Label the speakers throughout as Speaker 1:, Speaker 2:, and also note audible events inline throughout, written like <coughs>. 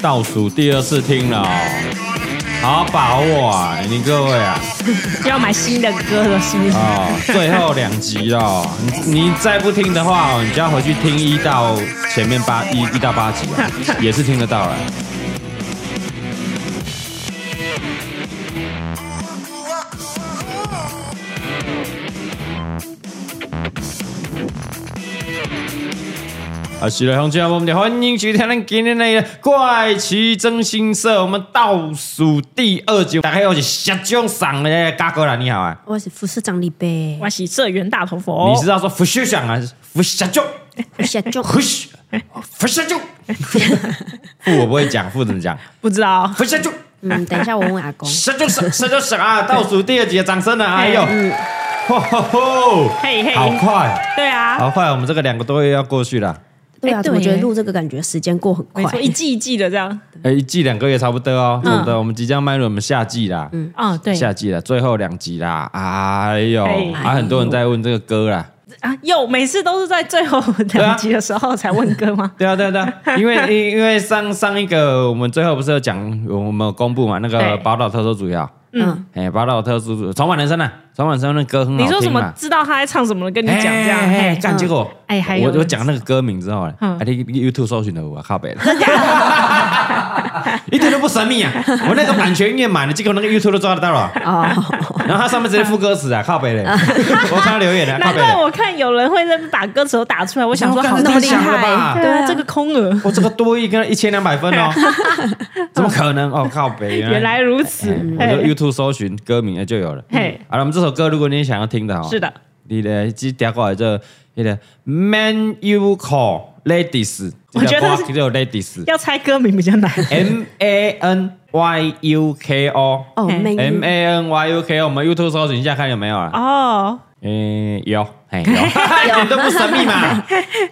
Speaker 1: 倒数第二次听了哦，好好把握啊，你各位啊，
Speaker 2: 要买新的歌了，是不是？
Speaker 1: 哦，最后两集了哦，你你再不听的话哦，你就要回去听一到前面八一一到八集啊，也是听得到了。啊，是的，同志们，我们的欢迎收听咱今天的怪奇真心社，我们倒数第二集，大概我是十种赏的嘎哥啦，你好啊。
Speaker 3: 我是副社长李贝，
Speaker 2: 我是社员大头佛，
Speaker 1: 你知道说不休想啊，不下
Speaker 2: <laughs>
Speaker 1: 就
Speaker 3: 我想就
Speaker 1: 不休，不下就。副我不会讲，副怎么
Speaker 2: <laughs>
Speaker 1: 讲？
Speaker 2: 不知道？
Speaker 1: 不下就
Speaker 2: <laughs>
Speaker 3: 嗯，等一下我问阿公，
Speaker 2: 哎
Speaker 1: 下就省下就省啊！倒数第二集的掌声啊！哎呦，吼吼吼，
Speaker 2: 嘿嘿
Speaker 1: 好快，
Speaker 2: 对啊，
Speaker 1: 好快！我们这个两个多月要过去了，
Speaker 3: 对啊，
Speaker 2: 哎对
Speaker 3: 我觉得录这个感觉时间过很快
Speaker 2: 没，错，一季一季的这样。
Speaker 1: 哎，一季两个月差不多哦，
Speaker 2: 嗯
Speaker 1: 差不多。我们即将迈入我们夏季啦，
Speaker 2: 啊，对
Speaker 1: 夏季了，最后两集啦。哎呦，
Speaker 2: 哎
Speaker 1: 啊，很多人在问这个歌啦。
Speaker 2: 啊，有每次都是在最后两集的时候才问歌吗？
Speaker 1: 对啊，对啊，对啊，因为因因为上上一个我们最后不是有讲我们有公布嘛，那个
Speaker 2: 对
Speaker 1: 宝岛特殊组也好，
Speaker 3: 嗯，
Speaker 1: 哎，宝岛特殊组重返人生呢、啊，重返人生那歌很好听嘛
Speaker 2: 你说什么？知道他在唱什么？跟你讲这样，
Speaker 1: 哎哎哎
Speaker 2: 嘿
Speaker 1: 干结果，
Speaker 2: 哎还有
Speaker 1: 我我讲那个歌名之后呢，
Speaker 2: 嗯
Speaker 1: 哎，你你 YouTube 搜寻的 <laughs> 我靠北了，一点都不神秘啊！我那个版权音乐买了，结果那个 YouTube 都抓得到了，
Speaker 3: 哦，
Speaker 1: 然后它上面直接附歌词啊，靠北嘞，我看到留言了，靠
Speaker 2: 嗯 <laughs> 难
Speaker 1: 北
Speaker 2: 怪
Speaker 1: 嘞。
Speaker 2: 我看有人会在那边把歌词都打出来，我想说
Speaker 1: 干
Speaker 2: 好
Speaker 1: 这
Speaker 2: 厉
Speaker 1: 太强了吧
Speaker 2: 害，对
Speaker 3: 对
Speaker 2: 啊，
Speaker 3: 啊
Speaker 2: 这个空耳
Speaker 1: 我、这个多一跟一千两百分
Speaker 2: <laughs>
Speaker 1: 哦，怎么可能？哦，靠北！
Speaker 2: 原来如此
Speaker 1: 哎，我
Speaker 2: 哎
Speaker 1: 就 YouTube 搜寻歌名哎就有了。
Speaker 2: 嘿
Speaker 1: 好了，我们这首歌如果你想要听的哦，
Speaker 2: 是的，
Speaker 1: 你的这调过来这那个 Man You Call Ladies，
Speaker 2: 我觉得
Speaker 1: 这条歌叫 Ladies
Speaker 2: 要猜歌名
Speaker 1: <laughs>
Speaker 2: 比较难。
Speaker 1: M A N Y U K O
Speaker 2: <laughs>
Speaker 3: 哦
Speaker 2: 哎
Speaker 3: ，man，
Speaker 1: M A N Y U K O，我们 YouTube 搜寻一下看有没有啊？
Speaker 2: 哦，
Speaker 1: 嗯，有，哎有，一点都不神秘嘛！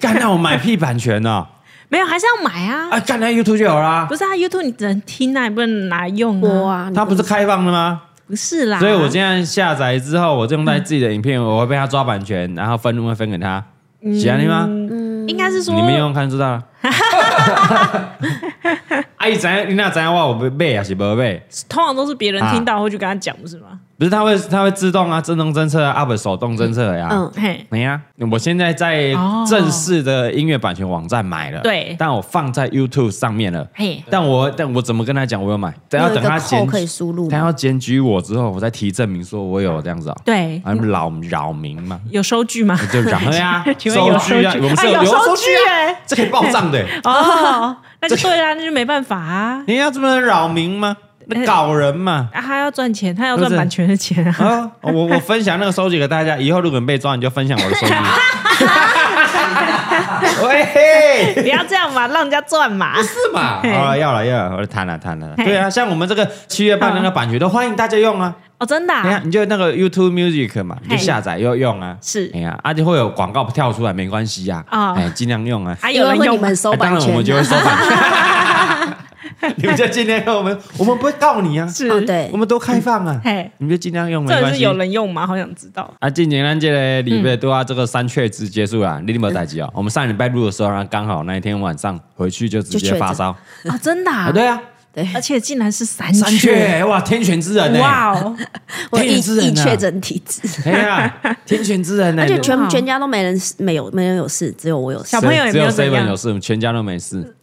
Speaker 1: 干，那我买屁版权呢？
Speaker 2: 没有，还是要买啊。
Speaker 1: 啊，干，那 YouTube 就有啦
Speaker 2: 不。是啊，YouTube 你只能听啊，你不能拿来用
Speaker 3: 我
Speaker 2: 啊。
Speaker 3: 啊，
Speaker 1: 它不是开放的吗？
Speaker 2: 不是啦，
Speaker 1: 所以我现在下载之后，我用在自己的影片，我会被他抓版权，然后分会分给他，
Speaker 3: 嗯
Speaker 1: 喜欢听吗？
Speaker 2: 应该是说
Speaker 1: 你们用看就知道
Speaker 3: <laughs>
Speaker 1: 啊了。阿姨，咱你那咱话我不背啊，是不背？
Speaker 2: 通常都是别人听到会去跟他讲，不是吗？
Speaker 1: 不是，它会它会自动啊，自动侦测啊，不手动侦测呀。嗯
Speaker 3: 嗯，
Speaker 2: 嘿，
Speaker 1: 没呀，我现在在
Speaker 2: 哦
Speaker 1: 正式的音乐版权网站买了，
Speaker 2: 对
Speaker 1: 但我放在 YouTube 上面了。
Speaker 2: 嘿，
Speaker 1: 但我但我怎么跟他讲我有买？等要
Speaker 3: 有一
Speaker 1: 等
Speaker 3: 个
Speaker 1: 他检
Speaker 3: 扣可以输入
Speaker 1: 他
Speaker 3: 吗，
Speaker 1: 要检举我之后，我再提证明说我有这样子哦。
Speaker 2: 对，
Speaker 1: 啊，扰扰民嘛，
Speaker 2: 有收据吗？，
Speaker 1: 就嚷了呀
Speaker 2: <laughs> 请问有
Speaker 1: 收据啊，
Speaker 2: 收据
Speaker 1: 我们是
Speaker 2: 啊有
Speaker 1: 有
Speaker 2: 收
Speaker 1: 收
Speaker 2: 据
Speaker 1: 啊
Speaker 2: 欸
Speaker 1: 这可以报账
Speaker 2: <laughs>
Speaker 1: 的欸。
Speaker 2: 哦，那就对啦，那就没办法啊。
Speaker 1: 你要这么扰民吗？
Speaker 2: 哎
Speaker 1: 那搞人嘛！
Speaker 2: 啊，他要赚钱，他要赚版权的钱啊。
Speaker 1: 啊，我我分享那个收据给大家，以后如果你被抓，你就分享我的收
Speaker 2: <laughs>
Speaker 1: 据。喂，
Speaker 2: 不要这样嘛，让人家赚
Speaker 1: <laughs>
Speaker 2: 嘛。
Speaker 1: 是嘛？
Speaker 2: 嘿
Speaker 1: 好了，啊要了要了，我谈了谈了。
Speaker 2: 啊嘿嗯
Speaker 1: 对啊，像我们这个七月半那个版权都欢迎大家用啊。
Speaker 2: 哦，真的啊
Speaker 1: 你看，你就那个 YouTube Music 嘛，你就
Speaker 2: 嘿
Speaker 1: 下载要用啊。
Speaker 2: 是
Speaker 1: 哎呀，啊就会有广告跳出来，没关系呀。
Speaker 2: 哦
Speaker 1: 哎，尽量用啊。
Speaker 2: 还
Speaker 3: 因
Speaker 2: 有
Speaker 3: 为
Speaker 2: 人
Speaker 3: 会
Speaker 2: 用
Speaker 3: 你
Speaker 2: 吗
Speaker 3: 们收
Speaker 1: 哎当
Speaker 3: 版
Speaker 1: 然我们就
Speaker 3: 权
Speaker 1: 会
Speaker 3: 啊，
Speaker 1: 收版
Speaker 2: <laughs>
Speaker 1: 权。你们就尽量用我们，我们不会告你啊，
Speaker 2: 是
Speaker 3: 哦，对
Speaker 1: 我，们都开放啊
Speaker 2: 嘿，
Speaker 1: 你们就尽量用，没
Speaker 2: 这
Speaker 1: 关
Speaker 2: 是
Speaker 1: 系
Speaker 2: 有。人用吗？好想知道。
Speaker 1: 啊，今年咱这个礼拜都要这个三确值结束了，你有没有打击哦？我们上礼拜录的时候，然后刚好那一天晚上回去就直
Speaker 3: 就
Speaker 1: 接
Speaker 3: 确诊
Speaker 1: 发烧
Speaker 2: 哦，真的啊
Speaker 1: 啊，对啊，
Speaker 3: 对，
Speaker 2: 而且竟然是三
Speaker 1: 三
Speaker 2: 缺，
Speaker 1: 确哇，天选之人呢，欸
Speaker 2: 哇哦，
Speaker 3: 我
Speaker 1: 天
Speaker 3: 一
Speaker 1: 选之人
Speaker 3: 一
Speaker 1: 啊
Speaker 3: 确诊体
Speaker 1: 哎 <laughs>
Speaker 3: 质，
Speaker 1: 呀，天选之人呢欸
Speaker 3: 而，且全
Speaker 2: 哇
Speaker 3: 全家都没人没有没人有事，只有我有事
Speaker 2: 小，朋友也
Speaker 1: 只
Speaker 2: 没
Speaker 1: 有
Speaker 2: 有怎
Speaker 1: seven
Speaker 2: 样
Speaker 1: 有。事，我们全家都没 <laughs> 事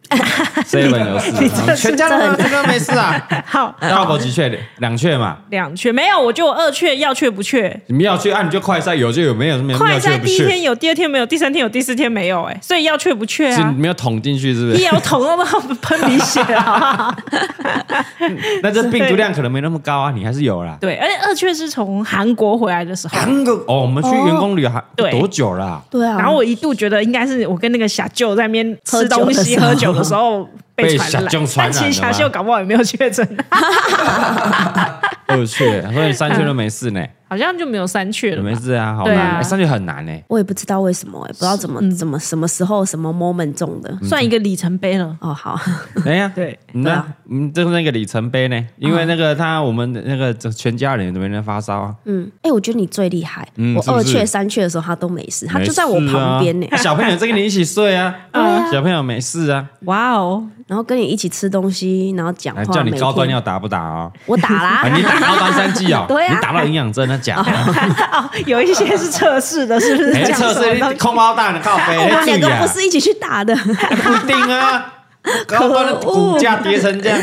Speaker 1: ，seven 有事，
Speaker 2: 你
Speaker 1: 我们全家都全家都没事 <laughs> 啊。
Speaker 2: 好，
Speaker 1: 大伯几确？两确嘛。
Speaker 2: 两缺没有，我就有二缺，要缺不缺。
Speaker 1: 你们要去按就快赛，有就有，没有没有没
Speaker 2: 快
Speaker 1: 有
Speaker 2: 在
Speaker 1: 就不
Speaker 2: 第一
Speaker 1: 去，
Speaker 2: 天有，第二天没有，第三天有，第四天没有、哎，所以要缺不缺
Speaker 1: 是
Speaker 2: 啊？
Speaker 1: 没有捅进去，是不
Speaker 2: 一 <laughs>
Speaker 1: 是？
Speaker 2: 摇头都喷鼻血啊了，好不 <laughs> 好
Speaker 1: 那这病毒量可能没那么高啊，你还是有啦。
Speaker 2: 对，而且二缺是从韩国回来的时候，
Speaker 1: 韩国哦，我们去员工旅行
Speaker 2: 对
Speaker 1: 多久啦？
Speaker 3: 对啊，
Speaker 2: 然后我一度觉得应该是我跟那个小舅在那边吃
Speaker 3: 喝酒
Speaker 2: 东
Speaker 3: 的
Speaker 2: 西、
Speaker 3: 时候
Speaker 2: 喝酒的时候被
Speaker 1: 被
Speaker 2: 传
Speaker 1: 小舅
Speaker 2: 染，
Speaker 1: 传
Speaker 2: 但
Speaker 1: 染
Speaker 2: 其实
Speaker 1: 了
Speaker 2: 小
Speaker 1: 吗
Speaker 2: 舅搞不好也没有确诊。
Speaker 3: <laughs>
Speaker 1: 二确，所以三确都没事呢。
Speaker 2: <laughs> 好像就没有三雀了
Speaker 1: 没
Speaker 2: 吧？
Speaker 1: 事啊，好
Speaker 2: 对
Speaker 1: 难，
Speaker 2: 啊
Speaker 1: 哎上去很难哎。
Speaker 3: 我也不知道为什么、欸，不知道怎
Speaker 2: 嗯
Speaker 3: 么、怎么什么时候什么 moment 中
Speaker 1: 嗯
Speaker 3: 的。
Speaker 2: 算一个里程碑了。
Speaker 3: 哦，好， <laughs>
Speaker 1: 哎呀，
Speaker 2: 对，
Speaker 1: 你
Speaker 3: 对
Speaker 1: 呢
Speaker 3: 啊？
Speaker 1: 嗯，就是那个里程碑呢，因为那个他我们那个全家人都没人发烧啊，
Speaker 3: 嗯，哎、我觉得你最厉害。
Speaker 1: 嗯
Speaker 3: 我
Speaker 1: 是不
Speaker 3: 二
Speaker 1: 是
Speaker 3: 雀三雀的时候，他都没事，他
Speaker 1: 没
Speaker 3: 就在我
Speaker 1: 事啊
Speaker 3: 旁边呢、
Speaker 1: 那小朋友在跟你一起睡啊，
Speaker 3: <laughs>
Speaker 1: 小朋友没事啊，
Speaker 2: 哇哦，
Speaker 3: 然后跟你一起吃东西，然后讲话
Speaker 1: 还。叫你
Speaker 3: 每
Speaker 1: 高端
Speaker 3: 天
Speaker 1: 要打不打哦？
Speaker 3: 我打啦，，
Speaker 1: 啊你打高端三剂哦
Speaker 3: <laughs> 对啊
Speaker 1: 你打到营养针那假的，
Speaker 2: <laughs> 哦，有一些是测试的，是不是？
Speaker 1: <laughs> 哎，
Speaker 2: 讲
Speaker 1: 测
Speaker 2: 什么
Speaker 1: 试
Speaker 2: 东西？
Speaker 1: 空包蛋的靠背，
Speaker 3: 我们
Speaker 1: 你
Speaker 3: 两
Speaker 1: 注意啊
Speaker 3: 个不是一起去打的。
Speaker 1: 固定啊，高端的股价跌成这样，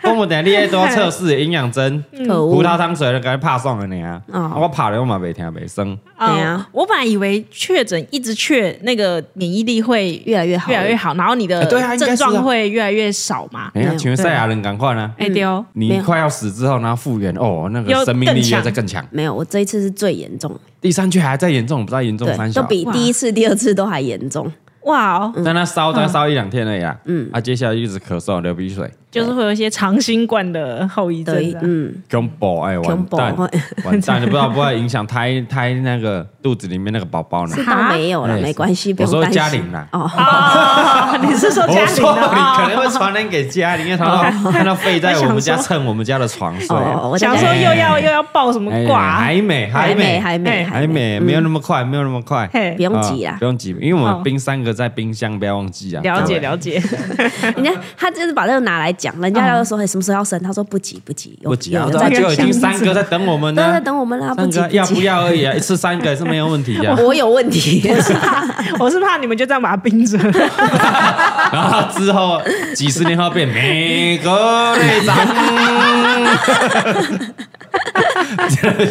Speaker 1: 跟我等下你都要测试营养针。
Speaker 3: 可恶
Speaker 1: 葡！萄糖水了，赶紧怕送了你啊！
Speaker 3: 哦
Speaker 1: 我怕了，我嘛没听没生。
Speaker 2: 哦
Speaker 3: 对啊
Speaker 2: 我本来以为确诊一直确那个免疫力会
Speaker 3: 越来越好
Speaker 2: 越来越好，然后你
Speaker 1: 哎
Speaker 2: 的
Speaker 1: 对啊应该是啊
Speaker 2: 症状会越来越少嘛。
Speaker 1: 哎呀，全
Speaker 2: 对
Speaker 1: 赛亚人赶快呢！
Speaker 2: 哎对哦，
Speaker 3: 没
Speaker 1: 你
Speaker 3: 有
Speaker 1: 快要死之后，然后复原哦，那个
Speaker 2: 又
Speaker 1: 生命力
Speaker 2: 更
Speaker 1: 又
Speaker 2: 强
Speaker 1: 再更强。
Speaker 3: 没有，我这一次是最严重，
Speaker 1: 第三句还在严重，不知道严重三
Speaker 3: 对，
Speaker 1: 小
Speaker 3: 都。比
Speaker 2: 哇
Speaker 3: 第一次、第二次都还严重。
Speaker 2: 哇哦，
Speaker 1: 但他烧，但烧一两天而已啊。嗯，啊，接下来一直咳嗽、流鼻水，
Speaker 2: 就是会有一些长新冠的后遗症
Speaker 3: 对
Speaker 2: 啊，。
Speaker 3: 嗯，
Speaker 1: 恐怖哎，完蛋 <laughs>
Speaker 3: 恐怖，
Speaker 1: 完蛋，你不知道会不会影响胎胎那个肚子里面那个宝宝呢
Speaker 3: 是？倒没有了，
Speaker 1: 哎
Speaker 3: 没关系，不
Speaker 1: 我
Speaker 3: 用
Speaker 1: 说啊
Speaker 3: 担心。
Speaker 1: 嘉玲啦，
Speaker 3: 哦，
Speaker 2: 哦你是说
Speaker 1: 我
Speaker 2: 家庭
Speaker 1: 说
Speaker 2: 的
Speaker 1: 你可
Speaker 2: 啊？
Speaker 1: 能会传染给家里，因为他
Speaker 3: <laughs>
Speaker 1: 到看到废在我们家蹭我们家的床睡。
Speaker 3: 哦我在
Speaker 2: 想说
Speaker 3: 家里
Speaker 2: 又要又要报什么
Speaker 1: 哎
Speaker 2: 卦啊？
Speaker 1: 还没，
Speaker 3: 还
Speaker 1: 没，
Speaker 3: 没，还没，
Speaker 1: 还没，没有那么快，没有那么快。
Speaker 2: 嘿
Speaker 3: 不，用急啦
Speaker 1: 啊不。用急，因为我们
Speaker 2: 哦
Speaker 1: 冰三个在冰箱，不要忘记啊。
Speaker 2: 了解
Speaker 1: 对
Speaker 2: 了解。 <laughs>
Speaker 3: 人家他就是把这个拿来讲，人家要说哎什么时候要生，他说不急不急，有
Speaker 1: 不急啊，
Speaker 3: 有人
Speaker 1: 早
Speaker 3: 在
Speaker 1: 就已经
Speaker 3: 想
Speaker 1: 三个在等我们
Speaker 3: <laughs> 都在
Speaker 1: 呢。
Speaker 3: 等我们啦，不
Speaker 1: 啊三
Speaker 3: 急
Speaker 1: 个要
Speaker 3: 急
Speaker 1: 不要而已啊，一次三个是没有问题的。
Speaker 3: 我有问
Speaker 1: <laughs>
Speaker 3: 题，
Speaker 1: 啊
Speaker 2: 我是怕你们就这样把它冰着，
Speaker 1: 然后之后几十年后变美国队 <laughs> 长，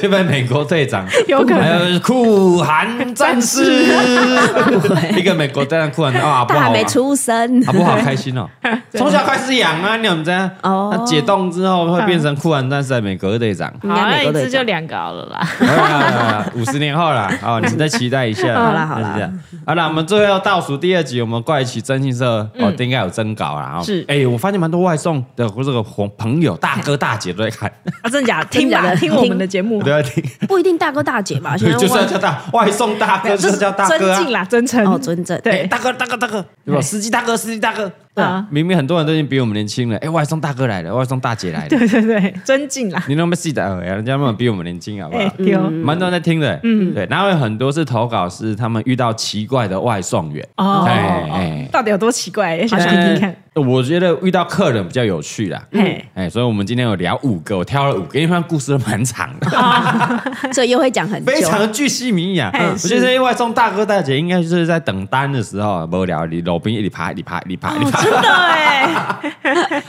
Speaker 1: 就变美国队 <laughs> 长，
Speaker 2: 有可
Speaker 1: 还
Speaker 2: 能。
Speaker 1: 有酷寒战 <laughs> 士，一个美国队长酷寒啊，不
Speaker 3: 他
Speaker 1: 好
Speaker 3: 还
Speaker 1: 玩
Speaker 3: 没出生
Speaker 1: 啊，。不好开 <laughs> 心哦。从小开始养啊，你怎么这样？
Speaker 3: 哦
Speaker 1: 那解冻之后会变成酷寒战士的美国队长。
Speaker 3: 应
Speaker 2: 好，
Speaker 3: 该
Speaker 2: 那
Speaker 3: 美
Speaker 2: 一
Speaker 3: 国
Speaker 2: 次
Speaker 3: 队
Speaker 2: 就
Speaker 3: 长
Speaker 2: 两个好了
Speaker 1: <laughs>
Speaker 2: 啦。
Speaker 1: 哎五十年后啦，哦，你再期待一下。
Speaker 3: 好啦好
Speaker 1: 再
Speaker 3: 啦
Speaker 1: 期待，好啦，我们最后倒数第二集，我们怪奇征信社哦，应该有征稿啦。哦
Speaker 2: 是
Speaker 1: 哎，我发现蛮多外送的这个朋朋友大哥大姐都在看，
Speaker 2: <laughs> 啊，真假？
Speaker 3: 真
Speaker 2: 听
Speaker 3: 假
Speaker 2: 吧，
Speaker 3: 的
Speaker 2: 听我们的节目
Speaker 1: 都，在听，
Speaker 3: 不一定大哥大姐吧，现在
Speaker 1: <laughs> 就是要
Speaker 3: 外
Speaker 1: 叫大外送大哥，就是叫大哥
Speaker 2: 尊
Speaker 1: 啊。
Speaker 2: 敬啦，真诚
Speaker 3: 哦尊正
Speaker 1: 哎，
Speaker 2: 对
Speaker 1: 大哥，大哥，大哥，对吧？司机大哥，司机大哥，
Speaker 2: 对啊
Speaker 1: 明明很多人都已经比我们年轻了，哎，外送大哥来了，外送大姐来了，
Speaker 2: <laughs> 对对对，尊敬啦。
Speaker 1: 你那么细的，哎呀人家那么比我们年轻，好不
Speaker 2: 哎，
Speaker 1: 好？
Speaker 2: 丢
Speaker 1: 蛮多人在听的，嗯，对，然后有很多是投稿是他们遇到奇怪的外送员，哎
Speaker 2: 哦
Speaker 1: 哎，
Speaker 2: 到底有多奇怪？也想听听看。
Speaker 1: 呃我觉得遇到客人比较有趣啦，
Speaker 2: 嘿，
Speaker 1: 哎，所以我们今天有聊五个，我挑了五个，因为他们故事都蛮长
Speaker 2: <laughs> 啊
Speaker 1: 的，
Speaker 3: 所以又会讲很久
Speaker 1: 非。常的巨细靡遗啊。
Speaker 2: 哎
Speaker 1: 我觉得这些外送大哥大姐应该就是在等单的时候无聊，你路边一直爬，一直爬，一直
Speaker 2: 哦
Speaker 1: 爬，一直爬。
Speaker 2: 真的哎，
Speaker 1: 啊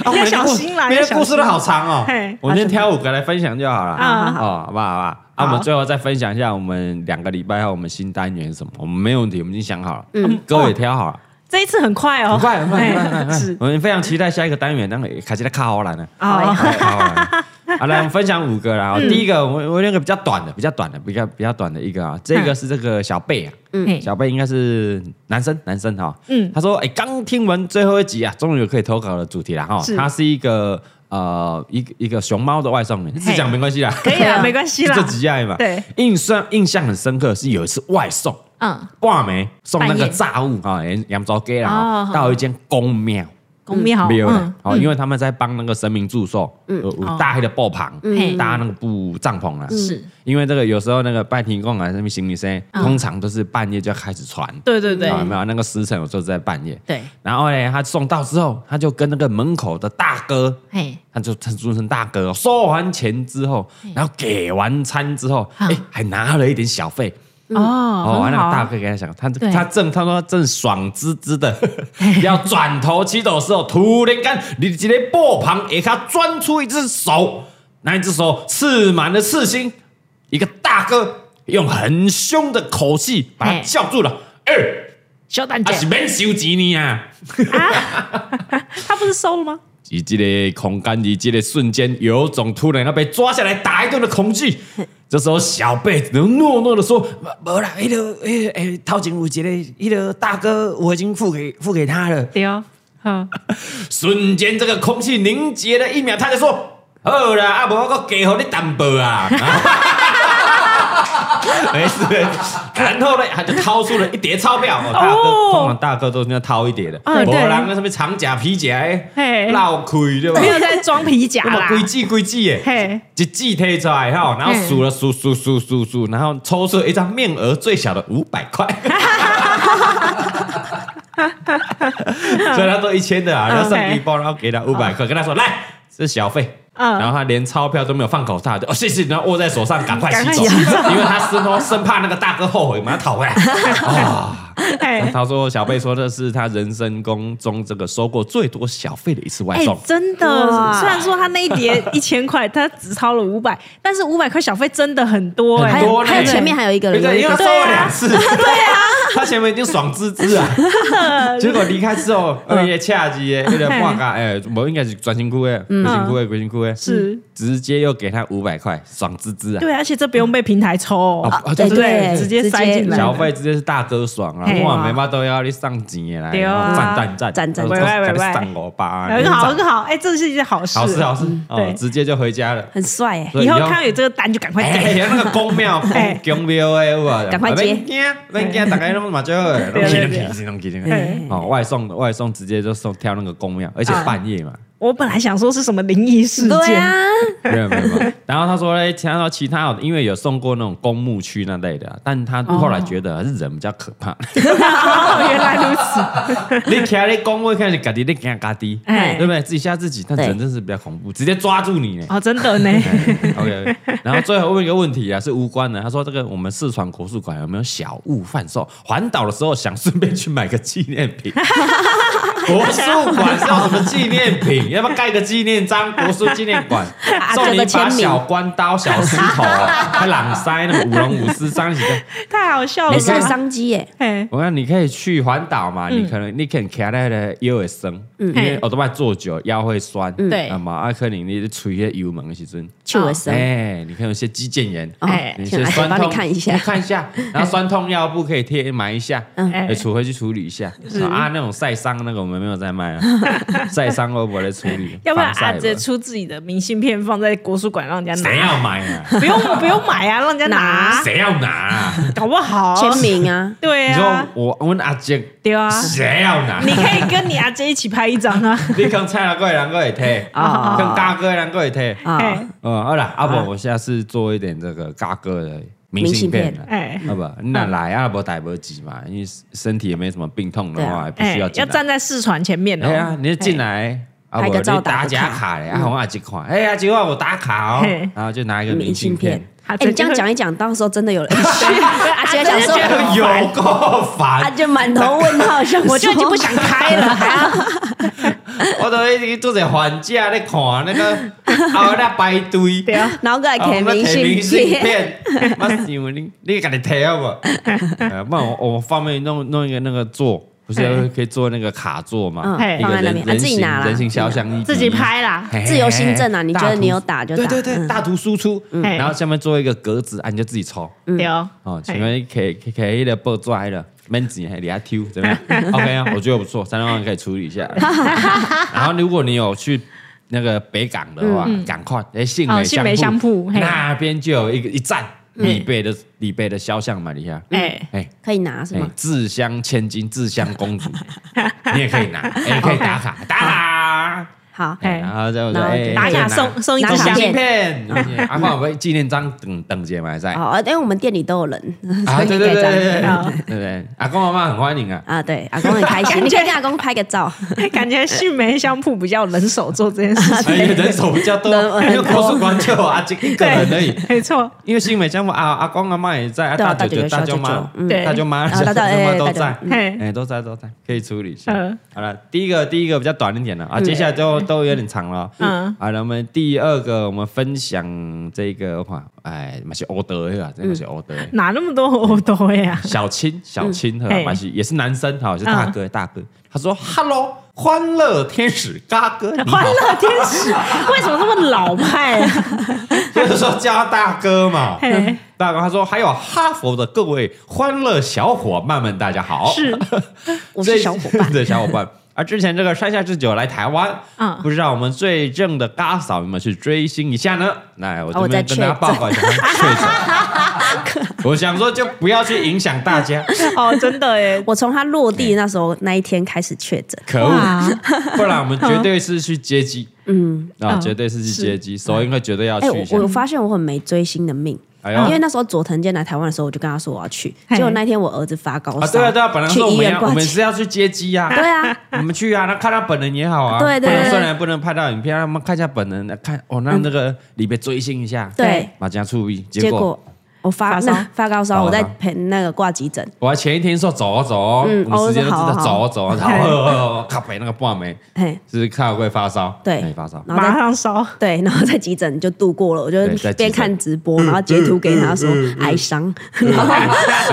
Speaker 2: <laughs> 要小心啦
Speaker 1: 每
Speaker 2: 要
Speaker 1: 个
Speaker 2: 小心
Speaker 1: 故事都好长哦
Speaker 2: 嘿。
Speaker 1: 我今天挑五个来分享就好了。
Speaker 2: 啊
Speaker 1: 哦，好不好？好不好？啊，我们最后再分享一下我们两个礼拜后我们新单元是什么？我们没有问题，我们已经想好了。嗯，各位挑好了，
Speaker 2: 这一次很快哦，
Speaker 1: 很快很快
Speaker 2: 哎
Speaker 1: 很快很快。
Speaker 2: 是
Speaker 1: 我们非常期待下一个单元，那个凯奇的卡好兰
Speaker 2: <laughs>
Speaker 1: 呢。
Speaker 2: 哦，
Speaker 1: 好啊，好来，我们分享五个啦。
Speaker 2: 嗯
Speaker 1: 哦第一个，我我那个比较短的，比较短的，比较比较短的一个啊，这个是这个小贝啊，
Speaker 2: 嗯
Speaker 1: 小贝应该是男生，男生哈，
Speaker 2: 嗯
Speaker 1: 他说，哎，刚听完最后一集啊，终于有可以投稿的主题了哈。
Speaker 2: 是
Speaker 1: 他是一个呃，一个一个熊猫的外送员，自讲没关系啦，
Speaker 2: 可
Speaker 1: <laughs>
Speaker 2: 以啊，没关系啦
Speaker 1: 这。几爱嘛。
Speaker 2: 对，
Speaker 1: 印象印象很深刻是有一次外送
Speaker 2: 嗯，
Speaker 1: 挂没送那个
Speaker 2: 半夜
Speaker 1: 炸物啊，扬州街
Speaker 2: 哦
Speaker 1: 啦，
Speaker 2: 好
Speaker 1: 到一间公庙。
Speaker 2: 公庙好，
Speaker 1: 没有
Speaker 2: 嗯
Speaker 1: 的，哦，因为他们在帮那个神明祝寿，有有大黑的布棚，
Speaker 2: 嗯
Speaker 1: 搭那个布帐篷啦。
Speaker 2: 是，嗯
Speaker 1: 因为这个有时候那个拜天公啊，那边行李箱通常都是半夜就要开始传，
Speaker 2: 对对对
Speaker 1: 啊有没有？那个时辰有时候在半夜，
Speaker 2: 对，
Speaker 1: 然后呢，他送到之后，他就跟那个门口的大哥，
Speaker 2: 嘿，
Speaker 1: 他就他尊称大哥哦，收完钱之后，然后给完餐之后，
Speaker 2: 嗯
Speaker 1: 哎，还拿了一点小费，
Speaker 2: 哦，
Speaker 1: 哦，完
Speaker 2: 很
Speaker 1: 了，
Speaker 2: 好
Speaker 1: 大
Speaker 2: 啊，
Speaker 1: 哥给他讲，他
Speaker 2: 对
Speaker 1: 他正他说他正爽滋滋
Speaker 2: <laughs>
Speaker 1: 的，要转头祈祷的时候，突然间，你一个布旁下他钻出一只手，那一只手刺满了刺青，一个大哥用很凶的口气把他
Speaker 2: 嘿
Speaker 1: 叫住了，哎、
Speaker 2: 小蛋
Speaker 1: 啊
Speaker 2: 姐
Speaker 1: 是免收钱呢啊！
Speaker 2: 他不是收了吗？
Speaker 1: 以这个空间，以这个瞬间，有种突然要被抓下来打一顿的恐惧。这时候，小贝只能懦弱的说：“没啦，那个，那个，哎，掏钱有一个，那个大哥，我已经付给付给他了。
Speaker 2: 对哦，嗯，”
Speaker 1: 瞬间，这个空气凝结了一秒，他就说：“好啦，啊无我搁加互你淡薄啊。 <laughs> 没事，然后呢，他就掏出了一叠钞票。哦、大哥，
Speaker 2: 哦
Speaker 1: 通常大哥都是要掏一叠的。
Speaker 2: 嗯对
Speaker 1: 有人那什么长甲、皮甲的，
Speaker 2: 嘿
Speaker 1: 绕开对吧
Speaker 2: <laughs> 没？有在装皮夹
Speaker 1: 那么
Speaker 2: 啦。
Speaker 1: 规矩规矩耶，
Speaker 2: <laughs> 嘿，
Speaker 1: 一季推出来
Speaker 2: 嗯
Speaker 1: 后，然后数了数数数数数，然后抽出一张面额最小的五百
Speaker 2: <laughs>
Speaker 1: 块，所以他都一千
Speaker 2: 嗯
Speaker 1: 的啊，然后上一包，然后给他五百块，跟他说来。这是小费，
Speaker 2: 嗯
Speaker 1: 然后他连钞票都没有放口袋，就哦谢谢，然后握在手上，赶快洗
Speaker 2: 赶快
Speaker 1: 走，
Speaker 2: 洗
Speaker 1: <laughs> 因为他生怕生怕那个大哥后悔，马上讨回
Speaker 2: <laughs>
Speaker 1: 来。啊， <laughs>
Speaker 2: 嘿，
Speaker 1: 他说小贝说这是他人生中中这个收过最多小费的一次外
Speaker 2: 哎
Speaker 1: 送，，
Speaker 2: 真的，
Speaker 3: 哇
Speaker 2: 虽然说他那一叠一千块，他只掏了五百，但是五百块小费真的很多哎，
Speaker 1: 很
Speaker 3: 还
Speaker 1: 多啊
Speaker 3: 有
Speaker 1: 呢
Speaker 3: 还有前面还有一个
Speaker 1: 对对，
Speaker 3: 人，有一
Speaker 1: 因为他
Speaker 3: 个
Speaker 1: 收了两次，对啊， <laughs> 他前面已经爽滋滋啊，结果离开之后，呃，也恰吉耶，有点挂嘎，哎，我应该是转型裤哎，转型裤哎，转型裤哎，
Speaker 2: 是
Speaker 1: 直接又给他五百块，爽滋滋啊，
Speaker 2: 对，而且这不用被平台抽哦，
Speaker 1: 啊啊
Speaker 3: 对
Speaker 1: 对
Speaker 2: 对，
Speaker 3: 对，
Speaker 2: 直接塞进来，
Speaker 1: 小费直接是大哥爽啊
Speaker 2: 嘿，
Speaker 1: 哇，
Speaker 2: 哇
Speaker 1: 没嘛都要你上钱的来，
Speaker 2: 对啊
Speaker 1: 赞赞赞
Speaker 3: 赞赞
Speaker 1: 我
Speaker 2: 喂喂
Speaker 1: 给你
Speaker 2: 喂
Speaker 1: 上我吧，
Speaker 2: 很好
Speaker 1: 赞
Speaker 2: 很好，哎，这是一件好事，
Speaker 1: 好事好事，哦
Speaker 2: 对，
Speaker 1: 直接就回家了。
Speaker 3: 很帅哎，
Speaker 1: 对
Speaker 2: 以后
Speaker 1: 以后
Speaker 2: 看到有这个单就赶
Speaker 1: <laughs>
Speaker 2: 快
Speaker 1: 哎
Speaker 2: 给，
Speaker 1: 呀，那个公庙，
Speaker 2: 哎
Speaker 1: 公庙的有啊，
Speaker 3: <laughs> 赶快接
Speaker 1: 免惊，免惊，大家拢嘛最好的，拢
Speaker 2: 对
Speaker 1: 起
Speaker 2: 对
Speaker 1: 拢
Speaker 2: 对
Speaker 1: 起拢起拢
Speaker 2: 哎
Speaker 1: 起。哦，外送的外送直接就送挑那个公庙，而且
Speaker 3: 啊
Speaker 1: 半夜嘛，
Speaker 2: 我本来想说是什么灵异事
Speaker 3: 对
Speaker 2: 件，
Speaker 3: 啊，
Speaker 1: 没有没有。
Speaker 3: <laughs>
Speaker 1: 没有然后他说嘞，他说其他有因为有送过那种公墓区那类的啊，但他后来觉得还是人比较可怕。
Speaker 2: 哦，原来如
Speaker 1: <laughs>
Speaker 2: 此，
Speaker 1: 你徛咧公墓，看是家己你惊家己，
Speaker 2: 哎
Speaker 1: 对不对？自己吓自己，但
Speaker 3: 对
Speaker 1: 人真是比较恐怖，直接抓住你呢。
Speaker 2: 哦，真的呢，
Speaker 1: <laughs> OK，然后最后问一个问题啊，是无关的。他说：“这个我们四川国术馆有没有小物贩售？环岛的时候想顺便去买个纪念
Speaker 3: <laughs>
Speaker 1: 品。国术馆是要什么纪念品？要不要盖个纪念章？国术纪念
Speaker 3: <laughs>
Speaker 1: 馆
Speaker 3: 啊
Speaker 1: 送你一
Speaker 3: 各个
Speaker 1: 把
Speaker 3: 签名
Speaker 1: 小关刀、小石头，啊还朗塞那个舞龙舞狮张起来。
Speaker 2: 太好笑了
Speaker 3: 也是
Speaker 2: 吧？
Speaker 3: 商机哎，
Speaker 2: 哎，
Speaker 1: 我看你可以去环岛嘛，
Speaker 2: 嗯
Speaker 1: 你可能你可能骑那个腰会酸，因为
Speaker 2: 嘿
Speaker 1: 我都拜坐久腰会酸，
Speaker 2: 对
Speaker 1: 啊嘛，啊可能你吹些油门的时阵。”
Speaker 3: 邱伟生，
Speaker 1: 哎，你看有些肌腱炎，
Speaker 3: 哦
Speaker 1: 哎，有些
Speaker 3: 来
Speaker 1: 酸
Speaker 3: 帮
Speaker 1: 痛，
Speaker 3: 你看一下
Speaker 1: 哎看一
Speaker 3: <laughs>
Speaker 1: 下，然后酸痛药布可以贴买一下，
Speaker 3: 嗯
Speaker 1: 哎，处回去处理一下啊。那种晒伤那个我们没有在
Speaker 2: <laughs>
Speaker 1: 卖啊，晒伤我不来处理，
Speaker 2: 要不然
Speaker 1: 防晒
Speaker 2: 阿
Speaker 1: 吧
Speaker 2: 杰出自己的明信片放在国术馆让人家
Speaker 1: 谁
Speaker 2: 拿，
Speaker 1: 要买啊？
Speaker 2: 不用不用买啊，让人家拿，
Speaker 1: 谁要拿啊？
Speaker 2: 搞不好
Speaker 3: 签，名 <laughs> 啊，
Speaker 2: <laughs> 对
Speaker 1: 你说
Speaker 2: 啊，
Speaker 1: 我问阿杰，
Speaker 2: 对啊，
Speaker 1: 谁要拿？
Speaker 2: 你可以跟你阿杰一起拍一张啊，
Speaker 1: 你跟蔡老哥两个也贴，
Speaker 3: 哦
Speaker 1: 跟大哥两个也贴。
Speaker 3: 啊
Speaker 2: 哎，
Speaker 1: 嗯，好啦，阿伯，我下次做一点这个嘎哥的明信片了。
Speaker 2: 哎
Speaker 1: 啊不，那来啊，不逮不急嘛，因为身体也没什么病痛的
Speaker 3: 对
Speaker 1: 话，
Speaker 3: 啊
Speaker 1: 还 <laughs> 不
Speaker 2: 哎，
Speaker 1: 需要进
Speaker 2: 要
Speaker 1: 来
Speaker 2: 站在视传前面哦
Speaker 1: 哎呀，，你就进来，啊，
Speaker 3: 拍
Speaker 1: 我
Speaker 3: 个照
Speaker 1: 你打
Speaker 3: 打个
Speaker 1: 假
Speaker 3: 卡
Speaker 1: 卡嘞，啊，我阿姐看，哎呀，结果我打卡哦
Speaker 2: 嘿，
Speaker 1: 然后就拿一个明
Speaker 3: 明
Speaker 1: 信
Speaker 3: 信
Speaker 1: 片
Speaker 3: 片，。
Speaker 2: 好
Speaker 3: 哎，
Speaker 2: 这
Speaker 3: 你
Speaker 2: 就
Speaker 3: 这样讲一讲，到时候真的有人去，阿杰想说
Speaker 2: 阿杰就觉得，
Speaker 1: 有够
Speaker 3: 阿
Speaker 1: 烦，
Speaker 3: 杰满头问号，想
Speaker 2: 我就已经不
Speaker 3: 说
Speaker 2: 想开了，还要
Speaker 1: 我都已经做者还价咧看那个，啊，那排队，
Speaker 2: 对啊，
Speaker 3: <laughs> 然后过来
Speaker 1: 啊，我
Speaker 3: 给
Speaker 1: 们
Speaker 3: 明
Speaker 1: 摕明信
Speaker 3: 信片，
Speaker 1: 片，妈想你，你给你摕好不？呃，不然我我方便弄弄一个那个座。不是
Speaker 2: 嘿
Speaker 1: 可以做那个卡座嘛？
Speaker 2: 嘿
Speaker 1: 一个
Speaker 3: 放在那
Speaker 1: 人
Speaker 3: 边啊
Speaker 1: 人
Speaker 3: 自己
Speaker 1: 形
Speaker 3: 拿啦
Speaker 1: 人形肖像一比
Speaker 2: 自己
Speaker 1: 一
Speaker 2: 拍啦，
Speaker 1: 嘿
Speaker 3: 自由新政啊你觉得你有打就打
Speaker 1: 对对对，
Speaker 3: 嗯
Speaker 1: 大图输出，
Speaker 2: 嘿
Speaker 1: 然后下面做一个格子，啊，你就自己抽。
Speaker 2: 对哦，
Speaker 1: 哦，请问可以可以可以的报纸来了，免钱还给他抽，怎么样 <laughs> ？OK 啊，我觉得不错，三千万可以处理一
Speaker 2: <laughs>
Speaker 1: 下。然后如果你有去。那个北港的话，赶快哎，信美
Speaker 2: 嗯哦信美
Speaker 1: 香
Speaker 2: 香铺嘿嗯
Speaker 1: 那边就有一个一站，李贝的李贝的肖像嘛，底下
Speaker 2: 哎
Speaker 1: 哎
Speaker 3: 可以拿是
Speaker 1: 哎
Speaker 3: 吗？，
Speaker 1: 志香千金，志香公
Speaker 2: <laughs>
Speaker 1: 主，你也可以拿，哎，可以打卡打
Speaker 2: <laughs>
Speaker 1: 卡。
Speaker 3: 好，
Speaker 1: 哎
Speaker 2: 哎
Speaker 1: 然后再
Speaker 3: 然后
Speaker 1: 哎
Speaker 3: 就
Speaker 2: 打卡
Speaker 1: 哎
Speaker 2: 送
Speaker 1: 拿
Speaker 2: 送一
Speaker 3: 拿
Speaker 2: 张
Speaker 3: 卡
Speaker 2: 相
Speaker 3: 片
Speaker 1: 片，阿妈啊我纪念章等等姐买在。
Speaker 3: 好，因为我们店里都有人，
Speaker 1: 啊，
Speaker 3: <laughs> 所
Speaker 1: 对
Speaker 3: 以可以
Speaker 1: 对对
Speaker 3: 这
Speaker 1: 对对
Speaker 3: 样。
Speaker 1: 对对对，阿公阿妈很欢迎
Speaker 3: <laughs>
Speaker 1: 啊。
Speaker 3: 啊，对，阿公很开心，你可以跟阿公拍个照。
Speaker 2: 感觉杏梅香铺比较人手做这件事
Speaker 1: <laughs>
Speaker 2: 情。
Speaker 1: 因为哎人手比较多，因为国术馆就有阿杰一个 <laughs> 人而已。
Speaker 2: 对，没错，
Speaker 1: 因为新美项目啊，阿公阿妈也在，啊
Speaker 3: 对啊
Speaker 1: 舅舅、
Speaker 3: 大
Speaker 1: 大
Speaker 3: 舅
Speaker 1: 舅
Speaker 3: 舅
Speaker 1: 妈
Speaker 3: 小舅舅、嗯
Speaker 2: 对
Speaker 1: 大舅妈、
Speaker 3: 啊
Speaker 1: 小舅
Speaker 3: 大舅
Speaker 1: 妈
Speaker 3: 哎
Speaker 1: 都
Speaker 3: 大舅
Speaker 1: 在，
Speaker 2: 嘿，
Speaker 1: 哎，都在都在，可以处理一下
Speaker 2: 嗯。
Speaker 1: 好了，第一个第一个比较短一点了啊，接下来都都有点长了。嗯
Speaker 2: 嗯，
Speaker 1: 好了，我们第二个我们分享这个话，哎，嘛是欧德的啊，真的是欧德的。
Speaker 2: 哪那么多欧多呀？
Speaker 1: 小青，小青，和
Speaker 2: 嗯嘿嗯
Speaker 1: 马西也是男生，哈，是大哥，大哥。他说：“Hello，欢乐天使嘎
Speaker 2: <laughs>
Speaker 1: 哥，你好
Speaker 2: 欢乐天使为什么这么老派啊？
Speaker 1: <laughs> 就是说叫他大哥嘛。
Speaker 2: <laughs> 嘿
Speaker 1: 大哥，他说还有哈佛的各位欢乐小伙伴们，大家好，
Speaker 2: <laughs> 是
Speaker 3: 我是小伙
Speaker 1: <laughs>
Speaker 3: 伴，
Speaker 1: 对小伙伴。而之前这个山下智久来台湾，
Speaker 2: 嗯
Speaker 1: 不知道我们最正的嘎嫂有没有去追星一下呢？那我这
Speaker 3: 我在
Speaker 1: 边跟大家
Speaker 3: 确诊
Speaker 1: 报告一下，他
Speaker 2: 啊 <laughs>
Speaker 1: 确诊我想说就不要去影响大家，
Speaker 2: 哦，真的耶，
Speaker 3: 我从他落地那时候那一天开始确诊，
Speaker 1: 可
Speaker 2: <laughs> 哇
Speaker 1: 恶！ <laughs> 不然我们绝对是去接机，
Speaker 3: 嗯，
Speaker 1: 啊，
Speaker 2: 嗯
Speaker 1: 绝对是去接机，首映会绝对要
Speaker 3: 哎、
Speaker 1: 去一下
Speaker 3: 我我。发现我很没追星的命。
Speaker 1: 哎
Speaker 3: 因为
Speaker 1: 呦，
Speaker 3: 那时候佐藤健来台湾的时候，我就跟他说我要去，
Speaker 2: 嘿
Speaker 3: 结果那天我儿子发高烧、
Speaker 1: 啊，对啊，对啊，本来
Speaker 3: 去
Speaker 1: 说我
Speaker 3: 医
Speaker 1: 们
Speaker 3: 院
Speaker 1: 要，我
Speaker 3: 挂
Speaker 1: 们
Speaker 3: 机
Speaker 1: 是，要去接机啊，
Speaker 3: 对啊，
Speaker 1: 我们去啊，那看他本人也好啊，
Speaker 3: 对对
Speaker 1: 不然
Speaker 3: 对嗯
Speaker 1: 虽然不能拍到影片，让我们看一下本人，看哦，让那个里边追星一下，
Speaker 3: 对，
Speaker 1: 马甲注意，结
Speaker 3: 结
Speaker 1: 果啊
Speaker 3: 果我发
Speaker 2: 发烧
Speaker 3: 那发高烧，
Speaker 1: 高
Speaker 3: 我在
Speaker 1: 烧
Speaker 3: 陪那个挂急诊，
Speaker 1: 我还前一天说走啊走哦，
Speaker 3: 嗯
Speaker 1: 我们时间都知
Speaker 3: 哦
Speaker 1: 道
Speaker 3: 是好
Speaker 1: 走
Speaker 3: 好
Speaker 1: 啊走啊，然后哦哦
Speaker 3: <laughs>
Speaker 1: 哦靠北那个半没，
Speaker 3: 嘿，
Speaker 1: 就是看会不会发烧，
Speaker 3: 对
Speaker 1: 哎发烧， <laughs>
Speaker 3: 然后
Speaker 2: 马
Speaker 3: 在
Speaker 2: 上烧，
Speaker 3: 对，然后在急诊就度过了，我
Speaker 1: 对在
Speaker 3: 就
Speaker 1: 急诊嗯
Speaker 3: 边看直播，然后截图给他说哀伤， <laughs> 然后
Speaker 1: 然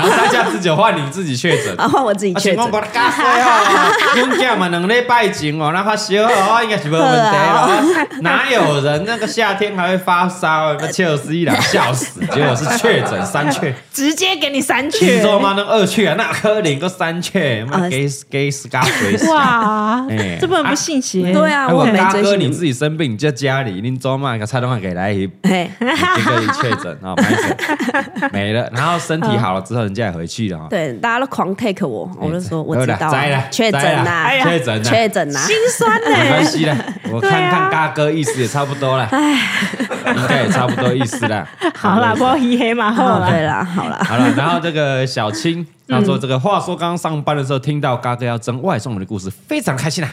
Speaker 1: 后大家自己换你自己确诊。
Speaker 3: 然后我自己
Speaker 1: 啊，
Speaker 3: 确
Speaker 1: 情况
Speaker 3: 诊
Speaker 1: 不，加衰
Speaker 3: <laughs>
Speaker 1: 哦，阮囝嘛两礼拜前哦，那发烧哦，应该是没问题
Speaker 3: 啊
Speaker 1: 咯。哪有人那个夏天还会发烧？那切尔西人笑死，结果是确诊三
Speaker 3: <laughs>
Speaker 1: 确，
Speaker 2: 直接给你三
Speaker 1: 你
Speaker 2: 缺
Speaker 1: 知，道吗？那二确啊，那可怜个三确，妈
Speaker 3: 呃
Speaker 1: 给给死嘎水死。
Speaker 2: 哇
Speaker 1: <laughs> 哎，
Speaker 2: 这不能不信邪，
Speaker 3: 对啊，
Speaker 1: 哎
Speaker 3: 我很没
Speaker 1: 嘎
Speaker 3: 追
Speaker 1: 哥，
Speaker 3: 星
Speaker 1: 你
Speaker 3: 的命，
Speaker 1: 自己生病，你在家里，你周末个蔡东汉给来一
Speaker 3: 嘿，
Speaker 1: 一个一确诊
Speaker 3: <laughs>
Speaker 1: 啊，不好意思没了。然后身体好了之后，人家也回去了哦。
Speaker 3: 对，大家都狂 take 我，我就
Speaker 1: 哎
Speaker 3: 说我知道
Speaker 1: 栽了
Speaker 3: 啊，确诊
Speaker 1: 栽了
Speaker 3: 啦
Speaker 1: 哎呀，确诊啦
Speaker 3: 确诊啊啦，
Speaker 2: 心酸
Speaker 1: 没关
Speaker 2: 呢，
Speaker 1: 系
Speaker 2: <laughs>
Speaker 1: 啦，我
Speaker 2: 啊
Speaker 1: 看看嘎哥意思也差不多啦，应该也差不多意思啦。
Speaker 2: 哎 <laughs> 好啦，不要黑黑马后
Speaker 3: 哦
Speaker 2: 啦，
Speaker 3: 对啦，好啦，
Speaker 1: <laughs> 好了，然后这个小
Speaker 2: 嗯
Speaker 1: 青，他说这个话说刚刚上班的时候听到嘎哥要争外送的故事，非常开心啊，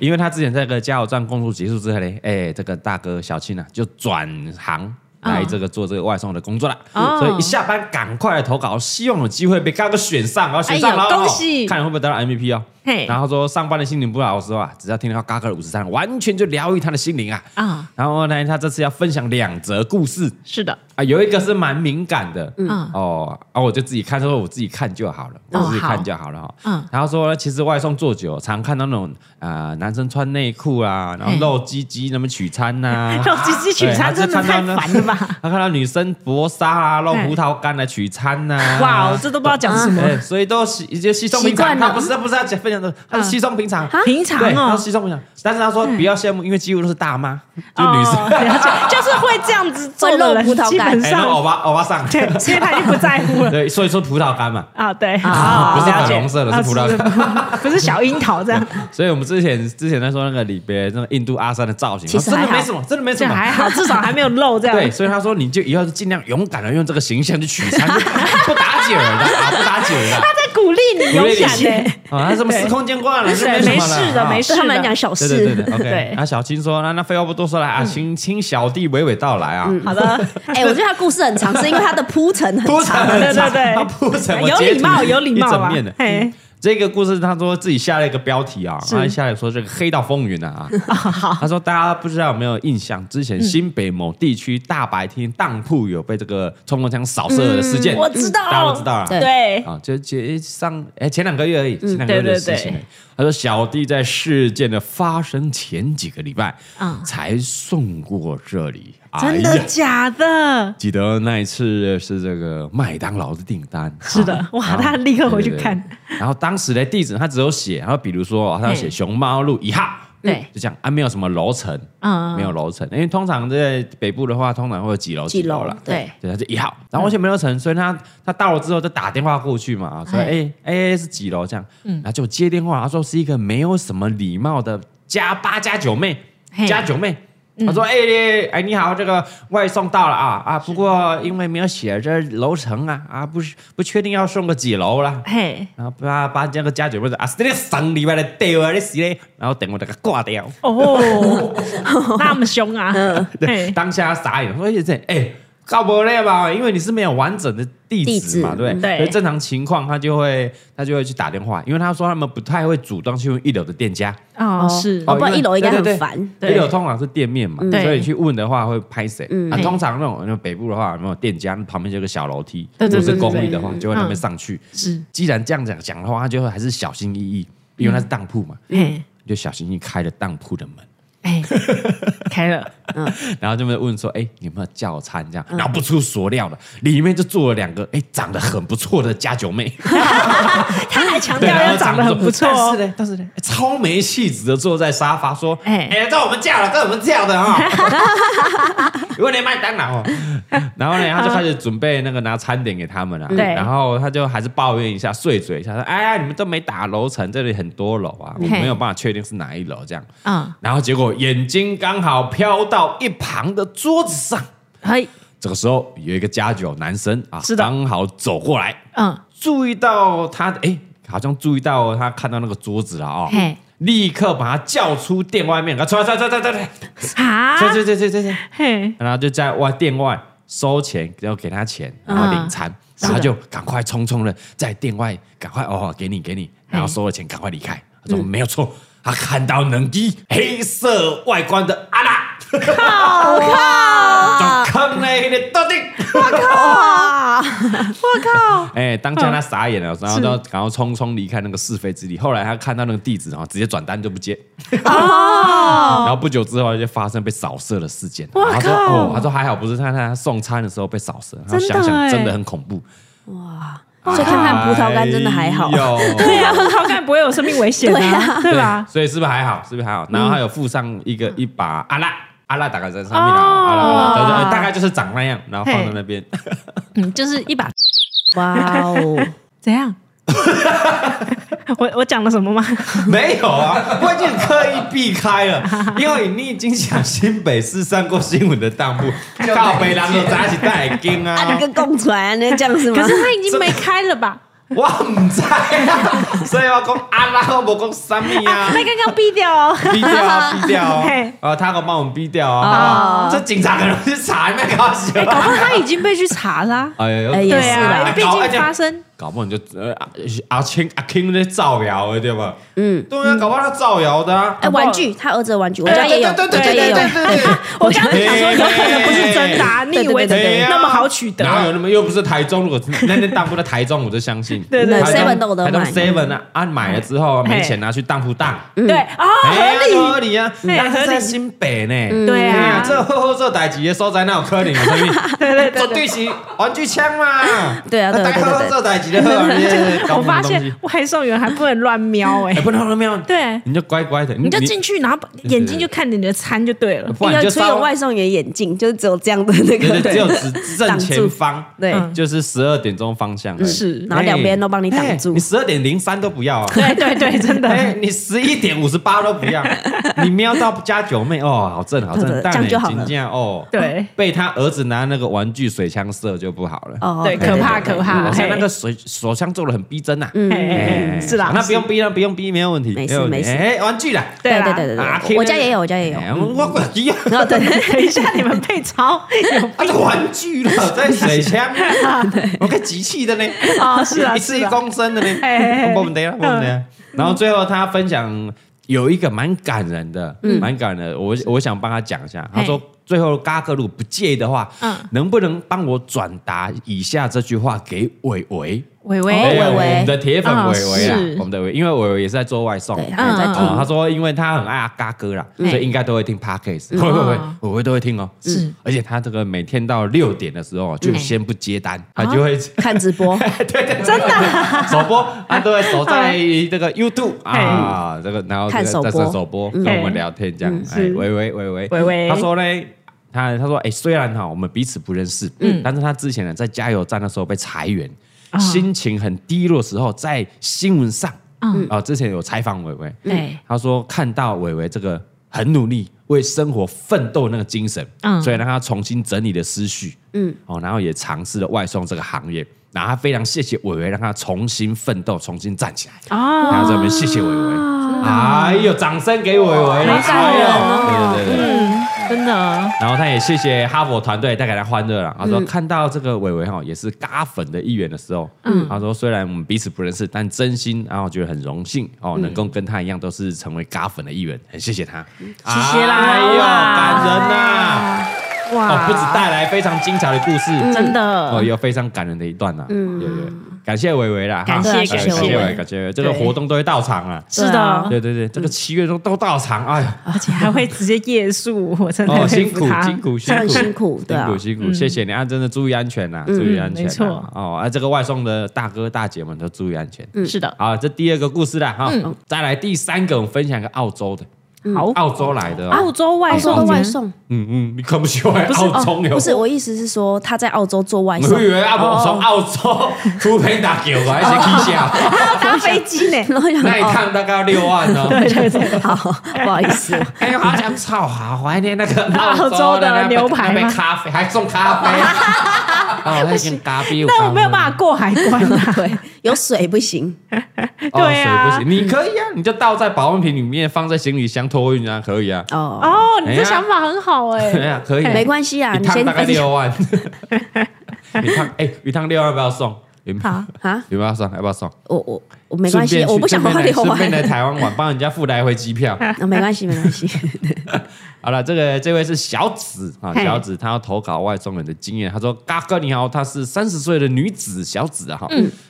Speaker 1: 因为他之前在这个加油站工作结束之后呢，哎，这个大哥小青啊就转行。来这个做这个外送的工作了，
Speaker 2: 哦
Speaker 1: 所以一下班赶快来投稿，希望有机会被嘎哥选上，然后选上
Speaker 2: 哎
Speaker 1: 了
Speaker 2: 呦
Speaker 1: 哦，
Speaker 2: 恭喜
Speaker 1: 看会不会得到 MVP 哦。
Speaker 2: 嘿
Speaker 1: 然后说上班的心情不好的时候啊，只要听到嘎哥的五十三，完全就疗愈他的心灵啊。
Speaker 2: 啊，
Speaker 1: 然后呢，他这次要分享两则故事
Speaker 2: 是的，
Speaker 1: 啊，有一个是蛮敏感的，
Speaker 2: 嗯
Speaker 1: 哦，啊，我就自己看，说我自己看就好了，我
Speaker 2: 哦
Speaker 1: 自己看
Speaker 2: 好
Speaker 1: 就好了哈。
Speaker 2: 嗯
Speaker 1: 然后说呢，其实外送做久，常看到那种啊，男生穿内裤啊，然后
Speaker 2: 嘿
Speaker 1: 露鸡鸡那么取餐
Speaker 2: <laughs>
Speaker 1: 呐，
Speaker 2: 肉鸡鸡取餐
Speaker 1: 对
Speaker 2: 真的太烦了吧？
Speaker 1: <laughs> 他看到女生薄纱啊，露葡萄干来取餐呐，
Speaker 2: 哇，我这都不知道讲什么，
Speaker 1: 对，所以都稀就稀松平
Speaker 3: 习
Speaker 1: 常。
Speaker 3: 惯了
Speaker 1: 他不是他不是要讲分享的，他是稀松平常。
Speaker 2: 嗯平常
Speaker 1: 对，他
Speaker 2: 哦嗯
Speaker 1: 是，稀松平常，但是他说不要羡慕，因为几乎都是大妈，就
Speaker 2: 哦，
Speaker 1: 女生， <laughs> 哎
Speaker 2: 了 <laughs> 解，就是会这样子做的人
Speaker 3: 会露葡萄干
Speaker 2: 基本
Speaker 1: 哎，那
Speaker 2: 上
Speaker 1: 欧巴欧巴桑，
Speaker 2: 对，所以他就不在乎了。
Speaker 1: 对，所以说葡萄干嘛，
Speaker 2: 啊，对，
Speaker 3: 啊
Speaker 2: 哦
Speaker 1: 不是
Speaker 2: 了解
Speaker 1: 粉红色的
Speaker 2: 啊
Speaker 1: 是葡萄
Speaker 2: 是 <laughs> 不是小樱
Speaker 1: <laughs>
Speaker 2: 桃这样，
Speaker 1: 所以我们之前之前在说那个里边那个印度阿三的造型，哦
Speaker 3: 其实
Speaker 1: 真的
Speaker 3: 还好
Speaker 1: 没什么，真的没什
Speaker 2: 这
Speaker 1: 么。
Speaker 2: 还好，至少还没有漏这样。
Speaker 1: 对，所以他说你就以后就尽量勇敢的用这个形象去取餐，不打
Speaker 2: <laughs>
Speaker 1: 姐儿的啊，不打姐儿的
Speaker 2: 他在鼓励你勇敢呢。
Speaker 1: 啊，他什么司空见惯了，是
Speaker 2: 对
Speaker 1: 什
Speaker 2: 没
Speaker 1: 么了
Speaker 2: 事的，
Speaker 1: 啊
Speaker 2: 没事
Speaker 3: 对
Speaker 2: 的。
Speaker 3: 他们来讲小
Speaker 1: 对对对
Speaker 2: <laughs>
Speaker 3: 事 <laughs>
Speaker 1: 对，，OK
Speaker 2: 对。嗯
Speaker 1: 那小青说，那那废话不多说了啊，请请小弟娓娓道来啊。<laughs>
Speaker 2: 好的，
Speaker 3: 哎，我觉得他故事很长，是因为他的铺陈很
Speaker 1: 铺
Speaker 3: 长。 <laughs>
Speaker 1: 陈很长，
Speaker 2: 对对对
Speaker 1: 他铺陈，我
Speaker 2: 有
Speaker 1: 截
Speaker 2: 礼
Speaker 1: 图
Speaker 2: 貌，有礼
Speaker 1: 一
Speaker 2: 貌啊
Speaker 1: 整
Speaker 2: 吧
Speaker 1: 面的。？
Speaker 2: 嘿，
Speaker 1: 这个故事，他说自己下了一个标题啊，
Speaker 2: 是
Speaker 1: 他下来说这个黑道风云啊
Speaker 2: <laughs>
Speaker 1: 啊，他说大家不知道有没有印象，之前新北某地区大白天当铺有被这个冲锋枪扫射的事件，
Speaker 2: 嗯我知道，
Speaker 1: 大家都知道了。
Speaker 2: 对，
Speaker 1: 啊，就前上哎前两个月而已，前两个月的
Speaker 2: 对对
Speaker 1: 事情而已
Speaker 2: 嗯对。
Speaker 1: 他说小弟在事件的发生前几个礼拜
Speaker 2: 啊
Speaker 1: 才送过这里，哎
Speaker 2: 真
Speaker 1: 呀
Speaker 2: 的假的？
Speaker 1: 记得那一次是这个麦当劳的订单，
Speaker 2: 是的
Speaker 1: 啊
Speaker 2: 哇
Speaker 1: 然后
Speaker 2: 他立刻回去
Speaker 1: 对对对
Speaker 2: 看
Speaker 1: 然后当时的地址他只有写，然后比如说他要写
Speaker 2: 嗯
Speaker 1: 熊猫路一号，
Speaker 2: 对
Speaker 1: 就这样啊，没有什么楼层，
Speaker 2: 嗯
Speaker 1: 没有楼层，因为通常在北部的话，通常会有几楼
Speaker 3: 几
Speaker 1: 楼
Speaker 3: 楼
Speaker 1: 了，
Speaker 3: 对，
Speaker 1: 对，他就一号，然后完全没有成，所以他他到了之后就打电话过去嘛，啊，说哎哎是几楼这样，然后就接电话，他说是一个没有什么礼貌的加八加九妹
Speaker 2: 嘿
Speaker 1: 加九妹。他说：“哎、哎，你好，这个外送到了啊啊！不过因为没有写这楼层啊啊，不是不确定要送个几楼啦。
Speaker 2: 嘿，
Speaker 1: 然后把把这个加九妹说啊，这个上礼拜的掉啊，你死嘞！然后等我这个挂掉。
Speaker 2: 哦， <laughs> 那么凶啊？
Speaker 1: <laughs> 对，
Speaker 2: 嘿，
Speaker 1: 当下他傻眼，说：“哎这哎，搞不累吧？因为你是没有完整的地址嘛，对不
Speaker 3: 地址
Speaker 1: 对
Speaker 2: 嗯对
Speaker 1: 所以正常情况他就会他就会去打电话，因为他说他们不太会主动去问一楼的店家，
Speaker 2: 哦，是
Speaker 3: 哦，不
Speaker 1: 因
Speaker 3: 然
Speaker 1: 为
Speaker 3: 一楼应该
Speaker 1: 对对对
Speaker 3: 很烦。
Speaker 2: 对嗯
Speaker 1: 一楼通常是店面嘛，
Speaker 2: 对
Speaker 1: 所以你去问的话会拍谁
Speaker 3: 嗯
Speaker 1: 啊？通常那种啊那种北部的话，有没有店家旁边就有个小楼梯，
Speaker 2: 对对
Speaker 1: 如果是
Speaker 2: 对对
Speaker 1: 公
Speaker 2: 对
Speaker 1: 寓的话，
Speaker 3: 嗯
Speaker 1: 就会那边
Speaker 2: 嗯
Speaker 1: 上去。
Speaker 2: 是，
Speaker 1: 既然这样讲讲的
Speaker 2: 嗯
Speaker 1: 话，他就会还是小心翼翼，因为他是当铺嘛，
Speaker 2: 嘿，
Speaker 1: 就小心翼翼开了当铺的门。
Speaker 2: 哎，开了，
Speaker 1: 然后就问说：“哎、你有没有叫餐？”这样，
Speaker 2: 嗯
Speaker 1: 然后不出所料的，里面就坐了两个哎、长得很不错的家九
Speaker 2: <laughs>
Speaker 1: 妹，
Speaker 2: 他还强
Speaker 1: 对，
Speaker 2: 调
Speaker 1: 然
Speaker 2: 要
Speaker 1: 后
Speaker 2: 长得很不错
Speaker 1: 但
Speaker 2: 哦
Speaker 1: 是。呢，但是呢，超没气质的坐在沙发说：“哎
Speaker 2: 哎、
Speaker 1: 这我们叫了，这我们叫的啊、
Speaker 2: <laughs>
Speaker 1: 哦，如果你麦当劳哦。”然后呢，他就开始准备那个拿餐点给他们了。
Speaker 2: 嗯
Speaker 1: 啊
Speaker 2: 对
Speaker 1: 然后他就还是抱怨一下，碎嘴一下说：“哎呀，你们都没打楼层，这里很多楼啊，我
Speaker 2: 嘿
Speaker 1: 没有办法确定是哪一楼这样。”
Speaker 2: 嗯，
Speaker 1: 然后结果眼睛刚好飘到一旁的桌子上。
Speaker 2: 嘿，
Speaker 1: 这个时候有一个家酒男生啊
Speaker 2: 是，的
Speaker 1: 刚好走过来，
Speaker 2: 嗯，
Speaker 1: 注意到他，哎，好像注意到他看到那个桌子了啊、哦
Speaker 2: 嘿，
Speaker 1: 立刻把他叫出店外面，啊，出来，出来，出来，出来，出来，
Speaker 2: 啊，
Speaker 1: 出来出来，出来，出来，出来
Speaker 2: 嘿，
Speaker 1: 然后就在外店外收钱，然后给他钱，然后领餐，
Speaker 2: 啊是的
Speaker 1: 然后就赶快匆匆的在店外赶快哦，给你，给你，然后收了钱赶快离开。他
Speaker 2: 嗯
Speaker 1: 说没有错，他看到能一黑色外观的阿拉，
Speaker 2: 我靠，
Speaker 1: <laughs> 就坑了一个到底。
Speaker 3: 哇，
Speaker 2: 我
Speaker 3: <laughs>
Speaker 2: 靠，
Speaker 1: 哎，当下他傻眼了，然后
Speaker 2: 是
Speaker 3: 嗯
Speaker 1: 到然后匆匆离开那个是非之地。后来他看到那个地址，然后直接转单就不接。
Speaker 3: 哦
Speaker 1: 然后不久之后就发生被扫射的事件。
Speaker 2: 哇
Speaker 1: 然后他说
Speaker 2: 靠
Speaker 1: 哦，他说还好不是他他送餐的时候被扫射，他
Speaker 2: 真的
Speaker 1: 想想
Speaker 2: 哎
Speaker 1: 真的很恐怖。
Speaker 3: 所以看看葡萄干真的还好啊
Speaker 1: 哎。呦
Speaker 2: 对啊呀，葡萄干不会有生命危险
Speaker 3: 对嗯
Speaker 2: 啊，对吧？
Speaker 1: 所以是不是还好？是不是还好？然后还有附上一个一把阿拉阿拉打开在上面
Speaker 2: 哦
Speaker 1: 啊，阿拉阿拉对对，对大概就是长那样，然后放在那边。
Speaker 2: 嗯，就是一把
Speaker 3: 哇哦，
Speaker 2: 怎样？ <laughs> 我我讲了什么吗？
Speaker 1: 没有啊，我已经刻意避开了，因为你已经想新北市上过新闻的当铺，靠北人都早起带金
Speaker 3: <laughs> 啊，
Speaker 1: 啊
Speaker 3: 你，个供出来呢，这样是吗
Speaker 2: 可？是他已经没开了吧？
Speaker 1: 我唔知啊，所以我讲阿拉，我无讲啥物啊
Speaker 2: <laughs> 啊，。那刚刚逼掉 <laughs> 哦。
Speaker 1: 逼掉啊，逼掉啊
Speaker 2: 嘿！
Speaker 1: 啊，他可帮我们逼掉啊！这警察可能去查，那搞笑啊
Speaker 2: 哎，。搞不好他已经被去查啦。
Speaker 1: 哎呀
Speaker 3: 哎也
Speaker 2: 对
Speaker 3: 是啦
Speaker 2: 啊，因为毕
Speaker 1: 搞哎
Speaker 2: 竟
Speaker 1: 这
Speaker 2: 发生
Speaker 1: 搞不好你就呃阿阿青阿 King 在造谣的对吧？
Speaker 3: 嗯，
Speaker 1: 对啊，搞不好他造谣的啊。
Speaker 3: 哎，玩具，他儿子的玩具，我家
Speaker 1: 对
Speaker 3: 也有，
Speaker 1: 对
Speaker 3: 我
Speaker 1: 对
Speaker 3: 家
Speaker 1: 对
Speaker 3: 也
Speaker 1: 对
Speaker 3: 有。
Speaker 1: 对对对。
Speaker 2: 我刚刚
Speaker 1: 哎
Speaker 2: 想说，有可能不是真的啊，
Speaker 3: 哎
Speaker 2: 你以为
Speaker 3: 对对对
Speaker 1: 对
Speaker 2: 那么好取得？
Speaker 1: 哪有那么又不是台中？如果
Speaker 2: <laughs>
Speaker 1: 是那天当铺在台中，我就相信。
Speaker 2: 对对对
Speaker 1: 台
Speaker 3: Seven 都有得
Speaker 1: 台
Speaker 3: 买
Speaker 1: 中 Seven 啊，啊买了之后
Speaker 2: 嘿
Speaker 1: 没钱拿去当铺当，
Speaker 2: 对啊，
Speaker 1: 哎
Speaker 2: 合理
Speaker 1: 合理啊，
Speaker 2: 嘿
Speaker 1: 但是
Speaker 2: 合
Speaker 1: 在
Speaker 2: 理
Speaker 1: 新北呢。
Speaker 2: 对
Speaker 1: 哎呀
Speaker 2: 啊，
Speaker 1: 这好好做代志的所在，哪有可
Speaker 2: <laughs>
Speaker 1: 能？有啥物
Speaker 2: 对对对
Speaker 1: 绝对
Speaker 2: 对。
Speaker 1: 是玩具枪嘛。
Speaker 3: 对啊对啊
Speaker 1: 大家好好
Speaker 3: 对对对
Speaker 1: 做代志的
Speaker 2: <laughs>
Speaker 1: 好啊，你这搞
Speaker 2: 我
Speaker 1: 不懂
Speaker 2: 发
Speaker 1: 的东
Speaker 2: 现
Speaker 1: 西。
Speaker 2: 外送员还不能乱瞄哎
Speaker 1: <laughs> 哎，，不能乱瞄，
Speaker 2: 对，
Speaker 1: 你就乖乖的，你
Speaker 2: 你就进，去，然后眼睛就看着你的餐就对了
Speaker 1: 你。不然你就
Speaker 3: 有除哎有
Speaker 1: 稍
Speaker 3: 外送员眼镜，就是只有这样的那
Speaker 1: 对
Speaker 3: 个，
Speaker 1: 对，只有只正前方，
Speaker 3: 对，
Speaker 2: 嗯
Speaker 1: 就是十二点钟方向而已，
Speaker 2: 是
Speaker 3: 然后两边都帮你挡
Speaker 1: 哎
Speaker 3: 住
Speaker 1: 你十二点零三都不要
Speaker 3: <laughs>
Speaker 1: 啊。
Speaker 2: <laughs> 对对对，真的。
Speaker 1: 哎，你十一点五十八都不要，你瞄到加九妹哦，好正好
Speaker 3: 对
Speaker 1: 正，
Speaker 3: 对
Speaker 1: 但
Speaker 3: 这样就好了
Speaker 1: 这样哦，
Speaker 2: 对
Speaker 1: 被他儿子拿那个玩具水枪射就不好了。
Speaker 3: 哦
Speaker 2: 对可怕可怕
Speaker 1: 而
Speaker 2: 嘿
Speaker 1: 且那个手手枪做的很逼真啊呐，
Speaker 3: 嗯
Speaker 2: 哎哎哎是 <laughs> 啦，
Speaker 1: 嗯那不用逼，那不用逼，没有问题，
Speaker 3: 没事
Speaker 1: 有问题
Speaker 3: 没事
Speaker 1: 哎，玩具啦，
Speaker 2: 对
Speaker 3: 对
Speaker 2: 啦
Speaker 3: 对对对
Speaker 1: 啊
Speaker 3: 对，我家也有，我家也有。
Speaker 1: 哎我我一样，
Speaker 3: 然后对，
Speaker 2: 等一下，你们被抄有
Speaker 1: 啊，这玩具啦，在水
Speaker 3: <laughs>
Speaker 1: 枪啊， <laughs> 我看集气的呢，
Speaker 2: 啊？ <laughs> 是啊，
Speaker 1: 一次
Speaker 2: 是
Speaker 1: 一
Speaker 2: 啊，
Speaker 1: 公升的呢，
Speaker 2: 哎哎哎
Speaker 1: 我们等一下，我们等一下。然后最后他分享有一个蛮感人的，蛮感人的，我我想帮他讲一下。他说
Speaker 2: 嗯嘿
Speaker 1: 最后嘎克鲁不介意的话
Speaker 2: 嗯，
Speaker 1: 能不能帮我转达以下这句话给伟伟？
Speaker 2: 伟
Speaker 3: 哦
Speaker 2: 伟
Speaker 1: 哎
Speaker 3: 伟伟
Speaker 1: 我们的铁粉
Speaker 2: 哦
Speaker 1: 伟伟啊
Speaker 2: 是，
Speaker 1: 我们的伟，因为伟伟也是在做外送。
Speaker 3: 对，他有在
Speaker 2: 嗯
Speaker 1: 哦，
Speaker 3: 听
Speaker 1: 他。说，因为他很爱阿嘎哥啦，所
Speaker 2: 嗯
Speaker 1: 以应该都会听 podcast，会会会
Speaker 2: 哦，
Speaker 1: 我会都会听哦。
Speaker 2: 是，
Speaker 1: 而且他这个每天到六点的时候就
Speaker 2: 嗯
Speaker 1: 先不接单，他就会
Speaker 3: 看
Speaker 1: <laughs>
Speaker 3: 直播，
Speaker 1: 对对，真的 <laughs> 首播啊，都会守在这个 YouTube 啊，这个然后这个
Speaker 3: 看首播
Speaker 1: 在这首播跟我们聊天这样。哎，
Speaker 2: 是
Speaker 1: 喂喂喂喂
Speaker 2: 喂喂
Speaker 1: 他说嘞。他他说，哎、虽然哈我们彼此不认识，嗯，但是他之前呢在加油站的时候被裁员，心情很低落的时候，在新闻上，嗯，啊、之前有嗯采访伟伟，
Speaker 2: 对
Speaker 1: 他说看到伟伟这个很努力为生活奋斗那个精神，
Speaker 2: 嗯
Speaker 1: 所以让他重新整理了思绪，嗯，哦，然后也尝试了外送这个行业，然后他非常谢谢伟伟，让他重新奋斗，重新站起来，
Speaker 2: 哦，啊
Speaker 1: 然后这边谢谢伟伟，哎呦，掌声给伟伟啦，
Speaker 2: 好感人
Speaker 1: 哎呦对对对。啊
Speaker 2: 嗯，真的，
Speaker 1: 然后他也谢谢哈佛团队带给他欢乐
Speaker 2: 嗯
Speaker 1: 了。他说看到这个伟伟哈也是嘎粉的一员的时候，
Speaker 2: 嗯
Speaker 1: 他说虽然我们彼此不认识，但真心然后觉得很荣幸哦，
Speaker 2: 嗯
Speaker 1: 能够跟他一样都是成为嘎粉的一员，很谢谢他，谢
Speaker 2: 谢啦
Speaker 1: 哎呦，
Speaker 2: 哇
Speaker 1: 感人呐！哦，
Speaker 2: 哇嗯
Speaker 1: 不止带来非常精彩的故事，
Speaker 2: 真
Speaker 1: 哦，
Speaker 2: 的，
Speaker 1: 有非常感人的一段呐，嗯，有有，感谢伟伟啦，
Speaker 2: 感谢
Speaker 1: 哈对
Speaker 2: 感谢
Speaker 1: 感
Speaker 2: 伟
Speaker 1: 谢
Speaker 2: 伟
Speaker 1: 伟，感谢伟，这个
Speaker 2: 对哦嗯
Speaker 1: 活动都会到场啊，
Speaker 2: 是
Speaker 3: 对啊
Speaker 2: 的，
Speaker 1: 对对对，这个七月都都到场，
Speaker 2: <laughs>
Speaker 1: 哎呀，
Speaker 2: 而且还会直接夜宿，我真的
Speaker 1: 哦，
Speaker 2: 佩
Speaker 1: 辛
Speaker 2: 服
Speaker 1: 苦
Speaker 2: 他。
Speaker 1: 辛苦辛苦
Speaker 3: 他很辛苦对
Speaker 1: 辛
Speaker 3: 啊
Speaker 1: 苦辛苦，谢谢你啊，真的注意安全呐，注意安全
Speaker 2: 嗯没错
Speaker 1: 呐，哦，啊，这个外送的大哥大姐们都注意安全。
Speaker 2: 嗯是的，
Speaker 1: 好，这第二个故事啦，哈，
Speaker 2: 嗯
Speaker 1: 再来第三个，我们分享一个澳洲的，
Speaker 2: 好，
Speaker 1: 澳洲来的哦，
Speaker 2: 澳洲外
Speaker 3: 澳洲的
Speaker 2: 送
Speaker 3: 外
Speaker 2: 员，
Speaker 3: 送，
Speaker 1: 嗯嗯，你看不起我
Speaker 2: <laughs>
Speaker 1: 澳洲 <laughs> 有
Speaker 3: 不
Speaker 2: 哦
Speaker 3: 是我意思是说他在澳洲做外
Speaker 1: 我
Speaker 3: 送，
Speaker 1: 以为阿伯
Speaker 3: 哦
Speaker 1: 从澳洲 <laughs> 出门打球，我还是去下，
Speaker 2: 搭飞机呢，
Speaker 3: <laughs>
Speaker 1: <laughs>
Speaker 3: 然后想
Speaker 1: 那一
Speaker 3: 哦，
Speaker 1: 趟大概要六万
Speaker 2: <laughs>
Speaker 1: 哦。
Speaker 3: 好，不好意
Speaker 1: <laughs>
Speaker 3: 思，
Speaker 1: 哎呦，好想炒，好怀念那个
Speaker 2: 澳洲的牛排吗
Speaker 1: 还咖啡还送
Speaker 2: <laughs>
Speaker 1: 咖啡，哦，那跟咖啡有关吗，
Speaker 2: 但我没有办法过海关啊。
Speaker 3: 对，有水不行，
Speaker 1: 哦，
Speaker 2: 对啊
Speaker 1: 水不行，你哦可以啊，你就倒在保温瓶里面，放在行李箱托运啊，可以啊，
Speaker 3: 哦，
Speaker 2: 哦，
Speaker 1: 哎呀
Speaker 2: 你这想法很好哎
Speaker 1: 对，啊，可以，
Speaker 3: 没关系啊，
Speaker 1: 一
Speaker 3: 你
Speaker 1: 趟
Speaker 3: 先
Speaker 1: 大概
Speaker 3: 分享
Speaker 1: 六
Speaker 3: <laughs>
Speaker 1: 万，一趟哎，一趟六万要不要送？有没有
Speaker 2: 好
Speaker 3: 啊，
Speaker 1: 有没有要送？要不要送？
Speaker 3: 我我我没关系
Speaker 1: 顺便，去
Speaker 3: 我不想
Speaker 1: 顺
Speaker 3: 花
Speaker 1: 便来
Speaker 3: 六
Speaker 1: 顺便来
Speaker 3: <laughs> 万，
Speaker 1: 台湾玩，帮人家付来回机票。
Speaker 3: 啊没关系
Speaker 1: <laughs>
Speaker 3: 没关系，
Speaker 1: 好了，这个这位是小紫啊，
Speaker 2: 嘿
Speaker 1: 小紫她要投稿外送人的经验。她说：“嘎哥你好，她是三十岁的女子小紫啊哈，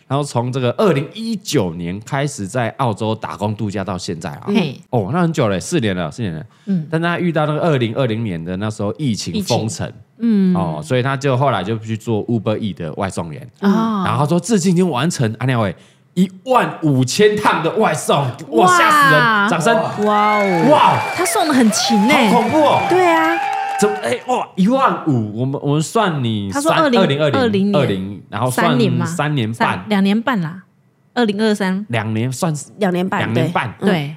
Speaker 1: 然后从这个二零一九年开始在澳洲打工度假到现在啊，
Speaker 2: 嘿，
Speaker 1: 哦，那很久了，四年了，四年了。嗯，但她遇到那个二零二零年的那时候疫情
Speaker 2: 疫情
Speaker 1: 封城，嗯，哦，所以她就后来就去做 Uber E 的外送员，然
Speaker 2: 哦，
Speaker 1: 后她说至今已经完成阿廖伟一万五千趟的外送，哇，吓死人！
Speaker 2: 哇
Speaker 1: 掌声，
Speaker 2: 哇哦，
Speaker 1: 哇，
Speaker 2: 他送的很勤欸呢，
Speaker 1: 好恐怖哦！
Speaker 3: 对啊，
Speaker 1: 怎么？哎、哇，一万五！我们我们算你
Speaker 2: 他说
Speaker 1: 三
Speaker 2: 20
Speaker 1: 零二
Speaker 2: 20
Speaker 1: 二零，然后算
Speaker 2: 三年嘛，
Speaker 1: 三年
Speaker 2: 三
Speaker 1: 半，
Speaker 2: 两年半啦，二零二三，
Speaker 1: 两年算
Speaker 3: 两年半，
Speaker 1: 两年
Speaker 3: 对嗯
Speaker 1: 半，
Speaker 2: 对，哇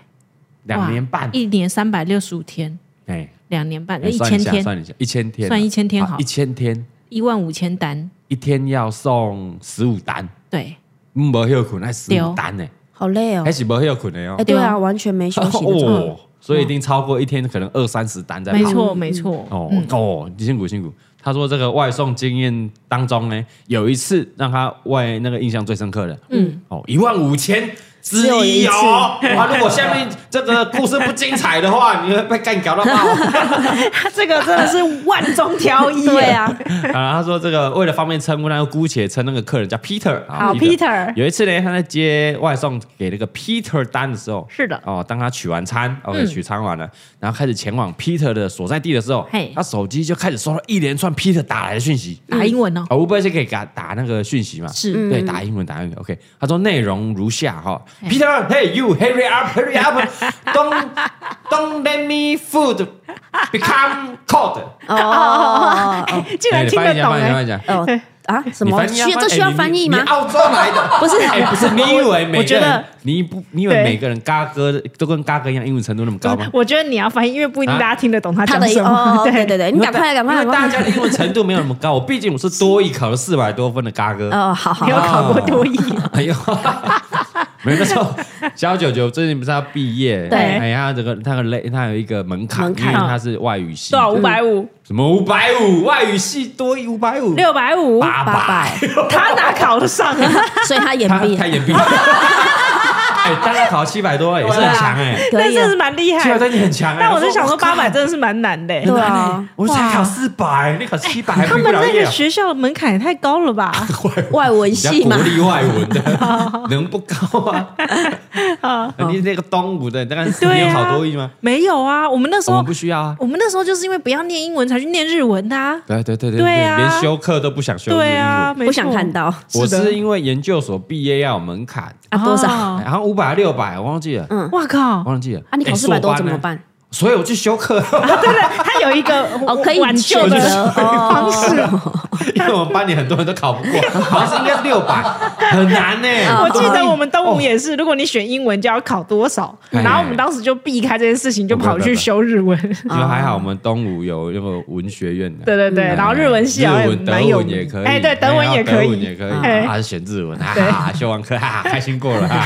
Speaker 1: 两年半，
Speaker 2: 一年三百六十五天，
Speaker 1: 哎，
Speaker 2: 两年半，
Speaker 1: 哎
Speaker 2: 一
Speaker 1: 算一
Speaker 2: 千
Speaker 1: 下，
Speaker 2: 天，
Speaker 1: 算一下，一千天啊，
Speaker 2: 算一千天好
Speaker 1: 一千天，
Speaker 2: 一万五千单，
Speaker 1: 一天要送十五单，
Speaker 2: 对，
Speaker 1: 嗯没休困，那十
Speaker 2: 对
Speaker 1: 五
Speaker 2: 哦
Speaker 1: 单呢，
Speaker 3: 好累哦
Speaker 1: 还，是没休困的哦
Speaker 3: 哎，，对啊，完全没休息
Speaker 1: <laughs>
Speaker 3: 的状
Speaker 1: 哦，所以一定超过一天可能二三十单在跑
Speaker 2: 没。错没错， <laughs>
Speaker 1: 哦、
Speaker 2: 嗯，
Speaker 1: 哦，辛苦辛苦。他说这个外送经验当中呢，有一次让他外那个印象最深刻的，嗯，哦，一万五千之
Speaker 3: 只有
Speaker 1: 一
Speaker 3: 一次，
Speaker 1: 哦。哇，如果下面这个故事不精彩的话，你会被干掉到爆。
Speaker 2: 他这个真的是万中挑一
Speaker 3: 对，啊，
Speaker 1: <laughs> 啊，他说这个为了方便称呼，那就姑且称那个客人叫 Peter 啊。
Speaker 2: 好 Peter，
Speaker 1: 有一次呢，他在接外送给那个 Peter 单的时候，
Speaker 2: 是的
Speaker 1: 哦，当他取完餐，OK，、
Speaker 2: 嗯
Speaker 1: 取餐完了，然后开始前往 Peter 的所在地的时候
Speaker 2: 嘿，
Speaker 1: 他手机就开始收到一连串 Peter 打来的讯息。
Speaker 2: 打英文哦，
Speaker 1: 啊，吴伯是可以给他打那个讯息嘛？
Speaker 2: 是嗯
Speaker 1: 对，打英文，打英文。OK，他说内容如下哈，Peter, hey you, hurry up, hurry up, don't don't let me food become
Speaker 2: <laughs>
Speaker 1: cold。
Speaker 3: 哦哦哦
Speaker 2: 居然听得懂
Speaker 1: 哎你翻
Speaker 2: 哎
Speaker 1: 译一下翻译一下翻译一下
Speaker 3: 哦哦啊，什
Speaker 1: 你
Speaker 3: 么
Speaker 1: 翻译啊
Speaker 3: 需要这需要翻译
Speaker 1: 哎
Speaker 3: 吗
Speaker 1: 你你？澳洲来的，
Speaker 3: <laughs> 不是
Speaker 1: 哎，不是，你以为每
Speaker 2: 我
Speaker 1: 个
Speaker 2: 觉
Speaker 1: 人
Speaker 2: 得，
Speaker 1: 你不，你以为
Speaker 2: 对
Speaker 1: 每个人嘎哥都跟嘎哥一样，啊英文程度那么高吗？
Speaker 2: <laughs> 我觉得你要翻译，因为不一定大家听得懂他
Speaker 3: 他
Speaker 2: 讲
Speaker 3: 的
Speaker 2: 什 <laughs>
Speaker 3: 哦，
Speaker 2: 么，
Speaker 3: 哦对对对，你赶快赶
Speaker 1: 因
Speaker 3: 快
Speaker 1: 为
Speaker 3: 赶
Speaker 1: 大
Speaker 3: 快，
Speaker 1: 家的英文程度没有那么高，我毕竟我是多一考了四百多分的嘎哥。
Speaker 3: 哦，好好
Speaker 2: 你有
Speaker 3: 好，
Speaker 2: 考过多译，
Speaker 1: 哎
Speaker 3: <laughs>
Speaker 1: 呦，没有那时候，小九九最近不是要毕业，
Speaker 3: 对
Speaker 1: 哎呀，这个他的类，他有一个门槛，
Speaker 3: 门槛啊
Speaker 1: 因为他是外语系
Speaker 2: <laughs> 多，少五百五、
Speaker 1: 什么五百五，外语系多一五百五，
Speaker 2: <laughs> 六百五，
Speaker 1: 八
Speaker 3: 八
Speaker 1: 百
Speaker 3: 百，
Speaker 2: 他哪考得上 <laughs> 啊？
Speaker 3: 所以他眼
Speaker 1: 他
Speaker 3: 闭
Speaker 1: 他
Speaker 3: <laughs>
Speaker 1: 眼闭，哎，大家考七百多也是很强哎，
Speaker 3: 可
Speaker 2: 但
Speaker 3: 以
Speaker 2: <laughs> 真
Speaker 3: 啊
Speaker 2: 的是，蛮厉
Speaker 1: <laughs> 七
Speaker 2: 害
Speaker 1: 百
Speaker 2: 的
Speaker 1: 多。你很强哎，
Speaker 2: 但我是想
Speaker 1: 说
Speaker 2: 说，八百真的是蛮难的欸。
Speaker 3: 对啊，
Speaker 1: 我才考
Speaker 3: 哇
Speaker 1: 四百，你考七百还
Speaker 2: 哎 <laughs> 他
Speaker 1: 毕不
Speaker 2: 们
Speaker 1: 了
Speaker 2: 那
Speaker 1: 业
Speaker 2: 个
Speaker 1: 啊。
Speaker 2: 学校的门槛也太高
Speaker 1: <laughs>
Speaker 2: 了吧？
Speaker 3: 外文
Speaker 1: 人
Speaker 3: 系
Speaker 1: 家
Speaker 3: 嘛
Speaker 1: 国，立外文
Speaker 2: <laughs>
Speaker 1: 的能不高吗？
Speaker 2: 哦
Speaker 1: <laughs> 你那个东吴的，大概你
Speaker 2: 对
Speaker 1: 有
Speaker 2: 啊
Speaker 1: 考多一吗？
Speaker 2: 没有啊，我们那时
Speaker 1: 我
Speaker 2: 候
Speaker 1: 们不需要啊。
Speaker 2: 我们那时候就是因为不要念英文才去念日文的啊。
Speaker 1: 对对对对
Speaker 2: 对啊
Speaker 1: 连修课都不想修日
Speaker 2: 对啊，
Speaker 1: 文。
Speaker 2: 没
Speaker 3: 不
Speaker 2: 错
Speaker 3: 想看到
Speaker 1: 我
Speaker 2: 是的
Speaker 1: 是因为研究所毕业要有门槛，
Speaker 3: 啊，多少啊？
Speaker 2: 哦啊
Speaker 1: 然哎后五百六百，我忘记了，
Speaker 2: 哇靠！
Speaker 1: 忘记了。
Speaker 3: 你考
Speaker 1: 哎
Speaker 3: 四百多怎么？
Speaker 1: 硕班呢
Speaker 3: 办？
Speaker 1: 所以我去修课， <laughs>
Speaker 2: 对对，他有一个
Speaker 3: 哦，可以
Speaker 2: 挽救
Speaker 3: 选
Speaker 2: 的
Speaker 3: 择
Speaker 2: <laughs>
Speaker 3: 哦
Speaker 2: 方式。
Speaker 1: 因为我们班里很多人都考不过， <laughs> 好像是应该是六百，很难呢。
Speaker 2: 我记得我们东吴也是，如果你选英文就要考多少，
Speaker 1: 哦哎
Speaker 2: 然后我们当时就避开这件事情，就
Speaker 1: 不会
Speaker 2: 跑
Speaker 1: 不会
Speaker 2: 去修日文。
Speaker 1: <laughs> 因为还好我们东吴有那个文学院的，
Speaker 2: 哦 <laughs> 对对对，
Speaker 1: 嗯
Speaker 2: 然后日文系
Speaker 1: 日
Speaker 2: 好像也
Speaker 1: 文、德
Speaker 2: 蛮有
Speaker 1: 文也
Speaker 2: 名
Speaker 1: 可以，哦
Speaker 2: 哎，对，德文也可
Speaker 1: 德文也
Speaker 2: 以。
Speaker 1: 可以，啊
Speaker 2: 哎
Speaker 1: 还是选日文，哈
Speaker 2: 对
Speaker 1: 哈，修完课，哈哈，开心过了，哈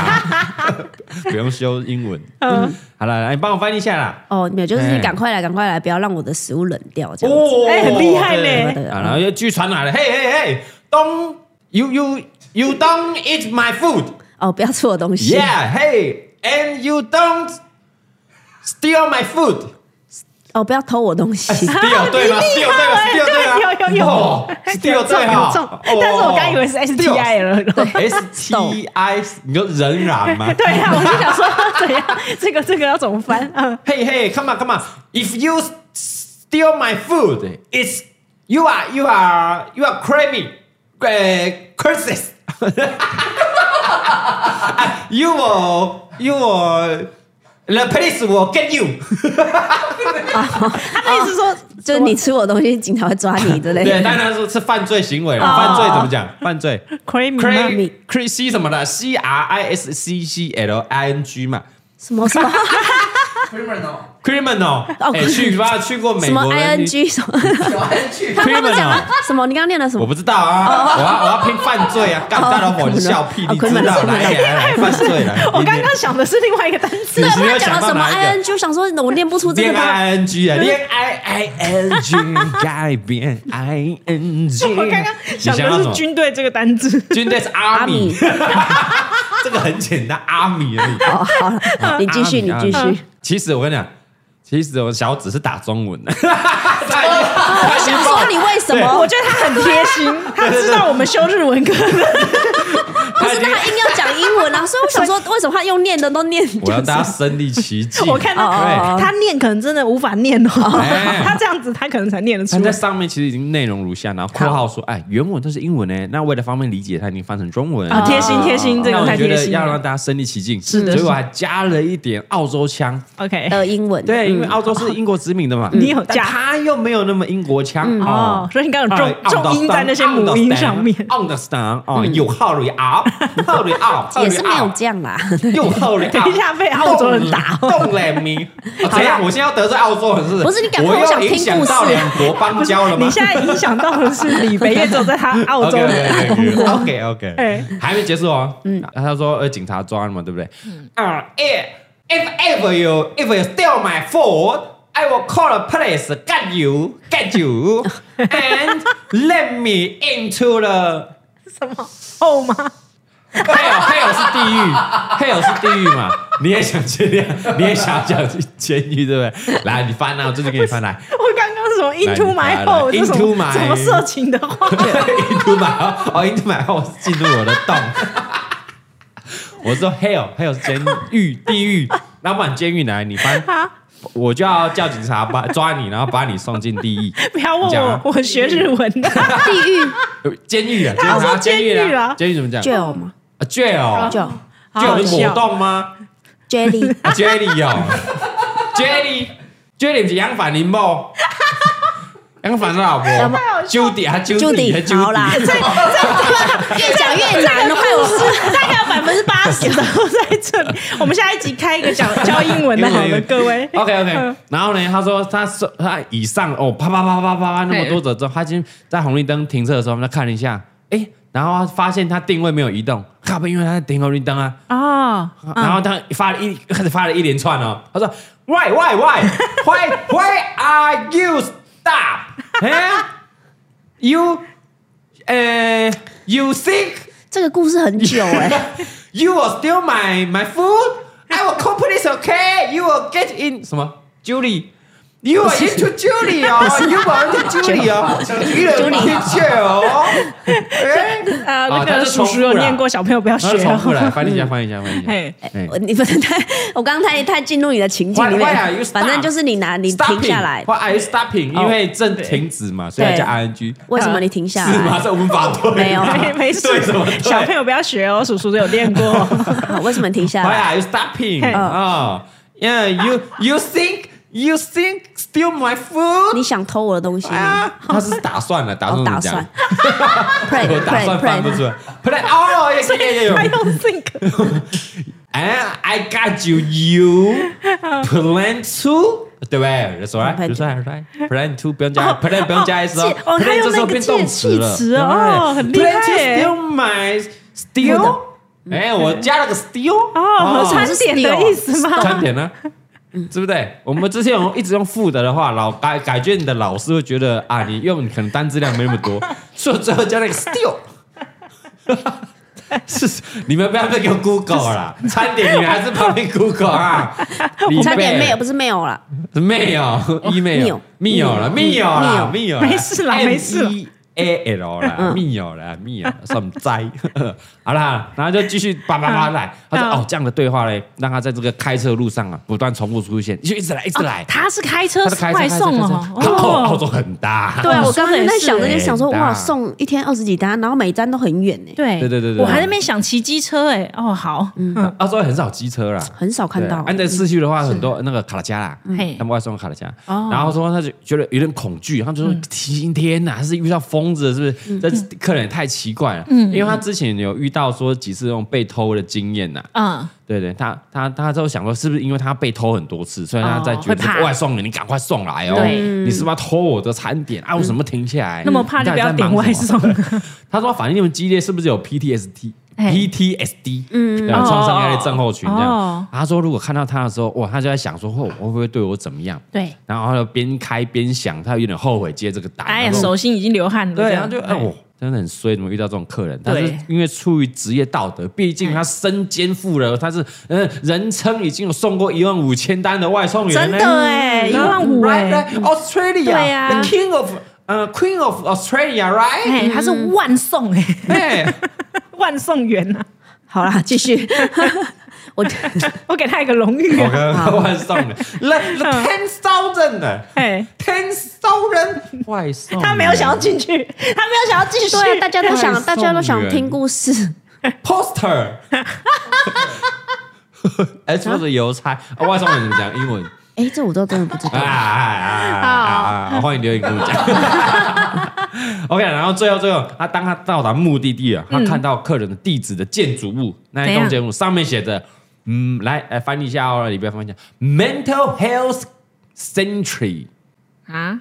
Speaker 1: 哈 <laughs> 不用修英文。
Speaker 2: <laughs> 嗯，
Speaker 1: 好了，来你帮我翻译一下啦。
Speaker 3: 哦，没有，就是
Speaker 1: 哎
Speaker 3: 你赶快来，赶快来，不要让我的食物冷掉，这样子。
Speaker 1: 哦
Speaker 2: 哎很厉害呢
Speaker 1: 对对啊然后又据传来了，嘿嘿嘿，Don't you you you don't eat my
Speaker 2: <laughs>
Speaker 1: food,
Speaker 3: 哦，不要吃我东西。
Speaker 1: yeah, hey, and you don't steal my food,
Speaker 3: 哦，不要偷我
Speaker 1: <laughs>
Speaker 3: 东西。
Speaker 2: 啊
Speaker 1: Steal 对吗？Steal 对吗？Steal 对吗？
Speaker 2: 欸对有有有
Speaker 1: 哦，Steal
Speaker 2: 中
Speaker 1: 对
Speaker 2: 有
Speaker 1: 哈
Speaker 2: 中
Speaker 1: 哦，
Speaker 2: 但是我刚以为是
Speaker 1: Steal <laughs>
Speaker 2: STI 了。
Speaker 1: S T I，你就仍然吗？
Speaker 2: <laughs> 对啊，我就想说怎样，这个这个要怎么翻？嗯，
Speaker 1: Hey hey, come on, come on. If you steal my food, it's you are you are you are craving uh, curses. <laughs> you will you will the police will get
Speaker 2: <laughs>
Speaker 1: you. <laughs>
Speaker 2: 他的意思说，
Speaker 3: 就是你吃我东西，警察会抓你之类
Speaker 1: 对，
Speaker 3: 的。
Speaker 1: 当然是是犯罪行为了。
Speaker 2: 哦
Speaker 1: 犯罪怎么讲？犯罪
Speaker 3: 嗯
Speaker 2: Craving。
Speaker 1: cra cra c 什么的，c r i s c c l i n g 嘛。
Speaker 3: 什么
Speaker 1: <laughs>
Speaker 3: 什么
Speaker 4: criminal，
Speaker 1: criminal，
Speaker 3: 哦
Speaker 1: 哎、去吧，去过美
Speaker 3: 什么
Speaker 1: 国的
Speaker 3: ing 什么，
Speaker 4: 小安去
Speaker 3: 他他们讲
Speaker 1: criminal
Speaker 3: 啊什么？你刚刚念的什
Speaker 1: 我
Speaker 3: 么？
Speaker 1: 不知道啊，我要我要拼犯罪啊！干大老板你笑屁，
Speaker 3: 哦
Speaker 1: 你知道
Speaker 3: 昆
Speaker 1: 来
Speaker 3: 仑
Speaker 1: 来
Speaker 3: 啊
Speaker 1: 来犯罪了
Speaker 2: 我刚刚想的是另外一个单词
Speaker 1: 你
Speaker 3: 对，
Speaker 1: 是
Speaker 3: 他
Speaker 1: 要
Speaker 3: 讲
Speaker 1: 想
Speaker 3: 了
Speaker 1: 到
Speaker 3: 什么
Speaker 1: 哪一个？
Speaker 3: ing？我想说，我念不出这
Speaker 1: 恋
Speaker 3: 个吧。
Speaker 1: 爱 ing 啊，恋爱 i n g 改变 i n
Speaker 3: <laughs>
Speaker 1: g。
Speaker 2: 我刚刚
Speaker 1: 你
Speaker 2: 想
Speaker 1: 想
Speaker 2: 的
Speaker 1: 到什
Speaker 2: 是
Speaker 1: 么？
Speaker 2: 军队这个单字，
Speaker 1: 军队是阿米，这个很简单，阿米而已。
Speaker 3: 哦，好了，你继续，你
Speaker 1: 阿
Speaker 3: 继
Speaker 1: 米
Speaker 3: 续。。
Speaker 1: 其实我跟你讲，其实我小指是打中文的。 <laughs> 我
Speaker 3: 我想说，你为什么？
Speaker 2: 我觉得他很贴心，他知道我们修日文科的，
Speaker 3: 不是，但他硬要讲英文啊，所以我想说，为什么他用念的都念？
Speaker 1: 我要大家身临其境。
Speaker 3: <laughs>
Speaker 2: 我看到
Speaker 3: 哦
Speaker 1: 对
Speaker 3: 哦哦
Speaker 2: 他念可能真的无法念哦，
Speaker 1: 哎
Speaker 2: <laughs> 他这样子他可能才念得出
Speaker 1: 但在
Speaker 2: 来。
Speaker 1: 上面其实已经内容如下，然后括号说，哎，原文都是英文呢，那为了方便理解，它已经翻成中文。
Speaker 2: 啊，贴心贴心，这
Speaker 1: 那
Speaker 2: 个
Speaker 1: 我
Speaker 2: 太
Speaker 1: 觉
Speaker 2: 贴
Speaker 1: 得
Speaker 2: 心
Speaker 1: 要让
Speaker 2: 了。
Speaker 1: 大家身临其境，
Speaker 2: 是的
Speaker 1: 所以我还加了一点澳洲腔。
Speaker 2: OK，
Speaker 3: 的英文，嗯
Speaker 1: 对，因为澳洲是英国殖民的嘛，
Speaker 2: 嗯你有
Speaker 1: 但
Speaker 2: 加
Speaker 1: 他又没有那么英国腔
Speaker 2: 哦，所以你刚刚有
Speaker 1: 哎
Speaker 2: 重重音在那些母音上面。
Speaker 1: ，understand 哦，有号里拗，号里拗，
Speaker 3: 也是没有这样啦。
Speaker 1: 有号里拗。
Speaker 2: 等一下被澳洲人打哦
Speaker 1: 动了迷，哦怎样？我现在要得罪澳洲人是不是？
Speaker 3: 不是你赶快
Speaker 1: 我
Speaker 3: 我想
Speaker 1: 又
Speaker 3: 听
Speaker 1: 影响
Speaker 3: 故事
Speaker 1: 到两国邦交了吗？
Speaker 2: 你现在影响到的是李北岳走在他澳
Speaker 1: <laughs>
Speaker 2: 洲的
Speaker 1: OK OK，,
Speaker 2: 哎
Speaker 1: 还没结束哦。嗯，他说呃，警察抓了嘛，对不对？啊、i f if ever you if you steal my phone, I will call the police, get you, get you, and let me into the
Speaker 2: 什么后吗？
Speaker 1: hell hell 是地狱，hell 是地狱嘛？你也想去练，你也想想去监狱，对不 <laughs> 对？来，你翻啊，我这就给你翻来。
Speaker 2: <laughs> 我刚刚是什么 into
Speaker 1: 来
Speaker 2: my hole 这是什
Speaker 1: into
Speaker 2: 么
Speaker 1: my-
Speaker 2: 什么色情
Speaker 1: <laughs>
Speaker 2: 的话？
Speaker 1: into my house，哦，into my house 进入我的洞。我说 hell hell 哦是监狱地狱，那不然监狱来你翻，我就要叫警察把抓你，然后把你送进地 <laughs> 狱。
Speaker 2: 不要
Speaker 1: 你
Speaker 2: 问
Speaker 1: 讲啊
Speaker 2: 我，我学日文啊的。
Speaker 3: 地狱
Speaker 1: 呃监狱啊，
Speaker 2: 他说
Speaker 1: 监
Speaker 2: 监狱
Speaker 1: 啊
Speaker 2: 啊，
Speaker 1: 监狱怎么讲？
Speaker 3: jail 吗
Speaker 1: 啊 jail
Speaker 3: ？jail
Speaker 2: 好
Speaker 1: jail
Speaker 2: 好
Speaker 1: 是
Speaker 2: 笑
Speaker 1: 果冻吗 <laughs>
Speaker 3: jelly
Speaker 1: 啊？jelly 哦，jelly jelly 不是杨凡林
Speaker 3: <laughs>
Speaker 1: 不？杨凡的老婆
Speaker 3: 杨凡
Speaker 1: ，Judy 啊 Judy 还
Speaker 3: Judy，好啦，
Speaker 1: Judy，
Speaker 3: 越讲越难，害我
Speaker 2: <laughs> 大概有百分之八 <laughs> 十的都在这里。我们下一集开一
Speaker 1: <laughs>
Speaker 2: 个讲教英文的，好了，各位。
Speaker 1: OK OK，
Speaker 2: 嗯
Speaker 1: 然后呢，他说他说他以上哦，啪啪啪啪啪啪那么多折之后，他已经在红绿灯停车的时候，他看了一下，哎，然后他发现他定位没有移动，靠背，因为他在停红绿灯啊，
Speaker 2: 哦，
Speaker 1: Uh-uh. 然后他发了一开始发了一连串哦，他说 Why Why Why Why Why are you stop？哎，You 呃，You think
Speaker 3: 这个故事很久哎，
Speaker 1: <laughs> You will steal my my food. I will call police. Okay, you will get in 什么 Julie. You are into Julie oh. <laughs> 哦，You are into Julie <laughs> 哦，You are into Julie <laughs> 哦。哎
Speaker 2: 呃，
Speaker 1: 啊
Speaker 2: 那
Speaker 1: 它
Speaker 2: 个
Speaker 1: 是
Speaker 2: 叔
Speaker 1: 重
Speaker 2: 叔
Speaker 1: 复
Speaker 2: 有
Speaker 1: 啦
Speaker 2: 念过，小朋友不要学
Speaker 1: 然后重复来
Speaker 2: 哦。
Speaker 1: 翻译一下，翻译一下，翻译一下。
Speaker 2: 嘿，
Speaker 1: 哎
Speaker 3: 我你不能太，我刚刚太太进入你的情境里
Speaker 1: Why- why are you
Speaker 3: 面，
Speaker 1: stop？
Speaker 3: 反正就是你拿你停下来
Speaker 1: Stopping,，Why are you stopping？
Speaker 3: 哦
Speaker 1: 因为正停止嘛，所以要加 ing。
Speaker 3: 为什么你停下
Speaker 1: 是吗？
Speaker 3: 来？
Speaker 1: 这我们法对 <laughs>
Speaker 3: 没有
Speaker 2: <laughs> 没没事
Speaker 1: 对什么，对
Speaker 2: 小朋友不要学哦，叔叔有念
Speaker 1: <laughs>
Speaker 2: 过。
Speaker 3: 好为什么你停下
Speaker 1: Why
Speaker 3: 来？
Speaker 1: are you stopping？
Speaker 2: 嘿
Speaker 1: 啊，Yeah, you you think you think steal my food？
Speaker 3: 你想偷我的东西吗？
Speaker 1: 啊，他是打算了，打算
Speaker 3: 我
Speaker 1: 怎么
Speaker 3: 打
Speaker 1: 讲
Speaker 3: 算？，pray
Speaker 1: <laughs> 我打
Speaker 3: pray
Speaker 1: 算翻不
Speaker 3: pray，
Speaker 1: 出来。Play 哦，也是也也有
Speaker 2: 他。用 think，
Speaker 1: 哎，I got you, you plan to，对不对？That's right, that's right, that's right. Plan to 不用加，plan 不用加 s 哦
Speaker 2: 哦哦他
Speaker 1: ，plan
Speaker 2: 用
Speaker 1: 这时候
Speaker 2: 那个
Speaker 1: 变动词了。
Speaker 2: 介词哦
Speaker 1: 对不
Speaker 2: 很厉
Speaker 1: 对
Speaker 2: 害
Speaker 1: Plan to
Speaker 2: 耶
Speaker 1: steal my steal，哎，我加了个 steal，Oh.
Speaker 2: 哦，
Speaker 1: 哦
Speaker 2: 餐点的意思
Speaker 3: <laughs>
Speaker 2: 吗？
Speaker 1: 餐点呢？
Speaker 3: 嗯
Speaker 1: 对不对？我们之前用一直用负的的话，老改改卷的老师会觉得
Speaker 3: <laughs>
Speaker 1: 啊，你用可能单字量没那么多，所以最后加那个 steal，是你们不要再给我 Google 啦，餐点你们还是旁边 Google
Speaker 3: <laughs>
Speaker 1: 啊。你
Speaker 3: 差点
Speaker 1: 妹
Speaker 3: 没有，不是没有了，
Speaker 1: 没有，
Speaker 2: 哦
Speaker 1: 一没有，密友了，密友了，密友，
Speaker 2: 嗯没事啦
Speaker 1: E
Speaker 2: 没事啦嗯
Speaker 1: A L 啦，密友啦，密友，算栽。 <laughs> 好啦，然后就继续叭叭叭来。他说：“
Speaker 2: 嗯
Speaker 1: 哦，这样的对话嘞，让他在这个开车路上啊，不断重复出现，就一直来，一直来。
Speaker 2: 嗯哦他是开车
Speaker 1: 他是开车
Speaker 2: 外送
Speaker 1: 开车
Speaker 2: 哦
Speaker 1: 开车，澳澳
Speaker 2: 哦，
Speaker 1: 洲很大。
Speaker 3: 对啊，我刚才在想着
Speaker 1: 也
Speaker 3: 就是想说，
Speaker 1: 很大
Speaker 3: 哇，送一天二十几单，然后每单都很远呢，
Speaker 2: 对
Speaker 1: 对对对对
Speaker 2: 我还在那边想骑机车哎，哦好，
Speaker 1: 澳洲很少机车啦，
Speaker 3: 很少看到欸
Speaker 1: 对。按在市区的话，很多那个卡拉加啦，
Speaker 2: 嘿
Speaker 1: 他，们外送卡拉加。
Speaker 2: 哦
Speaker 1: 然后说他就觉得有点恐惧，他就说：“今天呐，是遇到疯子了是不是？这客人也太奇怪了。”
Speaker 2: 嗯
Speaker 1: 因为他之前有遇到说几次那种被偷的经验呐。
Speaker 2: 嗯，
Speaker 1: 对对，他他他都想说，是不是因为他被偷很多次，所以他
Speaker 2: 哦
Speaker 1: 在觉
Speaker 2: 会怕
Speaker 1: 得外送你，你赶快送来哦
Speaker 2: 对，嗯
Speaker 1: 你是不是要偷我的餐点啊？我怎么停下来？
Speaker 2: 那么怕就不
Speaker 1: 你
Speaker 2: 要
Speaker 1: 到
Speaker 2: 点
Speaker 1: 底在忙
Speaker 2: 外
Speaker 1: 什么
Speaker 2: 送。
Speaker 1: <laughs> 他说反应那么激烈，是不是有 PTSD？
Speaker 2: 哎
Speaker 1: PTSD，嗯，对，
Speaker 2: 哦
Speaker 1: 创伤压力症候群这
Speaker 2: 哦
Speaker 1: 样。他说，如果看到他的时候，哇，他就在想说，哦，我会不会对我怎么样？
Speaker 2: 对，
Speaker 1: 然后他就边开边想，他有点后悔接这个单。
Speaker 2: 哎呀，
Speaker 1: 他说
Speaker 2: 手心已经流汗了，
Speaker 1: 对，
Speaker 2: 这
Speaker 1: 然后
Speaker 2: 样
Speaker 1: 就哎我真的很衰，怎么遇到这种客人？但
Speaker 2: 啊对
Speaker 1: 是因为出于职业道德，毕竟他身兼富人，他是呃人称已经有送过一万五千单的外送员
Speaker 3: 真
Speaker 1: 了，
Speaker 3: 的哎，
Speaker 2: 一
Speaker 3: 因为
Speaker 2: 万五哎，啊
Speaker 3: 对
Speaker 1: Australia，the
Speaker 3: 呀
Speaker 1: king of 呃 queen of Australia，right？
Speaker 2: 哎，他是万送哎， <laughs>
Speaker 1: <laughs> 哎，
Speaker 2: 万送啊员呐，
Speaker 3: 好啦，继 <laughs> 续。我
Speaker 2: <laughs> 我给他一个荣誉
Speaker 1: 我
Speaker 2: 啊，
Speaker 1: 刚刚外 <laughs> 送的，来
Speaker 2: 嗯
Speaker 1: ten thousand 的
Speaker 2: 哎，
Speaker 1: ten thousand 外送，
Speaker 2: 他没有想要进去， <laughs> 他没有想要继续，
Speaker 3: <laughs> 对啊，大家都
Speaker 1: 外
Speaker 3: 想，
Speaker 1: 送
Speaker 3: 大家都想
Speaker 1: 员
Speaker 3: 听故事。
Speaker 2: <laughs>
Speaker 1: poster，哎，说的邮差，啊外送人怎么讲英文？
Speaker 3: 哎，这我都真的不知
Speaker 1: 啊啊
Speaker 3: 道。
Speaker 1: 啊啊！欢迎留言跟我讲。OK，然后最后最后，他当他到达目的地了，他看到客人的地址的建筑物，那一
Speaker 2: 嗯怎样
Speaker 1: 栋建筑物上面写着，嗯，来，来翻译一下哦，你不要翻译一下，Mental Health Century。
Speaker 2: 啊，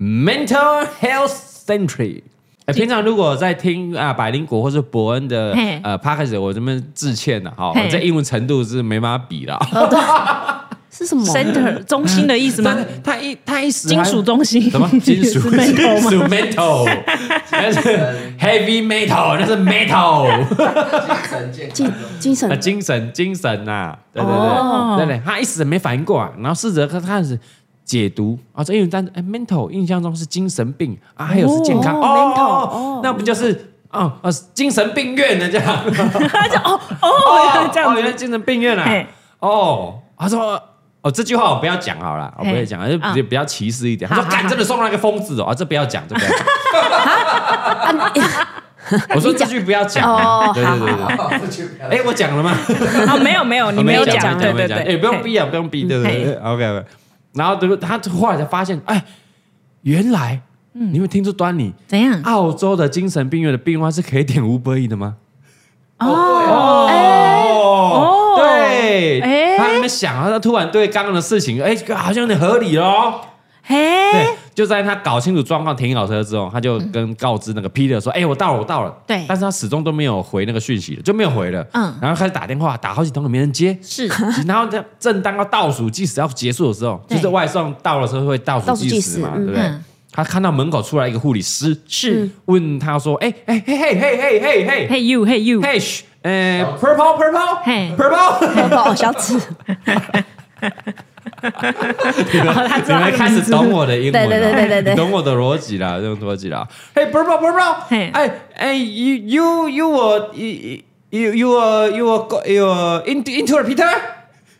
Speaker 1: Mental Health Century。哎，平常如果在听啊百灵果或是伯恩的
Speaker 2: 嘿
Speaker 1: 呃 p a c k a g e 我这边致歉了哈，
Speaker 2: 嘿哦
Speaker 1: 我这英文程度是没办法比了。
Speaker 3: 是什么？啊
Speaker 2: center 中心的意思吗
Speaker 1: <laughs> 但？是他一他一时
Speaker 2: 金
Speaker 1: 还
Speaker 2: 属中心
Speaker 1: 嗯什
Speaker 2: <laughs>
Speaker 1: 么金属
Speaker 2: 是
Speaker 1: 金
Speaker 2: metal 吗
Speaker 1: 属 metal，那是 heavy metal，那是 metal，
Speaker 4: 精神健
Speaker 3: 精
Speaker 4: 康中
Speaker 3: 精神
Speaker 1: 啊精神精神呐，对对对
Speaker 2: 哦
Speaker 1: 对对，他一时没反应过来，然后试着看看是。解读啊，这英文单词哎，mental 印象中是精神病啊，还有是健康
Speaker 3: 哦
Speaker 1: 哦
Speaker 3: 哦
Speaker 1: 那不就是哦哦精神病院的这样？
Speaker 2: 他就哦 <laughs> 哦这
Speaker 1: <laughs>
Speaker 2: 样
Speaker 1: 哦，原来
Speaker 2: 子，
Speaker 1: 精神病院啊
Speaker 2: 嘿！
Speaker 1: 哦，他说哦这句话我不要讲好了，我哦
Speaker 2: 嘿
Speaker 1: 不会讲，就
Speaker 2: 啊
Speaker 1: 比比较歧视一点。他
Speaker 2: 好
Speaker 1: 说
Speaker 2: 好
Speaker 1: 干
Speaker 2: 好
Speaker 1: 真的送那个疯子哦，啊这不要讲，这不要讲。
Speaker 3: 啊， <laughs>
Speaker 1: <laughs> 我说这句不要讲
Speaker 3: 哦，
Speaker 1: 对对对对。
Speaker 4: 哦不去不要
Speaker 1: 哎，我讲
Speaker 2: <laughs>
Speaker 1: 了吗？
Speaker 2: 哦没有没有，你没有
Speaker 1: 我
Speaker 2: 讲，对
Speaker 1: 没有
Speaker 2: 对
Speaker 1: 讲
Speaker 2: 对，
Speaker 1: 哎，不用逼啊，不用逼，对不对
Speaker 2: 嘿
Speaker 1: ？OK OK。然后对，他后来才发现，哎，原来
Speaker 2: 嗯
Speaker 1: 你们听出端倪，
Speaker 2: 怎样？
Speaker 1: 澳洲的精神病院的病患是可以点五百亿的吗？
Speaker 2: 哦
Speaker 1: 哦
Speaker 2: 哦
Speaker 1: 对，
Speaker 2: 哎
Speaker 1: 他还没想啊，他突然对刚刚的事情，哎，好像有点合理哦。对
Speaker 2: 嘿，，
Speaker 1: <laughs> 就在他搞清楚状况、停好车之后，他就跟告知那个 Peter 说：“哎，我到了，我到了。”
Speaker 2: 对
Speaker 1: 但是他始终都没有回那个讯息了，就没有回了。
Speaker 2: 嗯
Speaker 1: 然后开始打电话，打好几通都没人接。
Speaker 2: 是
Speaker 1: 然后在正当要倒数计时要结束的时候，就
Speaker 2: 对
Speaker 1: 是外送到了时候会倒数
Speaker 3: 倒数
Speaker 1: 计
Speaker 3: 计
Speaker 1: 时嘛，
Speaker 3: 时
Speaker 1: 对
Speaker 3: 嗯
Speaker 1: 不对
Speaker 2: 嗯？
Speaker 1: 他看到门口出来一个护理师，
Speaker 2: 是
Speaker 1: 问他说：“哎哎嘿嘿嘿嘿嘿嘿，
Speaker 2: ，Hey you Hey you，
Speaker 1: 嘿，呃，purple purple，
Speaker 2: 嘿
Speaker 1: purple， <laughs>
Speaker 3: 哦，小紫，
Speaker 1: <laughs> 你们
Speaker 2: 他
Speaker 1: 你
Speaker 2: 知道他
Speaker 1: 们
Speaker 2: 的
Speaker 1: 开始
Speaker 2: 名字
Speaker 1: 懂我的英文啊了，
Speaker 3: 对对对对对对
Speaker 1: 你懂我的逻辑了，这种逻辑了。嘿，purple purple，
Speaker 2: 嘿
Speaker 1: 哎哎，you you you were you you you were you were go- you were into into the Peter，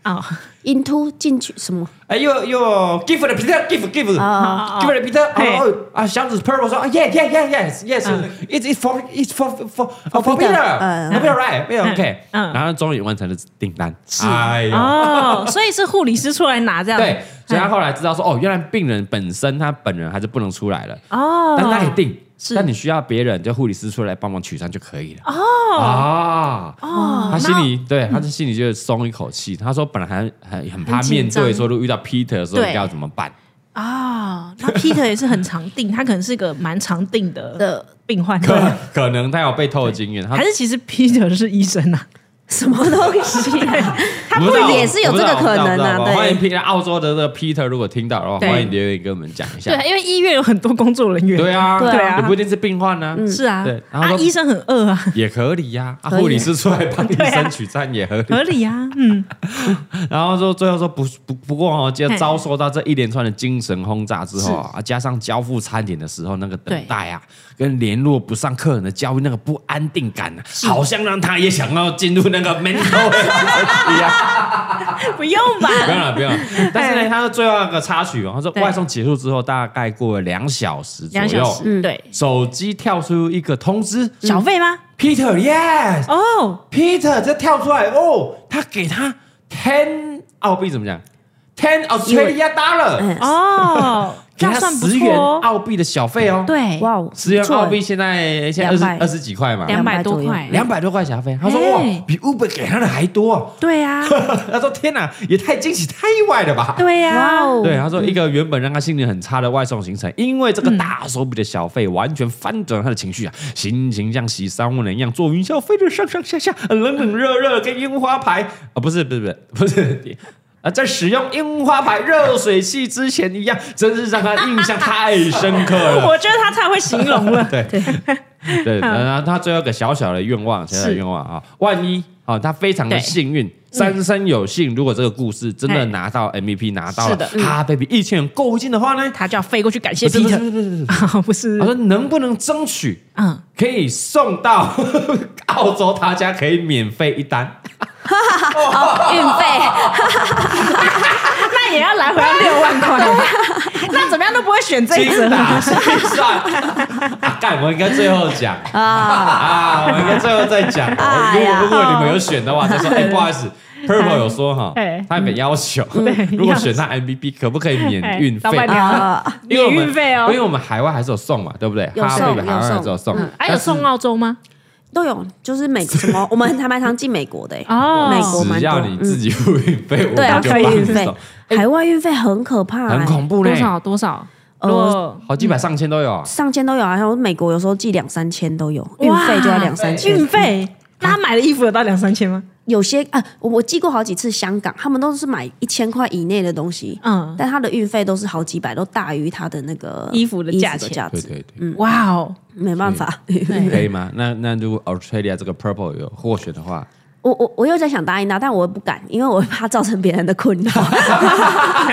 Speaker 2: 哦
Speaker 3: into 进去什么？
Speaker 1: 哎，you were- you were give the Peter give give。
Speaker 3: 啊，
Speaker 2: 哦
Speaker 1: Give it a Peter，
Speaker 2: 嘿
Speaker 1: 哦哦啊，小紫 Purple 说啊，Yeah Yeah Yeah Yes Yes，
Speaker 2: 嗯
Speaker 1: it's it's for it's for for for Uh. for Uh.
Speaker 3: Peter，
Speaker 1: Peter，
Speaker 3: 嗯
Speaker 1: for Peter right，没有 OK，
Speaker 2: 嗯
Speaker 1: Uh. 然后终于完成了订单，哎呦，
Speaker 2: 哦，所以是护理师出来拿这样，哎嗯
Speaker 1: 对，所以他后来知道说，哦，原来病人本身他本人还是不能出来了，
Speaker 2: 哦，
Speaker 1: 但是他可以定，
Speaker 2: 是
Speaker 1: 但你需要别人就护理师出来帮忙取餐就可以了。哦啊，
Speaker 2: 哦，
Speaker 1: 他心
Speaker 2: 那
Speaker 1: 里对，他的心里就松一口气。他说本来还很很怕
Speaker 2: 很紧
Speaker 1: 面对
Speaker 2: 张
Speaker 1: 说，如果遇到 Peter 的时候
Speaker 2: 对
Speaker 1: 应该要怎么办？
Speaker 2: 啊，那 Peter 也是很常定，他可能是个蛮常定的
Speaker 3: 的
Speaker 2: 病患，
Speaker 1: 可可能他有被偷的经验，他 <laughs>
Speaker 2: 还是其实 Peter 是医生啊？
Speaker 3: 什么东西啊？ <laughs> 他
Speaker 1: 我知道
Speaker 3: 也是有这个可能啊？
Speaker 1: 我不知道我不知道我不知道欢迎
Speaker 3: 对，
Speaker 1: Peter 澳洲的这个 Peter，如果听到的话，
Speaker 2: 对
Speaker 1: 欢迎留言跟我们讲一下。
Speaker 2: 对，啊因为医院有很多工作人员，
Speaker 1: 对啊，
Speaker 3: 对
Speaker 2: 啊
Speaker 1: 也不一定是病患呢，
Speaker 2: 是啊
Speaker 1: 对，然后
Speaker 2: 啊，
Speaker 1: 说
Speaker 2: 医生很饿啊，
Speaker 1: 也可以呀。啊，
Speaker 3: 可以
Speaker 1: 护理师出来帮医
Speaker 2: 对啊
Speaker 1: 生取餐也合理。
Speaker 2: 合理啊，
Speaker 3: <laughs>
Speaker 2: 嗯，
Speaker 1: 然后说最后说不不不过哦，接着
Speaker 2: 嘿
Speaker 1: 遭受到这一连串的精神轰炸之后啊，加上交付餐点的时候那个等待啊，跟联络不上客人的交易那个不安定感啊，好像让他也想要进入那
Speaker 2: <laughs>
Speaker 1: 个 mental <laughs> health 一样。
Speaker 2: 不用
Speaker 1: <laughs>
Speaker 2: 吧？
Speaker 1: 不用了，不用了。但是呢，他的最后一个插曲哦，他说
Speaker 2: 对
Speaker 1: 外送结束之后，大概过了两小时左
Speaker 2: 两小
Speaker 1: 右，
Speaker 3: 嗯
Speaker 2: 时，对，
Speaker 1: 手机跳出一个通知
Speaker 2: 小费吗？
Speaker 1: ，Peter yes，Peter
Speaker 3: <laughs>
Speaker 2: 哦，
Speaker 1: 这跳出来哦，他给他 ten 澳币怎么讲？ten Australia dollar，
Speaker 3: 嗯
Speaker 2: 哦，
Speaker 1: 给
Speaker 2: 那
Speaker 1: 他
Speaker 2: 算不
Speaker 1: 十元
Speaker 2: 错哦，
Speaker 1: 澳币的小费哦，，
Speaker 2: 对，
Speaker 3: 哇哦，
Speaker 1: 十元
Speaker 3: 不错
Speaker 1: 澳币现在现在二
Speaker 3: 200
Speaker 1: 十二十几块嘛，
Speaker 2: 两百
Speaker 3: 200
Speaker 2: 多
Speaker 3: 左右
Speaker 2: 块，
Speaker 1: 两百多块小费，他说哇
Speaker 2: 哎，
Speaker 1: 比 Uber 给他的还多 <laughs> 哦，
Speaker 2: 对啊，
Speaker 1: 他说天哪，也太惊喜太意外了吧？
Speaker 2: 对啊
Speaker 3: 哇
Speaker 2: 呀，
Speaker 3: 哦，
Speaker 1: 对，他说一个原本让他心情很差的外送行程，因为这个大手笔的小费，完全翻转了他的情绪啊，心情像洗三温暖一样，坐云霄飞的上上下下，冷冷热热，跟樱花牌啊，不是不是不是不是。啊，在使用樱花牌热水器之前一样，真是让他印象太深刻
Speaker 2: <laughs>
Speaker 1: 了。
Speaker 2: 我觉得他太会形容了，
Speaker 1: 对
Speaker 2: <laughs>
Speaker 1: 对，然后他最后一个小小的愿望，小小的愿望啊，万一啊，他非常的
Speaker 2: 对嗯
Speaker 1: 幸运，三生有幸，如果这个故事真的
Speaker 2: 嘿
Speaker 1: 拿到 MVP 拿到
Speaker 2: 是
Speaker 1: 了
Speaker 2: 的，嗯
Speaker 1: 哈 baby 一千元购物金的话呢，
Speaker 2: 他就要飞过去感谢
Speaker 1: 不是不是
Speaker 2: Peter，
Speaker 1: 不是不是，
Speaker 2: <laughs> 啊不是
Speaker 1: 他，说能不能争取
Speaker 2: 嗯，
Speaker 1: 可以送到 <laughs> 澳洲他家，可以免费一单？
Speaker 3: 运费，
Speaker 2: 那也要来回要六万块，
Speaker 1: 啊
Speaker 2: <laughs> 那怎么样都不会选这一
Speaker 1: 精
Speaker 2: 则，
Speaker 1: 打细
Speaker 2: <laughs>
Speaker 1: 算，啊，干，我应该最后讲
Speaker 3: 啊，
Speaker 1: 啊，我应该最后再讲。哦
Speaker 3: 哎
Speaker 1: 如
Speaker 3: 呀
Speaker 1: 果如果你们有选的话，再说。哎，不好意思，Purple
Speaker 2: 哎
Speaker 1: 有说哈
Speaker 2: 哎，
Speaker 1: 他有个要求
Speaker 2: 对，
Speaker 1: <laughs> 如果
Speaker 2: 要
Speaker 1: 选他 MVP，可不可以免
Speaker 2: 哎
Speaker 1: 运费
Speaker 2: 老？板娘
Speaker 3: <laughs> 啊，
Speaker 1: 因为我
Speaker 2: 免
Speaker 1: 们
Speaker 2: 运费哦
Speaker 1: 因为我们海外还是有送嘛，对不对？
Speaker 3: 有
Speaker 1: 哈
Speaker 3: 送
Speaker 1: 贝贝海外
Speaker 3: 有
Speaker 1: 还
Speaker 3: 送
Speaker 1: 是有送，
Speaker 2: 还啊有送澳洲吗？
Speaker 3: 都有，就是美什么，我们还蛮常进美国的欸
Speaker 2: 哦
Speaker 3: 美国蛮
Speaker 1: 只
Speaker 3: 多
Speaker 1: 要你自己付运费，我
Speaker 3: 对啊
Speaker 1: 们就
Speaker 2: 可以
Speaker 1: 帮你
Speaker 2: 运
Speaker 3: 费
Speaker 1: 送，
Speaker 3: 嗯海外运费很可怕，欸
Speaker 1: 很恐
Speaker 3: 怖，
Speaker 1: 怖嘞
Speaker 2: 多。少多少？
Speaker 3: 呃
Speaker 2: 呃，
Speaker 1: 好几百上千都有啊。
Speaker 3: 上千都有啊，然后美国有时候寄两三千都有，运费就要两三千，
Speaker 2: 运费。那他买的衣服有到两三千吗？
Speaker 3: 有些啊，我我寄过好几次香港，他们都是买一千块以内的东西，
Speaker 2: 嗯，
Speaker 3: 但它的运费都是好几百，都大于它的那个
Speaker 2: 衣服的价钱
Speaker 3: 价
Speaker 1: 对
Speaker 3: 值，
Speaker 1: 对对，
Speaker 2: 哇哦，
Speaker 3: 没办法。 <laughs>
Speaker 1: 可以吗？那那如果 Australia 这个 Purple 有获选的话，
Speaker 3: 我我我又在想答应他，但我不敢，因为我怕造成别人的困扰， <laughs>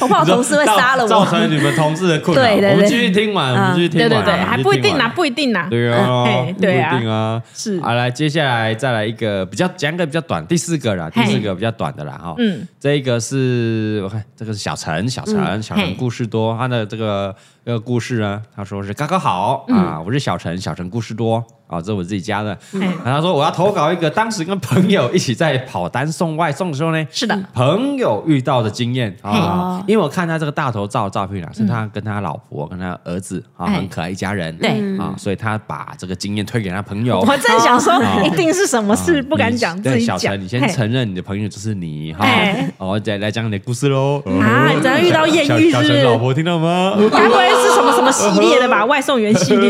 Speaker 3: 我怕我同事会杀了
Speaker 1: 造造
Speaker 3: 我。
Speaker 1: 成你们同事的困扰。
Speaker 3: 对对对
Speaker 1: 我们继续听完，我们
Speaker 3: 嗯
Speaker 1: 继续听
Speaker 2: 对
Speaker 1: 完，
Speaker 2: 对对，
Speaker 1: 我们
Speaker 2: 还
Speaker 1: 继续
Speaker 2: 不一定
Speaker 1: 听
Speaker 2: 啦，
Speaker 1: 完
Speaker 2: 不一定啦。
Speaker 1: 啊对啊
Speaker 2: <laughs> 嘿，对啊
Speaker 1: 不一定啊，
Speaker 2: 是
Speaker 1: 好，来，接下来再来一个比较讲一个比较短，第四个啦，第
Speaker 2: 嘿
Speaker 1: 四个比较短的啦哈。
Speaker 2: 嗯，
Speaker 1: 这一个是我看这个是小陈，小陈，小
Speaker 2: 嘿
Speaker 1: 陈故事多，他的这个这个故事呢，他说是刚刚好
Speaker 2: 嗯
Speaker 1: 啊，我是小陈，小陈故事多啊，这是我自己家的。
Speaker 2: 嗯
Speaker 1: 然后他说我要投稿一个，当时跟朋友一起在跑单送外送的时候呢，
Speaker 2: 是的，
Speaker 1: 朋友遇到的经验
Speaker 2: 嘿
Speaker 1: 啊，因为我看他这个大头照的照片啊，是他跟他老婆、跟他儿子啊，
Speaker 2: 哎
Speaker 1: 很可爱一家人，
Speaker 2: 对
Speaker 1: 啊，所以他把这个经验推给他朋友。
Speaker 2: 我正想说
Speaker 1: 哦，
Speaker 2: 一定是什么事
Speaker 1: 啊
Speaker 2: 不敢
Speaker 1: 你
Speaker 2: 讲，
Speaker 1: 对
Speaker 2: 自己
Speaker 1: 小
Speaker 2: 讲。
Speaker 1: 陈，你先
Speaker 2: 嘿
Speaker 1: 承认你的朋友就是你哈
Speaker 2: 哎。
Speaker 1: 哦，再来讲你的故事喽。
Speaker 2: 啊你怎样遇到艳遇
Speaker 1: 小
Speaker 2: 是不
Speaker 1: 小
Speaker 2: 是
Speaker 1: 陈老婆听到吗？
Speaker 2: 该不会是什么什么系列的吧？外送员
Speaker 1: <laughs>
Speaker 2: 系列，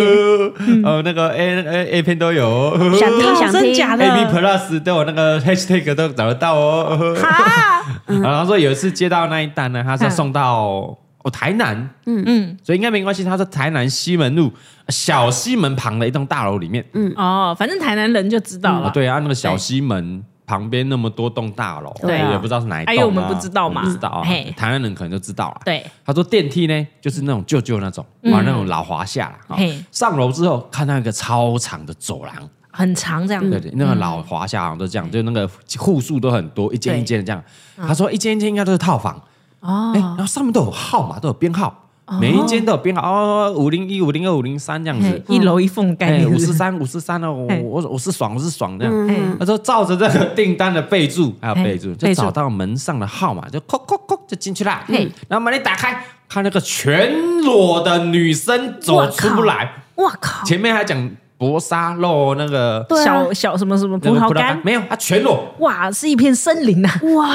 Speaker 1: 呃，那个 A 那个 A A 片都有哦
Speaker 3: 想听
Speaker 2: 哦
Speaker 3: 想
Speaker 2: 真
Speaker 3: 听，
Speaker 2: 假
Speaker 1: ，A B
Speaker 2: 的？
Speaker 1: Plus 都有那个 Hashtag 都找得到哦。
Speaker 2: 啊，
Speaker 1: <laughs> 然后说有一次接到那一单呢，他是要送到哦台南，
Speaker 2: 嗯，
Speaker 1: 所以应该没关系。他在台南西门路小西门旁的一栋大楼里面。
Speaker 2: 哦，反正台南人就知道
Speaker 1: 啊
Speaker 2: 了。，
Speaker 1: 对啊，那个小西门旁边那么多栋大楼，
Speaker 3: 对啊
Speaker 1: 也不知道是哪一栋、啊。
Speaker 2: 哎呦我们不知道嘛
Speaker 1: 我们不知道啊
Speaker 2: 嘿，
Speaker 1: 台湾人可能就知道了。
Speaker 2: 对，嗯
Speaker 1: 他说电梯呢，就是那种旧旧那种，啊，那种老华夏啦。哦
Speaker 2: 嘿
Speaker 1: 上楼之后看到一个超长的走廊，
Speaker 2: 很长这样
Speaker 1: 对对，那个老华夏好像都这样，就那个户数都很多，一间
Speaker 2: 嗯对
Speaker 1: 一间的这样。他说一间一间应该都是套房，哎，
Speaker 2: 哦，
Speaker 1: 然后上面都有号码，都有编号，每一间都有编号，哦，五零一、五零二、五零三这样子
Speaker 2: 嘿。哎一楼一缝概
Speaker 1: 哎，
Speaker 2: 念，
Speaker 1: 五十三，五十三哦，我
Speaker 2: 哎
Speaker 1: 我我是爽，我是爽这样。
Speaker 2: 哎
Speaker 3: 嗯
Speaker 1: 他说照着这个订单的备注，还有
Speaker 2: 哎
Speaker 1: 备注，就
Speaker 2: 备注
Speaker 1: 找到门上的号码，就扣扣扣就进去啦。嗯
Speaker 2: 嘿
Speaker 1: 然后门一打开，看那个全裸的女生走出不来，
Speaker 3: 我靠，
Speaker 1: 前面还讲薄纱露那个
Speaker 3: 对啊
Speaker 2: 小，小什么什么
Speaker 1: 那
Speaker 2: 葡
Speaker 1: 个
Speaker 2: 萄干，
Speaker 1: 没有，她全裸，
Speaker 2: 哇，是一片森林啊呐、
Speaker 3: 哇，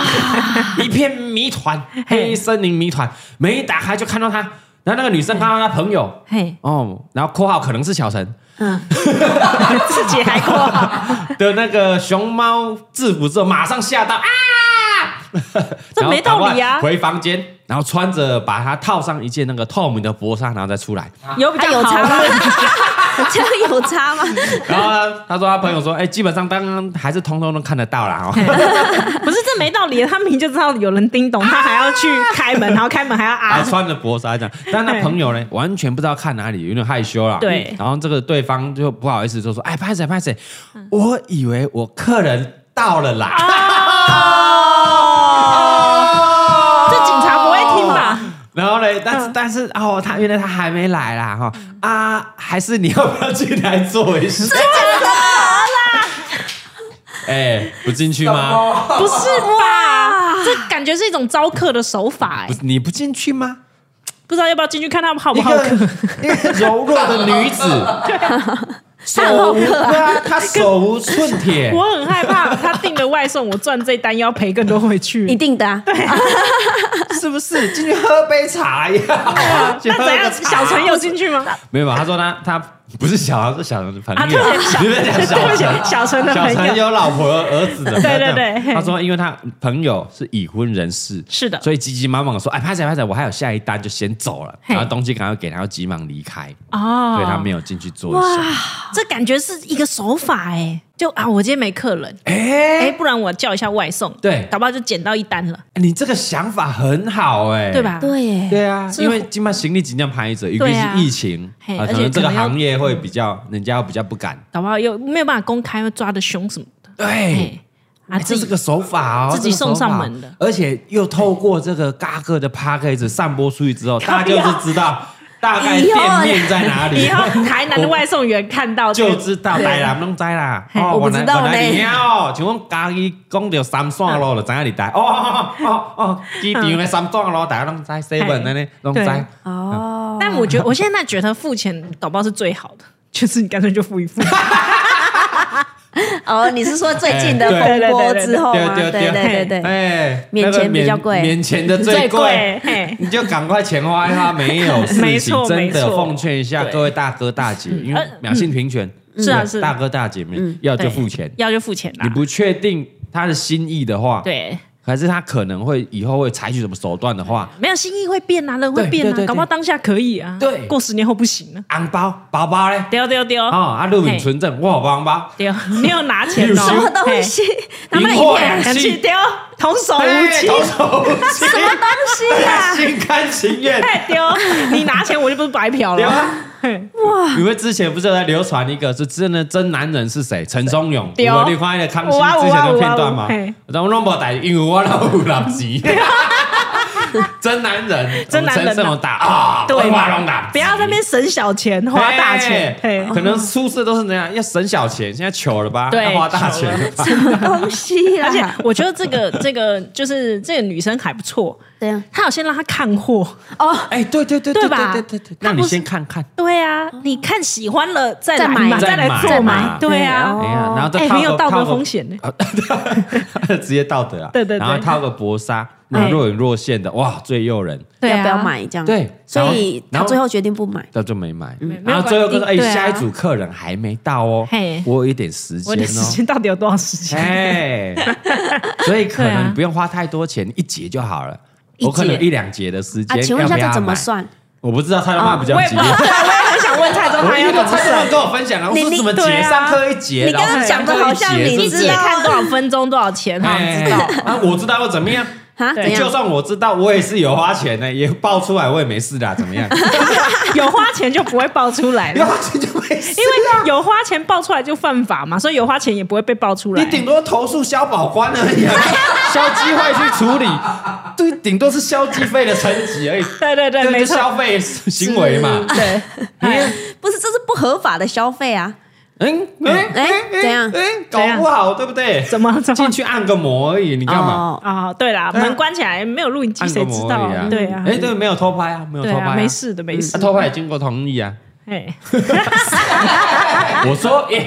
Speaker 1: <laughs> 一片谜团，黑森林谜团。门一打开就看到她，然后那个女生看到她朋友，哦
Speaker 2: 嘿，
Speaker 1: 哦，然后括号可能是小陈，
Speaker 3: 嗯，
Speaker 2: 自己还过，
Speaker 1: 的那个熊猫制服之后，马上吓到啊！
Speaker 2: 这
Speaker 1: 然后
Speaker 2: 没道理啊
Speaker 1: 赶快回房间，然后穿着把它套上一件那个透明的薄纱，然后再出来。
Speaker 2: 有比
Speaker 3: 还
Speaker 2: 较
Speaker 3: 有
Speaker 2: 好
Speaker 3: 差吗
Speaker 2: 吗？？
Speaker 3: 这样有差吗？
Speaker 1: 然后他他说他朋友说，哎、基本上当然还是通通都看得到啦。哦，
Speaker 2: <laughs> 不是，这没道理。他明明就知道有人叮咚，他还要去开门，然后开门还要
Speaker 1: 还
Speaker 2: 啊。
Speaker 1: 穿着薄纱这
Speaker 2: <laughs>
Speaker 1: 样，但那朋友呢，完全不知道看哪里，有点害羞啦。
Speaker 2: 对
Speaker 1: 然后这个对方就不好意思，就说，哎，拍谁拍谁，我以为我客人到了 <laughs>
Speaker 2: 啊
Speaker 1: 啦。哦
Speaker 2: 这警察不会听？吧？嗯
Speaker 1: 然后嘞，但是、但是哦，他原来他还没来啦哈、啊，还是你要不要进来坐一下？真的啦！ <laughs> 哎、不进去吗？
Speaker 4: 哦，
Speaker 2: 不是吧？ <laughs> 这感觉是一种招客的手法哎
Speaker 1: 不，是你不进去吗？
Speaker 2: 不知道要不要进去看他们好不
Speaker 1: 一
Speaker 2: 好客？
Speaker 1: 个一个柔弱的女
Speaker 2: <laughs>
Speaker 1: 子，手无对啊，她手无寸铁，
Speaker 2: <laughs> 我很害怕，他订了外送，我赚这单要赔更多回
Speaker 3: <laughs> 一
Speaker 2: 去。
Speaker 3: 定的啊，
Speaker 1: 是不是？进去喝杯茶呀？那
Speaker 2: <laughs> 那怎样？小陈有进去吗？
Speaker 1: 没有吧？他说他他不是小孩，是小陈的朋
Speaker 2: 啊，
Speaker 1: 友
Speaker 2: 对不起，，小
Speaker 1: <laughs> 你们讲小
Speaker 2: 对不
Speaker 1: 陈
Speaker 2: 起，。小陈的
Speaker 1: 小
Speaker 2: 朋
Speaker 1: 陈
Speaker 2: 友。
Speaker 1: 有老婆儿子的，
Speaker 2: 对对
Speaker 1: 不要这
Speaker 2: 对
Speaker 1: 样他说，因为他朋友是已婚人士，
Speaker 2: 是的
Speaker 1: 所以急急忙忙地说，哎，拍仔拍仔，我还有下一单，就先走了，
Speaker 2: 嘿
Speaker 1: 然后东西赶快给他，然后急忙离开，
Speaker 2: 哦，
Speaker 1: 对他没有进去坐一下。
Speaker 2: 这感觉是一个手法哎、就啊，我今天没客人，哎、
Speaker 1: 哎，
Speaker 2: 不然我叫一下外送，
Speaker 1: 对
Speaker 2: 搞不好就捡到一单了，
Speaker 1: 哎你这个想法很好，哎，
Speaker 2: 对吧？哎
Speaker 3: 对耶，
Speaker 1: 对啊，
Speaker 2: 是
Speaker 1: 因为今麦行李尽量拍着，尤
Speaker 2: 对
Speaker 1: 其
Speaker 2: 啊
Speaker 1: 是疫情，
Speaker 2: 嘿
Speaker 1: 啊，
Speaker 2: 而且
Speaker 1: 可能这个
Speaker 2: 可能要
Speaker 1: 行业会比较，人家比较不敢。
Speaker 2: 搞不好又没有办法公开，又抓的凶什么的，
Speaker 1: 对，哎
Speaker 2: 啊，
Speaker 1: 这
Speaker 2: 自
Speaker 1: 是
Speaker 2: 己
Speaker 1: 个手法哦，
Speaker 2: 自
Speaker 1: 这
Speaker 2: 己
Speaker 1: 个手法
Speaker 2: 送上门的
Speaker 1: 而且又透过这个嘎哥的 p a c k a g e 散播出去
Speaker 2: <laughs>
Speaker 1: 之后，大家就是知道大概
Speaker 3: 以后
Speaker 1: 店面在哪里
Speaker 2: 以，后台南的外送员看到这
Speaker 1: <laughs> 就
Speaker 2: 个
Speaker 1: 知道来啦，弄在啦。哦，
Speaker 3: 我不
Speaker 1: 原来
Speaker 3: 知道呢
Speaker 1: 原来哦，请问家己讲到三线路
Speaker 2: 啊
Speaker 1: 就知影你带。 <laughs> 哦哦哦哦哦，机场的三线路大家拢知，seven 的呢拢知。
Speaker 2: 啊对
Speaker 3: 哦，
Speaker 2: 但我觉得我现在觉得付钱搞不好是最好的， <laughs> 就是你干脆就付一付，
Speaker 3: 哦，你是说最近的
Speaker 1: 哎
Speaker 2: 对
Speaker 3: 风波之后吗？
Speaker 1: 对对啊对
Speaker 3: 哦对对对对，
Speaker 1: 哎，
Speaker 3: 免
Speaker 1: 那个
Speaker 3: 钱比较贵
Speaker 1: 免钱的最贵。
Speaker 2: 嘿，
Speaker 1: 你就赶快钱花一花，没有事
Speaker 2: 没
Speaker 1: 情，
Speaker 2: 错
Speaker 1: 真的
Speaker 2: 没错
Speaker 1: 奉劝一下
Speaker 2: 对
Speaker 1: 各位大哥大姐，因为两性平权，
Speaker 2: 是啊
Speaker 1: 对
Speaker 2: 是
Speaker 1: 大哥大姐
Speaker 3: 嗯
Speaker 1: 们要就付钱
Speaker 2: 对，要就付钱啦
Speaker 1: 你，不确定他的心意的话，
Speaker 2: 对。
Speaker 1: 还是他可能会以后会采取什么手段的
Speaker 3: 嗯
Speaker 1: 话，
Speaker 2: 没有心意会变啊，人会变
Speaker 1: 对对
Speaker 2: 啊
Speaker 1: 对，
Speaker 2: 搞不好当下可以啊，
Speaker 1: 对
Speaker 2: 过十年后不行了，
Speaker 1: 红包包包嘞，
Speaker 2: 丢丢丢
Speaker 1: 哦，啊，录影存证，我有包红包，
Speaker 2: 丢，没有拿钱哦，
Speaker 3: 什么东西？他们
Speaker 1: 银
Speaker 3: 一
Speaker 1: 货
Speaker 3: 点
Speaker 1: 两
Speaker 2: 很
Speaker 1: 气
Speaker 2: 气丢，童叟无
Speaker 1: 哎
Speaker 2: 欺，
Speaker 1: 童叟无欺，
Speaker 3: 什么东西啊
Speaker 1: <laughs>
Speaker 3: 呀？
Speaker 1: 心甘情愿。
Speaker 2: 太丢！你拿钱我就不是白嫖
Speaker 1: 对
Speaker 2: 了，
Speaker 1: 啊，哇！你们之前不是有在流传一个是真的真男人是谁？陈松勇，
Speaker 2: 对哦
Speaker 1: 我另外的康熙
Speaker 2: 有啊有啊
Speaker 1: 之前的片段吗
Speaker 2: 有啊有啊嘿？
Speaker 1: 然后弄不打，因为我老有垃
Speaker 2: <laughs>
Speaker 1: 圾。真男人，
Speaker 2: 真男人啊
Speaker 1: 陈松勇打啊，
Speaker 2: 对
Speaker 1: 我拢打，
Speaker 2: 不要在那边省小钱花大钱，
Speaker 1: 嘿
Speaker 2: 嘿，
Speaker 1: 可能出事都是那样，要省小钱，现在糗了吧？
Speaker 2: 对
Speaker 1: 要花大钱了吧，
Speaker 3: 什么东西呀？
Speaker 2: 而且我觉得这个这个就是这个女生还不错，
Speaker 3: 对啊，
Speaker 2: 她有先让她看货，
Speaker 3: 哦，
Speaker 1: 哎，对对对
Speaker 2: 对吧
Speaker 1: 对对对对，
Speaker 2: 他
Speaker 1: 那
Speaker 2: 不是
Speaker 1: 你先看看，
Speaker 2: 对啊，你看喜欢了再来
Speaker 3: 再买
Speaker 2: 嘛
Speaker 1: 再
Speaker 2: 再
Speaker 1: 买
Speaker 2: 来做嘛，
Speaker 1: 再买
Speaker 2: 对
Speaker 3: 对
Speaker 2: 啊
Speaker 3: 哦，
Speaker 1: 哎呀，然后再
Speaker 2: 哎
Speaker 1: 套
Speaker 2: 很有
Speaker 1: 个
Speaker 2: 道
Speaker 1: 套
Speaker 2: 德
Speaker 1: 个 <laughs>
Speaker 2: 风险呢，
Speaker 1: 职业道德啊，
Speaker 2: 对对对
Speaker 1: 然
Speaker 2: 哎
Speaker 1: 后套个薄纱，那若隐若现的，哇，最诱人。
Speaker 2: 对啊
Speaker 3: 要不要买这样？
Speaker 1: 对
Speaker 3: 所以
Speaker 1: 然
Speaker 3: 他
Speaker 1: 后
Speaker 3: 最后决定不买。
Speaker 1: 那就没买，
Speaker 2: 没有
Speaker 1: 然后最后跟说：“哎、
Speaker 2: 关系对啊
Speaker 1: 下一组客人还没到哦
Speaker 2: 嘿，
Speaker 1: 我有一点时间
Speaker 2: 我的时
Speaker 1: 哦，
Speaker 2: 间到底有多少时间？
Speaker 1: 哎，所以可
Speaker 2: 对啊
Speaker 1: 能不用花太多钱，一节就好了。
Speaker 2: 一节
Speaker 1: 我可能一两节的时间，
Speaker 3: 啊，请问
Speaker 1: 要
Speaker 3: 一下
Speaker 1: 不要
Speaker 3: 这怎么
Speaker 1: 买？
Speaker 3: 算？
Speaker 1: 我不知道蔡老妈比较
Speaker 2: 我也不
Speaker 1: 急
Speaker 2: 知。道，对，我也很想问蔡宗
Speaker 1: 我
Speaker 2: 翰
Speaker 1: 一
Speaker 2: 要
Speaker 1: 个
Speaker 2: 怎么
Speaker 1: 蔡老
Speaker 2: 算
Speaker 1: 妈。跟我分享了，我
Speaker 3: 你
Speaker 1: 说
Speaker 3: 你
Speaker 1: 什么
Speaker 2: 对
Speaker 1: 节
Speaker 2: 啊
Speaker 1: 上课一节，
Speaker 3: 你刚刚
Speaker 1: 然后
Speaker 3: 讲得好像你
Speaker 1: 一
Speaker 2: 一
Speaker 1: 节
Speaker 2: 节
Speaker 1: 是吧
Speaker 2: 看多少分钟多少钱，好像
Speaker 1: 哎
Speaker 2: 知道。
Speaker 1: 啊，我知道又怎么样？
Speaker 3: 啊，怎
Speaker 1: 就
Speaker 3: 样？
Speaker 1: 算我知道，我也是有花钱的，也爆出来，我也没事的，啊怎么样？
Speaker 2: 有花钱就不会爆出来
Speaker 1: 有
Speaker 2: 了，
Speaker 1: 花钱就没事啊
Speaker 2: 因。为有花钱爆出来就犯法嘛，所以有花钱也不会被爆出来。
Speaker 1: 你顶多投诉消保官而已、啊，消基会去处理，对，顶多是消基费的层级而已。
Speaker 2: 对对对，
Speaker 1: 这
Speaker 2: 没
Speaker 1: 就
Speaker 2: 错，
Speaker 1: 消费行为嘛。
Speaker 2: 对，
Speaker 3: 哎
Speaker 2: 哎
Speaker 3: 不是，这是不合法的消费啊！
Speaker 1: 嗯，
Speaker 3: 哎怎样
Speaker 1: 哎，搞不好对不对？
Speaker 2: 怎么怎么
Speaker 1: 进去按个摩而已，你干嘛？
Speaker 3: 哦，
Speaker 2: 啊？对啦，
Speaker 1: 对啊
Speaker 2: 门关起来没有录影机，
Speaker 1: 按个
Speaker 2: 谁知
Speaker 1: 摩
Speaker 2: 道
Speaker 1: 而已啊？？
Speaker 2: 对啊，
Speaker 1: 哎，对，没有偷拍啊，没有
Speaker 2: 对
Speaker 1: 偷拍
Speaker 2: 啊，
Speaker 1: 啊，
Speaker 2: 没事的，没事
Speaker 1: 啊。偷拍也经过同意啊。
Speaker 2: 哎，
Speaker 1: 我说， <laughs> 哎，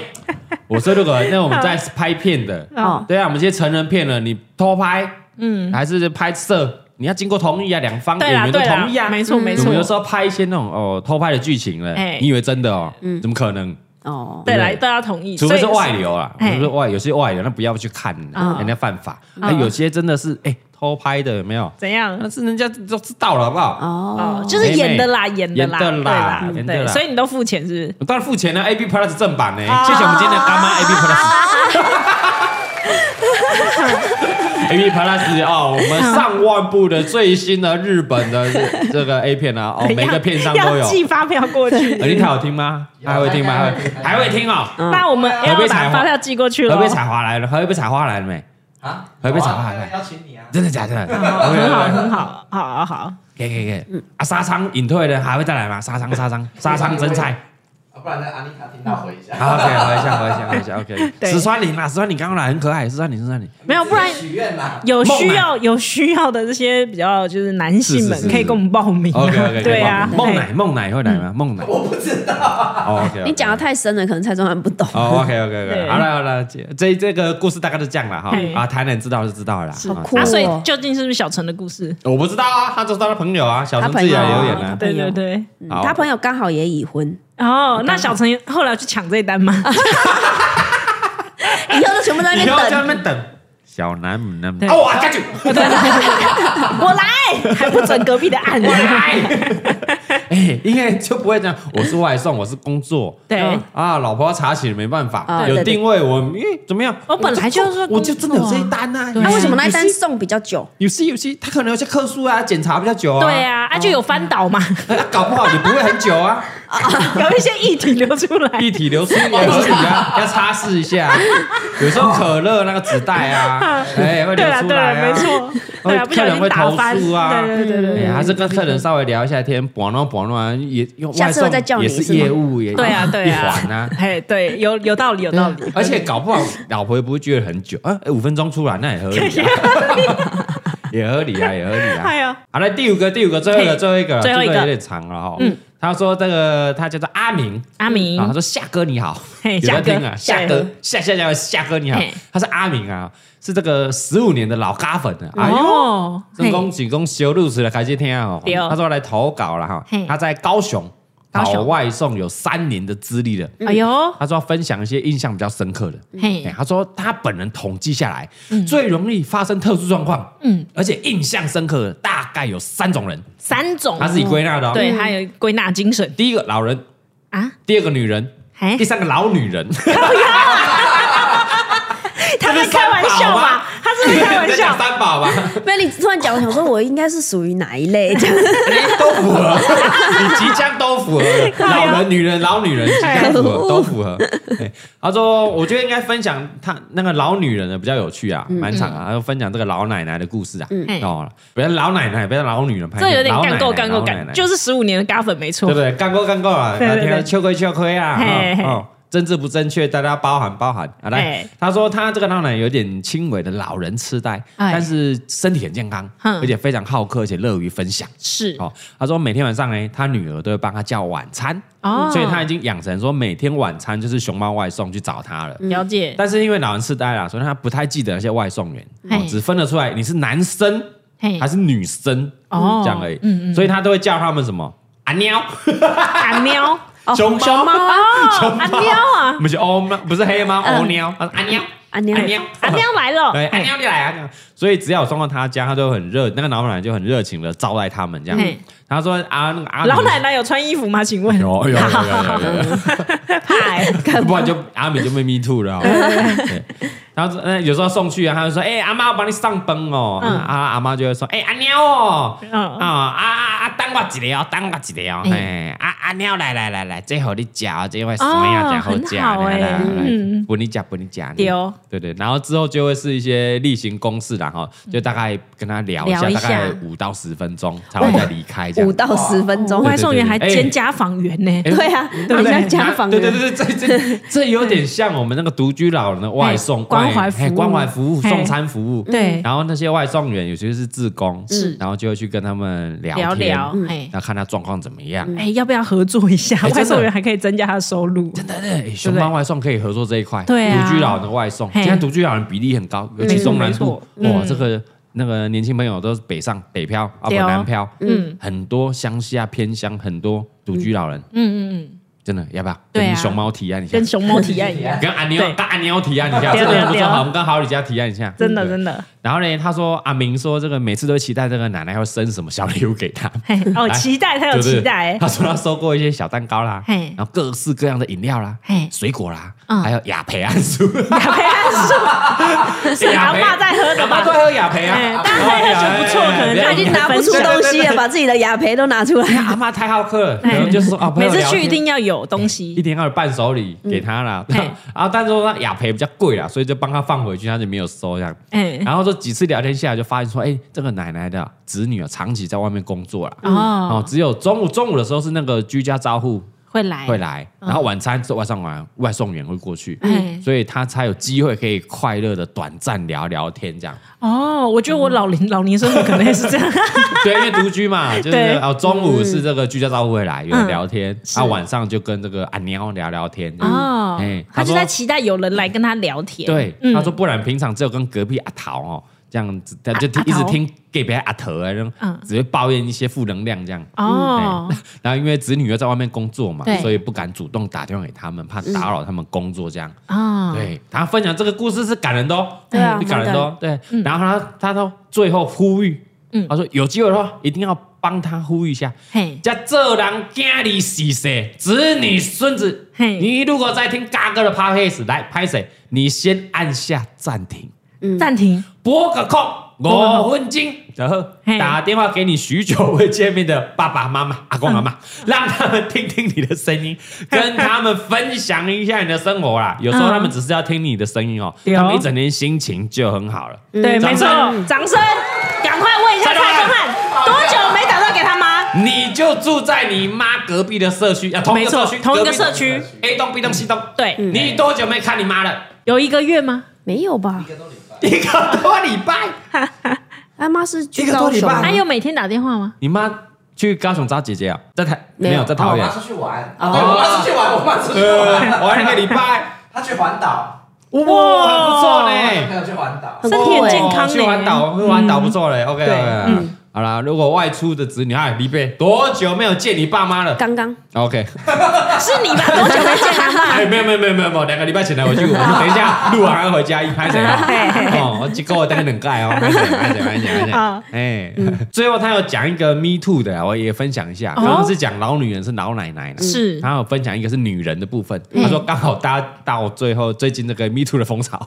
Speaker 1: 我说如果那我们在拍片的，
Speaker 3: 哦，
Speaker 1: 对啊，我们这些成人片了，你偷拍，嗯，还是拍摄，你要经过同意啊，两方
Speaker 2: 对
Speaker 1: 演
Speaker 2: 啦
Speaker 1: 员都
Speaker 2: 对啦
Speaker 1: 同意啊，，
Speaker 2: 没错没
Speaker 1: 我
Speaker 2: 错
Speaker 1: 们。有时候拍一些那种哦偷拍的剧情了，
Speaker 2: 哎
Speaker 1: 你以为真的哦？怎么可能？
Speaker 3: 哦，
Speaker 2: 对来都要同意，
Speaker 1: 除非是
Speaker 2: 所以
Speaker 1: 外流啦，除
Speaker 2: 嘿啊
Speaker 1: 非是外有些外流，那不要去看，
Speaker 3: 嗯
Speaker 1: 人家犯法。那
Speaker 2: 嗯
Speaker 1: 有些真的是哎偷拍的，有没有？
Speaker 2: 怎样
Speaker 1: 那是人家都知道了，好不好？
Speaker 2: 哦
Speaker 3: 哦，，
Speaker 2: 就是演的啦，演的啦，
Speaker 1: 演的啦
Speaker 2: 对
Speaker 1: 演的啦
Speaker 2: 对，所以你都付钱是
Speaker 1: 我当然付钱了，A B Plus 正版呢。
Speaker 2: 啊
Speaker 1: 谢谢我们今天的干
Speaker 2: <laughs>
Speaker 1: 妈 A B Plus。A B Plus 哦，我们上万部的最新的日本的这这个 A 片啊，哦
Speaker 2: 不，是？
Speaker 1: 每个片商都
Speaker 2: <laughs> 要
Speaker 1: 有
Speaker 2: 要。寄发票
Speaker 1: <laughs>
Speaker 2: 过去，
Speaker 1: 呃，你好听吗？还会听吗？还会还会听哦。
Speaker 2: 那我们要
Speaker 1: 河北彩
Speaker 2: 把
Speaker 1: 虹
Speaker 2: 发票寄过去
Speaker 1: 河
Speaker 2: 了
Speaker 1: 北。采花来了，河北采花来了没？
Speaker 4: 啊，
Speaker 1: 还被查
Speaker 4: 好啊
Speaker 1: 还
Speaker 4: 那邀请你啊，
Speaker 1: 真的假的？
Speaker 2: 很
Speaker 1: 很
Speaker 2: 好，很嗯好，好好好，
Speaker 1: 可以可以可以。啊，沙仓隐退的还会再来吗？沙仓沙仓沙仓真菜。
Speaker 4: 啊不然那安妮卡听到回一下。
Speaker 1: <laughs> 好，OK，回一下回一下回一下，OK。
Speaker 2: 对
Speaker 1: 石川林啊，石川林刚刚来很可爱，石川林石川林。
Speaker 2: 没有，不然
Speaker 4: 许愿啦，
Speaker 2: 有需要有需要的这些比较就是男
Speaker 1: 啊
Speaker 2: 性
Speaker 1: 是是
Speaker 2: 们
Speaker 1: 是
Speaker 2: 可以跟我们报名啊
Speaker 1: OK
Speaker 2: <laughs>
Speaker 1: OK，
Speaker 2: 对啊，
Speaker 1: 哦梦
Speaker 2: 嘿
Speaker 1: 奶梦奶会来吗？梦奶。
Speaker 4: 我不知道。
Speaker 1: 哦，OK，
Speaker 3: 你讲的太深了，可能蔡宗翰不懂。
Speaker 1: 哦，OK OK OK，
Speaker 2: 对
Speaker 1: 好了好了，这这这个故事大概就这样了哈
Speaker 2: 嘿。
Speaker 1: 啊，台南知道就知道了啦。
Speaker 3: 好
Speaker 1: 啊
Speaker 3: 酷
Speaker 2: 啊，所以
Speaker 3: 哦
Speaker 2: 究竟是不是小陈的故事？哦
Speaker 1: 我不知道啊，他就是他的朋友啊，小陈自己来留言
Speaker 3: 他
Speaker 1: 啊。
Speaker 2: 对对
Speaker 3: 朋友
Speaker 2: 对。
Speaker 3: 嗯
Speaker 1: 好
Speaker 3: 他朋友刚好也已婚，
Speaker 2: 哦，那小陈后来去抢这一单吗？
Speaker 3: 以后都全部在那
Speaker 1: 以后
Speaker 3: 边
Speaker 1: 在那
Speaker 3: 等。
Speaker 1: 边等。小南母那
Speaker 2: 对
Speaker 1: 哦，我下去，
Speaker 2: 我来，还不准隔壁的案子
Speaker 1: 我。来。哎，因为就不会这样，我是外送，我是工作。
Speaker 2: 对，
Speaker 1: 啊，老婆查起了没办法，
Speaker 3: 啊
Speaker 1: 有
Speaker 3: 对对
Speaker 1: 定位我，哎，怎么样？
Speaker 2: 我本来就是说
Speaker 1: 我就真的有这一
Speaker 2: 工作啊
Speaker 1: 单啊。
Speaker 3: 那为什么那一
Speaker 1: 有
Speaker 3: 单
Speaker 1: 些？
Speaker 3: 送比较久？
Speaker 1: 有些有些，他可能有些客诉啊，检查比较久啊。
Speaker 2: 对啊，啊就有翻倒嘛，
Speaker 1: 哎，搞不好也不会很久
Speaker 2: <laughs>
Speaker 1: 啊，
Speaker 2: 有一些液体流出
Speaker 1: <laughs>
Speaker 2: 来。
Speaker 1: 液体流出也合理
Speaker 2: <laughs>
Speaker 1: 啊，要擦拭一下。有时候可乐那个纸袋
Speaker 2: <laughs>
Speaker 1: 啊，哎，会流
Speaker 2: 对啦，
Speaker 1: 出
Speaker 2: 对啦，
Speaker 1: 来
Speaker 2: 没
Speaker 1: 啊。
Speaker 2: 错，
Speaker 1: 会
Speaker 2: 对啊，不小
Speaker 1: 客人
Speaker 2: 心
Speaker 1: 会
Speaker 2: 打
Speaker 1: 投
Speaker 2: 翻，
Speaker 1: 诉啊
Speaker 2: 对对对对对
Speaker 1: 哎，还是跟客人稍微聊一下天，玩弄玩弄，也用
Speaker 3: 下
Speaker 1: 外
Speaker 3: 次
Speaker 1: 送
Speaker 3: 我再叫你
Speaker 1: 也
Speaker 3: 是吗
Speaker 1: 业务也
Speaker 2: 对啊，对
Speaker 1: 一
Speaker 2: 啊
Speaker 1: 环啊，。
Speaker 2: 嘿，对，有有道理，有道理。
Speaker 1: <laughs> 而且搞不好老婆也不会觉得很久，啊，哎五分钟出来那也合理
Speaker 2: <laughs>
Speaker 1: 啊，也合理啊，也合理啊。
Speaker 2: 哎呀，
Speaker 1: 好了，第五个，第五个，最后一个，
Speaker 2: 嘿
Speaker 1: 最后一个，
Speaker 2: 最后一个
Speaker 1: 这有点长了哈。嗯，他说这个他叫做阿明
Speaker 2: 阿明
Speaker 1: 啊，，他说夏哥你好，
Speaker 2: 嗯嘿
Speaker 1: 有在
Speaker 2: 夏哥
Speaker 1: 听啊，夏哥，夏夏夏夏哥你好
Speaker 2: 嘿，
Speaker 1: 他是阿明啊，是这个十五年的老咖粉了，哎呦。
Speaker 2: 哦，
Speaker 1: 真恭喜恭喜，路时来开始听哦
Speaker 2: 对。
Speaker 1: 他说来投稿了哈
Speaker 2: 嘿，
Speaker 1: 他在高雄
Speaker 2: 高雄
Speaker 1: 跑外送有三年的资历了。
Speaker 2: 嘿哎呦，
Speaker 1: 他说要分享一些印象比较深刻的。哎、
Speaker 2: 嘿，
Speaker 1: 他说他本人统计下来，最容易发生特殊状况，嗯
Speaker 2: 嗯，
Speaker 1: 而且印象深刻的大概有三种人，
Speaker 2: 三种，
Speaker 1: 他自己归纳的、哦。
Speaker 2: 对，还有归纳精神
Speaker 1: 第一个老人，
Speaker 2: 啊，
Speaker 1: 第二个女人，
Speaker 2: 哎
Speaker 1: 第，三个老女人。
Speaker 2: 他在开玩笑
Speaker 1: 啊
Speaker 2: 吧？他是不是 <laughs> 开玩
Speaker 1: 在 <laughs> 讲
Speaker 2: 笑？
Speaker 1: 三
Speaker 2: <laughs>
Speaker 1: 宝吧，
Speaker 3: 没有，你突然讲，我想说我应该是属于哪一类？ <laughs> 这样
Speaker 1: 哎都符合，你即将都符合，
Speaker 2: 呀哎
Speaker 1: 老人、女人、老女人即将符合，都符合。哎他说，我觉得应该分享他那个老女人的比较有趣
Speaker 2: 嗯
Speaker 1: 啊，蛮长啊，他就分享这个老奶奶的故事啊，哦，不要老奶奶，不要老女人拍，
Speaker 2: 这有点
Speaker 1: 老奶奶
Speaker 2: 干够干够
Speaker 1: 啊老奶
Speaker 2: 干，
Speaker 1: 奶
Speaker 2: 就是十五年的嘎粉没错
Speaker 1: 对不。对？干过干过啊，
Speaker 2: 对对
Speaker 1: 聊
Speaker 2: 对
Speaker 1: 天秋亏秋亏啊，
Speaker 2: 嘿嘿
Speaker 1: 哦哦，政治不正确，大家包含包含啊。来
Speaker 2: 嘿，
Speaker 1: 他说他这个当然有点轻微的老人痴呆，
Speaker 2: 哎
Speaker 1: 但是身体很健康，
Speaker 2: 嗯
Speaker 1: 而且非常好客，而且乐于分享。
Speaker 2: 是
Speaker 1: 哦，他说每天晚上呢，他女儿都会帮他叫晚餐，
Speaker 2: 哦
Speaker 1: 所以他已经养成说每天晚餐就是熊猫外送去找他了。
Speaker 2: 了解，
Speaker 1: 但是因为老人痴呆啦，所以他不太记得那些外送员，
Speaker 2: 嘿
Speaker 1: 哦、只分得出来你是男生
Speaker 2: 嘿
Speaker 1: 还，是女生
Speaker 2: 哦
Speaker 1: 这样而已。
Speaker 2: 嗯
Speaker 1: 所以他都会叫他们什么阿喵、
Speaker 2: 阿喵，
Speaker 1: <laughs>
Speaker 3: 哦
Speaker 1: 嗯熊猫
Speaker 3: 熊猫啊，
Speaker 2: 哦，阿喵
Speaker 1: <laughs>
Speaker 2: 啊，
Speaker 1: 不是欧喵，不是黑猫，
Speaker 3: 嗯
Speaker 1: 欧喵，他说阿喵，
Speaker 3: 啊你
Speaker 1: 阿
Speaker 3: 好
Speaker 1: 喵，
Speaker 2: 阿喵来了，
Speaker 1: <laughs> 对，阿喵你来啊！这样所以只要我送到他家，他都很热，那个老奶奶就很热情的招待他们这样
Speaker 2: 嘿。
Speaker 1: 他说啊，哎那个阿
Speaker 2: 老
Speaker 1: 明
Speaker 2: 奶奶有穿衣服吗？请问，
Speaker 1: 有有有有有有
Speaker 2: <laughs> 嗨，
Speaker 1: 有，哎不然就阿美就被 me too 了哦。对然后呃有时候送去啊，他就说：“哎，阿妈，我帮你上班哦。”
Speaker 2: 嗯
Speaker 1: 啊，阿妈就会说：“哎，阿喵哦， <laughs> 啊
Speaker 2: 嗯，
Speaker 1: 啊啊，等我一个哦，等我一个哦。”
Speaker 2: 嗯
Speaker 1: 哎，阿阿喵来来来来，这好你吃哦，这块什么样才好吃？
Speaker 2: 哦很好
Speaker 1: 来
Speaker 2: 欸
Speaker 1: 来来来
Speaker 2: 嗯
Speaker 1: 不你讲不你讲。
Speaker 2: 对哦
Speaker 1: 对对，然后之后就会是一些例行公事啦，然后
Speaker 2: 嗯
Speaker 1: 就大概跟他聊一下，
Speaker 3: 聊一
Speaker 1: 大
Speaker 3: 下
Speaker 1: 概五到十分
Speaker 2: 哦
Speaker 1: 钟才会再离开这样
Speaker 3: 五。到十分钟
Speaker 1: 对，
Speaker 2: 外送员还兼家访员呢，
Speaker 1: 哎
Speaker 3: 对啊，
Speaker 1: 对 <laughs>
Speaker 3: 很像家访
Speaker 1: 对对
Speaker 3: 员
Speaker 1: 对对，这
Speaker 2: <laughs>
Speaker 1: 这这有点像我们那个独居老人的外送
Speaker 2: 哎关怀服务
Speaker 1: 哎关怀服务、
Speaker 2: 哎
Speaker 1: 送餐服务。
Speaker 2: 对
Speaker 1: 然后那些外送员有些是志工，
Speaker 2: 是
Speaker 1: 然后就会去跟他们聊
Speaker 2: 聊
Speaker 1: 天，
Speaker 2: 聊，哎
Speaker 1: 然后看他状况怎么样。
Speaker 2: 哎，要不要合作一下？
Speaker 1: 哎真的
Speaker 2: 外送员还可以增加他的收入，
Speaker 1: 真的，哎熊猫外送可以合作这一块，
Speaker 2: 对啊
Speaker 1: 独居老人的外送，
Speaker 2: 嘿
Speaker 1: 现在独居老人比例很高，尤其中南部，
Speaker 2: 没错没错
Speaker 1: 哇，
Speaker 2: 嗯
Speaker 1: 这个那个年轻朋友都是北上北漂啊，不
Speaker 2: 对哦
Speaker 1: 南漂，
Speaker 2: 嗯
Speaker 1: 很多乡下偏乡很多独居老人，
Speaker 2: 嗯嗯嗯，
Speaker 1: 真的要不要
Speaker 2: 对啊
Speaker 1: 跟熊猫提案一下
Speaker 2: 跟？熊猫体验一样，
Speaker 1: 跟阿妞，
Speaker 2: 对
Speaker 1: 跟阿妞提案一下，
Speaker 2: 对
Speaker 1: 这
Speaker 2: 啊
Speaker 1: 个人不
Speaker 2: 对啊
Speaker 1: 错，好，我们跟好友家提案一下，
Speaker 2: 真的
Speaker 1: 对嗯
Speaker 2: 真的，
Speaker 1: 然后呢，他说阿明说这个每次都期待这个奶奶会生什么小礼物给他，
Speaker 2: 嘿，哦，
Speaker 1: 来
Speaker 2: 期待他有
Speaker 1: 对不对
Speaker 2: 期
Speaker 1: <laughs>
Speaker 2: 待，哎
Speaker 1: 他说他收过一些小蛋糕啦，
Speaker 2: 嘿
Speaker 1: 然后各式各样的饮料啦
Speaker 2: 嘿，
Speaker 1: 水果啦，
Speaker 2: 嗯
Speaker 1: 还有亚培安素，
Speaker 2: 亚培安素 <laughs> 是
Speaker 1: 亚
Speaker 2: 阿
Speaker 1: 培
Speaker 2: 爸在喝
Speaker 1: 阿
Speaker 2: 的
Speaker 1: 妈
Speaker 2: 吧
Speaker 1: 都？喝亚培
Speaker 2: 哎
Speaker 1: 啊，
Speaker 2: 但是那
Speaker 1: 阿嬷
Speaker 2: 个就不错
Speaker 1: 哎哎
Speaker 2: 可
Speaker 1: 哎
Speaker 2: 能
Speaker 3: 他
Speaker 2: 他
Speaker 3: 已
Speaker 2: 已
Speaker 3: 经
Speaker 2: 经
Speaker 3: 拿
Speaker 2: 拿
Speaker 3: 不
Speaker 2: 不
Speaker 3: 出
Speaker 2: 出
Speaker 3: 东
Speaker 2: 东
Speaker 3: 西了，把自己的雅培都拿出来。
Speaker 1: 阿妈太好客了，可
Speaker 2: 哎
Speaker 1: 能就是说啊，朋
Speaker 2: 每
Speaker 1: 友
Speaker 2: 次
Speaker 1: 聊
Speaker 2: 去
Speaker 1: 天
Speaker 2: 一定要有东西
Speaker 1: 一，定要有伴手礼给他啦。
Speaker 2: 嗯嘿
Speaker 1: 然后但是说他雅培比较贵啦，所以就帮他放回去，他就没有收这样。
Speaker 2: 哎，
Speaker 1: 然后说几次聊天下来，就发现说，哎、这个奶奶的子女啊，长期在外面工作啦。哦
Speaker 2: 哦，，
Speaker 1: 只有中午中午的时候是那个居家照护
Speaker 2: 会来
Speaker 1: 会，来，然后晚餐是外送完外送员会过去，
Speaker 2: 嗯哎，
Speaker 1: 所以他才有机会可以快乐的短暂聊聊天这样。 <laughs>
Speaker 2: 哦，我觉得我老龄老年生活可能也是这样，
Speaker 1: 对，因为独居嘛，就是
Speaker 2: 对嗯
Speaker 1: 哦，中午是这个居家照顾会来，有人聊天，
Speaker 2: 是
Speaker 1: 啊，晚上就跟这个阿喵聊聊天。
Speaker 2: 哦
Speaker 1: 哎，
Speaker 2: 他
Speaker 1: 他
Speaker 2: 就
Speaker 1: 说
Speaker 2: 在期待有人来跟他聊天。
Speaker 1: 对，
Speaker 2: 嗯
Speaker 1: 他说不然平常只有跟隔壁阿桃哦这样子，他就听
Speaker 2: 阿
Speaker 1: 一
Speaker 2: 桃
Speaker 1: 直听给别阿桃啊，然后
Speaker 2: 嗯
Speaker 1: 只会抱怨一些负能量这样。
Speaker 2: 哦，
Speaker 1: 然后因为子女又在外面工作嘛
Speaker 2: 对，
Speaker 1: 所以不敢主动打电话给他们，怕打扰他们工作这样。
Speaker 2: 啊，
Speaker 1: 嗯哎对，他分享这个故事是感人的哦，
Speaker 3: 对啊
Speaker 1: 是感人的哦，对。然后他他说最后呼吁，
Speaker 2: 嗯
Speaker 1: 他说有机会的话一定要帮他呼吁一下，
Speaker 2: 嘿，
Speaker 1: 叫做人家里是谁，子女孙子，
Speaker 2: 嘿
Speaker 1: 你如果在听嘎哥的 podcast 来拍谁，你先按下暂停，
Speaker 2: 暂停，
Speaker 1: 拨个空。
Speaker 2: 拨个
Speaker 1: 五分钟，然后
Speaker 2: 嘿
Speaker 1: 打电话给你许久未见面的爸爸妈妈、阿公阿妈，让他们听听你的声音，跟他们分享一下你的生活啦。有时候
Speaker 2: 嗯
Speaker 1: 他们只是要听你的声音哦，
Speaker 2: 有
Speaker 1: 他们一整天心情就很好了。
Speaker 2: 对，没
Speaker 1: 嗯掌
Speaker 2: 错
Speaker 1: 声，
Speaker 2: 掌声，赶快问一下
Speaker 1: 蔡宗
Speaker 2: 蔡
Speaker 1: 翰
Speaker 2: 宗翰，多久没打到给他妈？
Speaker 1: 你就住在你妈隔壁的社区，啊，同一
Speaker 2: 没
Speaker 1: 个
Speaker 2: 错
Speaker 1: 社区，
Speaker 2: 同一个
Speaker 1: 隔壁
Speaker 2: 社区，嗯
Speaker 1: A 栋、B 栋、C 栋，
Speaker 2: 对
Speaker 1: 你多久没看你妈了？
Speaker 2: 有一个月吗？
Speaker 3: 没有吧
Speaker 4: 一？个多礼拜，
Speaker 1: 一个多礼拜，
Speaker 3: 阿妈是
Speaker 1: 一
Speaker 3: 去啊
Speaker 1: 个多
Speaker 3: 高
Speaker 1: 礼
Speaker 3: 雄
Speaker 1: 拜
Speaker 3: 吗，
Speaker 2: 他有每天打电话吗？
Speaker 1: 你妈去高雄找姐姐啊，在台
Speaker 3: 没有
Speaker 1: 没有 <laughs> 在
Speaker 4: 啊
Speaker 1: 啊
Speaker 4: 我
Speaker 1: 桃园
Speaker 4: 妈，
Speaker 1: <laughs>
Speaker 4: 出去玩，
Speaker 3: 哦
Speaker 4: 对，我妈出去玩，我妈出去玩，
Speaker 1: 呃，玩了一个礼拜，
Speaker 4: 她去环岛，
Speaker 1: 哇，很不错
Speaker 4: 跟
Speaker 1: 呢，
Speaker 4: 朋友去环岛，
Speaker 3: 很
Speaker 2: 身体很健康
Speaker 1: 哦
Speaker 2: 呢，嗯
Speaker 1: 去环岛，去环岛不错嘞，OK，
Speaker 2: 对
Speaker 1: OK，好啦，如果外出的子女，哎，李贝多久没有见你爸妈了
Speaker 3: 刚刚
Speaker 1: ？OK，
Speaker 2: <laughs> 是你吧？多久没见他妈？
Speaker 1: 哎，没有没有没有没有没有，两个礼拜前来我就，我
Speaker 2: <laughs>
Speaker 1: 们等一下录完要回家一拍谁啊？
Speaker 2: 嘿嘿嘿
Speaker 1: 哦，我结果我等两盖哦，慢点慢点慢
Speaker 2: <laughs>
Speaker 1: 点慢点
Speaker 2: 好。
Speaker 1: 哎，最后他有讲一个 Me Too 的啊，我也分享一下。
Speaker 2: 哦
Speaker 1: 刚刚是讲老女人是老奶奶啦，
Speaker 2: 是嗯
Speaker 1: 然后分享一个是女人的部分。他说刚好搭到最后最近这个 Me Too 的风
Speaker 2: <laughs>
Speaker 1: 潮，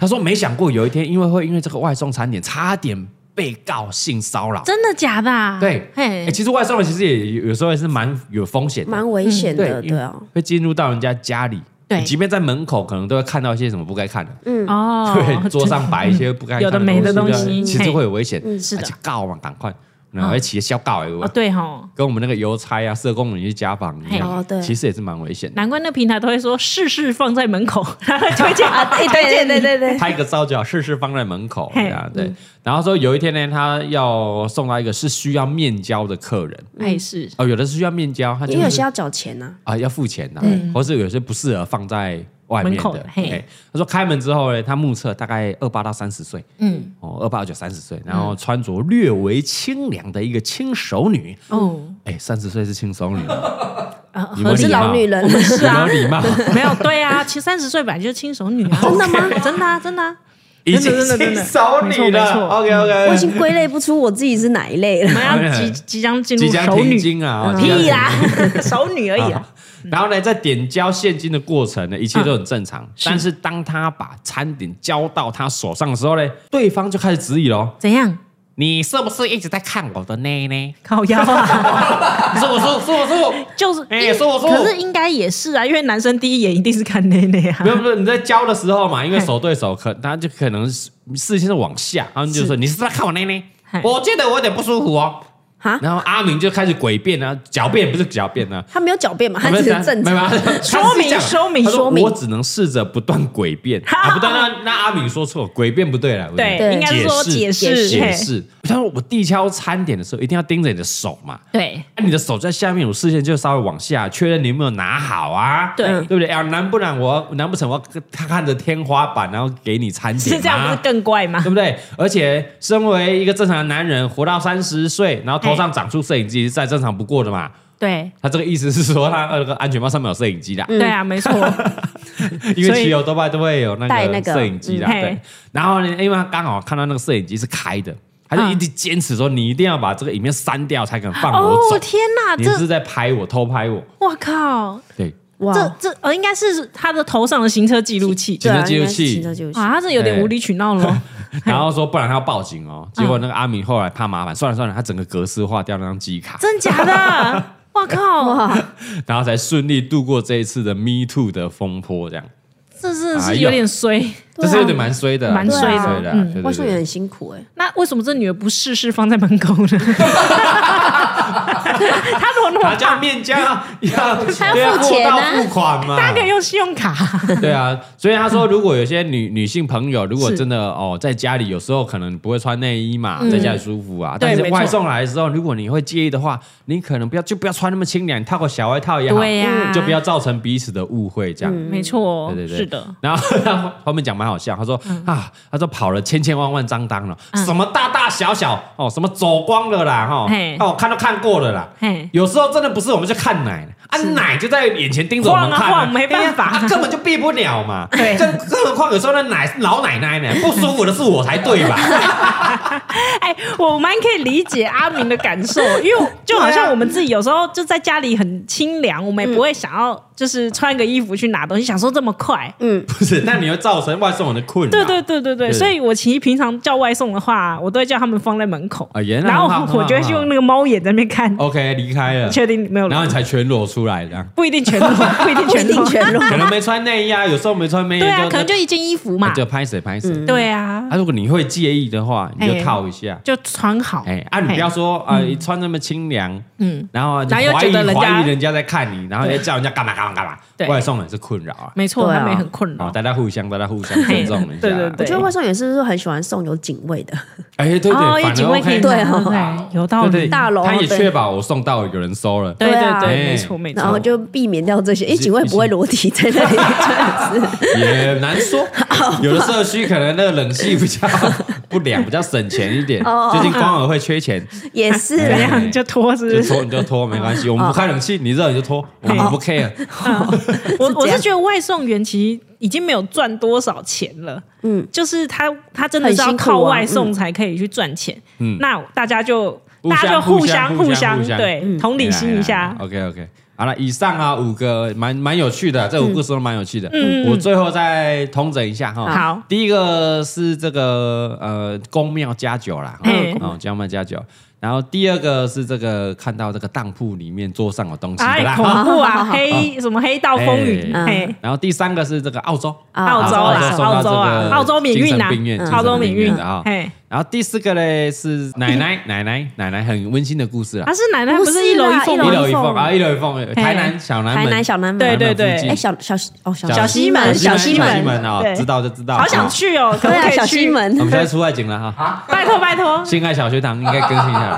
Speaker 1: 他说没想过有一天因为会因为这个外送餐点差点被告性骚扰。
Speaker 2: 真的假的啊？
Speaker 1: 对，哎，
Speaker 2: 嘿，
Speaker 1: 其实外送的其实也有有时候也是蛮有风险的。
Speaker 3: 蛮危险
Speaker 1: 嗯对
Speaker 3: 的，，
Speaker 1: 因
Speaker 3: 对
Speaker 1: 为
Speaker 3: 啊，
Speaker 1: 会进入到人家家里，
Speaker 2: 对
Speaker 1: 你即便在门口，可能都会看到一些什么不该看的，
Speaker 2: 哦，
Speaker 1: <laughs> 对，桌上摆一些不该看
Speaker 2: 有的没的
Speaker 1: 东啊
Speaker 2: 东西嗯
Speaker 1: 其实会有危险，
Speaker 2: 是的嗯
Speaker 1: 而且告嘛，赶快，然后而且消告哎，
Speaker 2: 哦，对吼，
Speaker 1: 跟我们那个邮差啊、社工你去家访一
Speaker 3: 嘿
Speaker 1: 样
Speaker 3: 哦，对
Speaker 1: 其实也是蛮危险的，
Speaker 2: 难怪那平台都会说事事放在门口， <laughs> 他会推荐
Speaker 3: 啊， <laughs> 对对对对对，
Speaker 1: 拍个照就好，事事放在门口，
Speaker 2: 嘿嗯
Speaker 1: 对啊，对。然后说有一天呢，他要送到一个是需要面交的客人，
Speaker 2: 哎是
Speaker 1: 哦，有的是需要面交，他就
Speaker 3: 因为有
Speaker 1: 是
Speaker 3: 些要缴钱呐，
Speaker 1: 啊，要付钱的、或是有些不适合放在外面
Speaker 2: 门口
Speaker 1: 的。
Speaker 2: 嘿
Speaker 1: 嘿，他说开门之后呢，他目测大概二八到三十岁，
Speaker 2: 嗯
Speaker 1: 哦，二八二九三十岁，然后穿着略微清凉的一个轻熟女，
Speaker 2: 哦，
Speaker 1: 哎、三十岁是轻熟女，
Speaker 2: <laughs> 啊
Speaker 1: 有没有
Speaker 3: 我是
Speaker 1: 礼貌
Speaker 3: 老女人，
Speaker 2: 是
Speaker 1: <laughs>
Speaker 2: 啊
Speaker 1: 有没有礼貌，
Speaker 2: 没有对啊，其实三十岁本来就是轻熟女啊，
Speaker 3: 真的吗？
Speaker 2: <laughs> 真的啊，真的啊，
Speaker 1: 已经
Speaker 2: <laughs> 真的真的
Speaker 1: <laughs>
Speaker 2: 真的
Speaker 1: 轻熟
Speaker 2: 没
Speaker 1: 女
Speaker 2: 错没
Speaker 1: 了
Speaker 2: 错
Speaker 1: ，OK OK，
Speaker 3: 我已经归类不出我自己是哪一类
Speaker 2: 我
Speaker 3: 了。
Speaker 2: 们要即即将进入
Speaker 1: 哎即将
Speaker 2: 熟
Speaker 1: 停
Speaker 2: 女，
Speaker 1: 经啊，哦即将
Speaker 2: 屁啦， <laughs> 熟女而已啊啦。
Speaker 1: 啊然后呢，在点交现金的过程呢，一切都很正常。但是当他把餐点交到他手上的时候呢，对方就开始质疑喽：
Speaker 2: 怎样？
Speaker 1: 你是不是一直在看我的内内？
Speaker 2: 靠腰啊，
Speaker 1: 是我是我是我。
Speaker 2: <laughs> 就是
Speaker 1: 哎
Speaker 2: 应
Speaker 1: 说我说我
Speaker 2: 可是应该也是啊，因为男生第一眼一定是看内内啊
Speaker 1: 没。有没有，你在教的时候嘛，因为手对手可，他就可能是视线是往下，他们就说你是不是在看我内内
Speaker 2: 嗨？
Speaker 1: 我觉得我有点不舒服哦。
Speaker 3: 哈，
Speaker 1: 然后阿明就开始诡辩啊，狡辩不是狡辩啊。
Speaker 3: 他没有狡
Speaker 2: <laughs>
Speaker 3: 辩嘛，他
Speaker 1: 没
Speaker 3: 只
Speaker 1: 有没有
Speaker 3: 是正
Speaker 1: 没有
Speaker 3: 常。
Speaker 1: 他是
Speaker 2: 说明
Speaker 1: 这样
Speaker 2: 说明
Speaker 1: 他说
Speaker 3: 说明
Speaker 1: 我只能试着不断诡
Speaker 2: <laughs>
Speaker 1: 辩啊，不断让让阿明说错，诡辩不对了，
Speaker 2: 对，
Speaker 3: 对
Speaker 2: 应该是说
Speaker 1: 解
Speaker 2: 解释，
Speaker 1: 解
Speaker 2: 嘿，
Speaker 1: 释。他说我递交餐点的时候一定要盯着你的手嘛，啊
Speaker 2: 对，
Speaker 1: 那你的手在下面，我视线就稍微往下，确认你有没有拿好啊？
Speaker 2: 对
Speaker 1: 对不对？啊，难不然我难不成我要看看着天花板，然后给你餐点
Speaker 2: 是
Speaker 1: 吗
Speaker 2: 这样，不是更怪吗
Speaker 1: 对？不对？而且，身为一个正常的男人，活到三十岁，然后头上长出摄影机，是再正常不过的嘛。
Speaker 2: 对
Speaker 1: 他这个意思是说，他那个安全帽上面有摄影机的，
Speaker 2: 对啊，没错，
Speaker 1: 因为
Speaker 2: 所以
Speaker 1: 骑友多半都会有
Speaker 3: 带
Speaker 1: 那
Speaker 3: 那
Speaker 1: 个
Speaker 3: 个
Speaker 1: 摄影机的。
Speaker 2: 嗯嘿
Speaker 1: 对，然后呢，因为他刚好看到那个摄影机是开的，他就一直坚持说，你一定要把这个影片删掉才肯放我走
Speaker 2: 哦。天哪，
Speaker 1: 你是
Speaker 2: 这
Speaker 1: 在拍我，偷拍我。
Speaker 2: 我靠，
Speaker 1: 对，
Speaker 3: 哇，
Speaker 2: 这这呃应该是他的头上的行车记录器
Speaker 1: 行车
Speaker 3: 对
Speaker 1: 记录
Speaker 3: 啊应该是
Speaker 1: 器
Speaker 3: 行车记录器
Speaker 2: 啊，他是有点无理取闹喽。
Speaker 1: 哎然后说不然他要报警哦。结果那个阿明后来怕麻烦，算了算了，他整个格式化掉那张记忆卡，
Speaker 2: <laughs> 真假的？我靠，
Speaker 3: 哇，
Speaker 1: <laughs> 然后才顺利度过这一次的 Me Too 的风波。这样，
Speaker 2: 这真的
Speaker 1: 哎
Speaker 2: 是
Speaker 1: 呦
Speaker 2: 有点衰。
Speaker 1: 这是有点蛮衰的啊，
Speaker 2: 蛮
Speaker 3: 衰的
Speaker 1: 蛮啊
Speaker 2: 嗯
Speaker 1: 对对
Speaker 3: 外送员
Speaker 1: 对
Speaker 3: 很辛苦
Speaker 1: <laughs>
Speaker 3: 哎，
Speaker 2: 那为什么这女儿不试试放在门口呢？ <laughs> 她如果那
Speaker 1: 他
Speaker 2: 么
Speaker 1: 叫
Speaker 2: 大，
Speaker 1: 面交，要
Speaker 3: 要
Speaker 1: 对啊
Speaker 3: 付钱啊
Speaker 1: 货到付款嘛，
Speaker 2: 她可以用信用卡。 <laughs>
Speaker 1: 对啊，所以他说，如果有些女女性朋友，如果
Speaker 2: 是嗯
Speaker 1: 真的哦，在家里有时候可能不会穿内衣嘛，在家里舒服啊。
Speaker 2: 对
Speaker 1: 但是
Speaker 2: 没错
Speaker 1: 外送来的时候，如果你会介意的话，你可能不要就不要穿那么清凉，你套个小外套也好，
Speaker 2: 对呀
Speaker 1: 就不要造成彼此的误会这样。
Speaker 2: 没
Speaker 1: 嗯
Speaker 2: 错，哦
Speaker 1: 对对对，
Speaker 2: 是的。。嗯
Speaker 1: 然后 <laughs> 他后面讲蛮好笑，他说、啊，他说跑了千千万万张单了，什么大大小小哦，什么走光了啦哈，
Speaker 2: 嘿
Speaker 1: 哦，看都看过了啦。
Speaker 2: 嘿，
Speaker 1: 有时候真的不是我们就看奶啊，奶就在眼前盯着我们看、
Speaker 2: 晃啊晃没办法
Speaker 1: 对啊啊根本就避不了嘛。
Speaker 2: <laughs> 对
Speaker 1: 更更何况有时候那奶老奶奶呢，不舒服的是我才对
Speaker 2: <laughs>
Speaker 1: 吧？
Speaker 2: 哎，我蛮可以理解阿明的感受，因为就好像我们自己有时候就在家里很清凉，我们也不会想要就是穿个衣服去拿东西，想说这么快。
Speaker 3: 嗯，
Speaker 1: 不是，那你会造成外送人的困扰。
Speaker 2: 对对对对对，
Speaker 1: 对
Speaker 2: 所以我其实平常叫外送的话，我都会叫他们放在门口，
Speaker 1: 啊原来
Speaker 2: 然后
Speaker 1: 很好
Speaker 2: 我我
Speaker 1: 很
Speaker 2: 就
Speaker 1: 好
Speaker 2: 会用那个猫眼在那边看，
Speaker 1: ，OK，离开了，
Speaker 2: 确定没有
Speaker 1: 然后
Speaker 2: 人
Speaker 1: 你，才全裸出来这
Speaker 2: <laughs>
Speaker 1: 样，
Speaker 2: 不一定
Speaker 1: <laughs>
Speaker 2: 全裸，不一定
Speaker 3: 不一
Speaker 2: 全
Speaker 3: 定
Speaker 2: 裸，
Speaker 3: 全裸，
Speaker 1: 可能没穿内衣啊，有时候没穿内衣，
Speaker 2: <laughs> 对啊，可能就一件衣服嘛，
Speaker 1: 就拍谁拍谁。
Speaker 2: 对啊
Speaker 1: 啊，，如果你会介意的话，你就套一下。
Speaker 2: 就穿好，
Speaker 1: 哎、啊，你不要说啊、呃穿那么清凉，嗯
Speaker 2: 嗯，
Speaker 1: 然后就
Speaker 2: 然后又
Speaker 1: 怀疑
Speaker 2: 觉得人家
Speaker 1: 怀疑人家在看你，然后你就
Speaker 2: 对
Speaker 1: 叫人家干嘛干嘛干嘛，
Speaker 2: 对
Speaker 1: 外送人是困扰啊。
Speaker 2: 没错，
Speaker 3: 对啊
Speaker 2: 他们也很困
Speaker 1: 哦，
Speaker 2: 扰，
Speaker 1: 大家互相，大家互相尊重一下。
Speaker 2: 对对对
Speaker 3: 我觉得外送员是不是很喜欢送有警卫的？
Speaker 1: 哎，对对，
Speaker 2: 哦，
Speaker 1: 反
Speaker 2: 有警
Speaker 1: 而
Speaker 2: 卫可以
Speaker 1: OK，
Speaker 3: 拿对
Speaker 2: 拿
Speaker 3: 哦
Speaker 2: 对，有道
Speaker 1: 对
Speaker 2: 理
Speaker 1: 对，，
Speaker 3: 大楼
Speaker 1: 他也
Speaker 3: 对
Speaker 1: 确保我送到有人收了。
Speaker 2: 啊对
Speaker 3: 对啊
Speaker 2: 对对，
Speaker 1: 哎
Speaker 2: 没错没
Speaker 3: 然后
Speaker 2: 错，
Speaker 3: 就避免掉这些，因为警卫不会裸体在那里，真的是
Speaker 1: 也难
Speaker 2: <laughs>
Speaker 1: 说，有的社区可能那个冷气比较不
Speaker 2: <laughs>
Speaker 1: 凉，比较省钱一点。
Speaker 3: 哦
Speaker 1: 最近光尔会缺钱，
Speaker 3: 也是
Speaker 2: 怎
Speaker 1: 哎
Speaker 3: 啦，
Speaker 2: 样就脱是
Speaker 1: 就
Speaker 2: 不是？哦
Speaker 1: 拖你就拖，没关系。我们不开冷气，你热你就拖，我们不 care。
Speaker 2: 我我
Speaker 3: 这
Speaker 2: 是
Speaker 3: 样
Speaker 2: 觉得外送员其实已经没有赚多少钱了，
Speaker 3: 嗯
Speaker 2: 嗯，就是他他真的是要
Speaker 3: 很辛苦啊
Speaker 2: 靠外送才可以去赚钱，
Speaker 1: 嗯
Speaker 2: 嗯，那大家就
Speaker 1: 互
Speaker 2: 大家就
Speaker 1: 相互相互
Speaker 2: 互
Speaker 1: 相互相
Speaker 2: 对同理心一下，
Speaker 1: OK OK，好哎了，以上啊五个蛮蛮有趣的，这五个故事都蛮有趣的。我最后再统整一下哈。
Speaker 2: 嗯好
Speaker 1: 第一个是这个呃宫庙加酒啦，
Speaker 2: 嘿
Speaker 1: 哦宫庙加酒。然后第二个是这个看到这个当铺里面桌上有东西的
Speaker 2: 哎，
Speaker 1: 啦。
Speaker 2: 恐
Speaker 1: 哈
Speaker 2: 怖
Speaker 3: 好好
Speaker 2: 啊，
Speaker 3: 好
Speaker 2: 黑什么黑道风云，
Speaker 1: 哎
Speaker 2: 哎，
Speaker 1: 然后第三个是这个澳洲，
Speaker 3: 啊
Speaker 2: 澳洲
Speaker 1: 澳洲
Speaker 2: 啦，
Speaker 1: 送到
Speaker 2: 澳洲
Speaker 1: 这
Speaker 2: 啊，
Speaker 1: 个
Speaker 2: 澳洲免运
Speaker 1: 精神
Speaker 2: 啊
Speaker 1: 病院精，神
Speaker 2: 澳洲免
Speaker 1: 病院
Speaker 2: 运
Speaker 1: 的啊
Speaker 2: 哎，
Speaker 1: 然后第四个嘞是奶
Speaker 2: <coughs>
Speaker 1: 奶奶奶奶奶很温馨的故事啦
Speaker 2: 他，是奶奶
Speaker 3: 不
Speaker 2: 不
Speaker 3: 是啦
Speaker 2: 啊是一楼一凤
Speaker 1: 一
Speaker 2: 吗？
Speaker 1: 楼一凤啊，一楼一凤，台南小南
Speaker 3: 台
Speaker 1: 门，
Speaker 3: 南小南门，
Speaker 2: 对对对
Speaker 1: 附近
Speaker 3: 哎，小小哦小
Speaker 2: 小西门
Speaker 3: 小
Speaker 1: 小
Speaker 3: 西
Speaker 1: 西
Speaker 3: 门，
Speaker 1: 门啊，
Speaker 2: 对
Speaker 1: 知道就知道。
Speaker 2: 好想
Speaker 1: 啊
Speaker 2: 去哦，可
Speaker 3: 对
Speaker 2: 不可
Speaker 3: 啊，
Speaker 2: 以去
Speaker 3: 小西，门
Speaker 1: 我，们现在出外景了哈，
Speaker 3: 啊
Speaker 2: 拜托拜托，
Speaker 1: 性爱小学堂应该更新一下 <laughs> 了。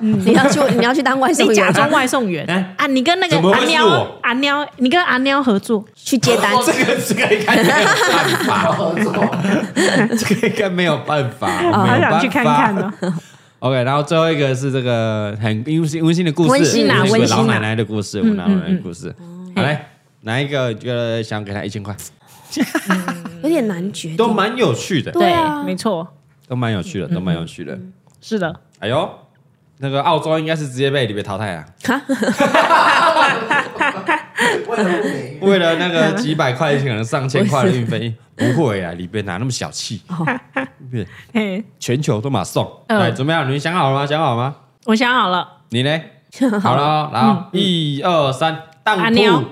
Speaker 3: 你要去你要去当外送
Speaker 2: 你假
Speaker 3: 员，
Speaker 2: 装外送员
Speaker 1: 哎
Speaker 2: 啊，你跟那个
Speaker 1: 怎么会
Speaker 2: 阿
Speaker 1: 是
Speaker 2: 喵
Speaker 1: 我
Speaker 2: 阿喵，你跟阿喵合作，
Speaker 3: 去接单，
Speaker 1: 这个这个应该没有办
Speaker 4: <laughs>
Speaker 1: 法，
Speaker 4: 合作。
Speaker 1: 这个应该没有办
Speaker 3: <laughs>
Speaker 1: 法，
Speaker 3: 哦
Speaker 2: 好
Speaker 1: 没有
Speaker 2: 哦想去
Speaker 1: 办
Speaker 2: 看
Speaker 1: 法
Speaker 2: 看哦 <laughs> 呢。
Speaker 1: OK，然后最后一个是这个很温馨温馨的故事，
Speaker 3: 温馨啊
Speaker 1: 就是
Speaker 3: 温馨啊嗯
Speaker 1: 老奶奶的故事，我老奶奶的故事。好嘞，哪一个觉得想给他一千块，
Speaker 3: 有点难决
Speaker 1: 都
Speaker 3: 定。
Speaker 1: 蛮有趣的，
Speaker 3: 对啊
Speaker 2: 没错，
Speaker 1: 都蛮有
Speaker 3: 嗯
Speaker 1: 趣的，都蛮有趣的。
Speaker 2: 是的，
Speaker 1: 哎呦，那个澳洲应该是直接被里面淘汰啊，
Speaker 4: 为了不免运
Speaker 1: 为了那
Speaker 3: <laughs>
Speaker 1: 个几百块钱，可能上千块的运费，不会啊，里边哪那么小气？
Speaker 3: 哦
Speaker 1: 对，
Speaker 2: 嘿，
Speaker 1: 全球都马送。
Speaker 2: 嗯
Speaker 1: 对，怎么样？你想好了吗？想好了吗？
Speaker 2: 我想好了，
Speaker 1: 你呢？好了哦，然后一二三，当
Speaker 2: 嗯阿
Speaker 1: 铺
Speaker 2: 妞。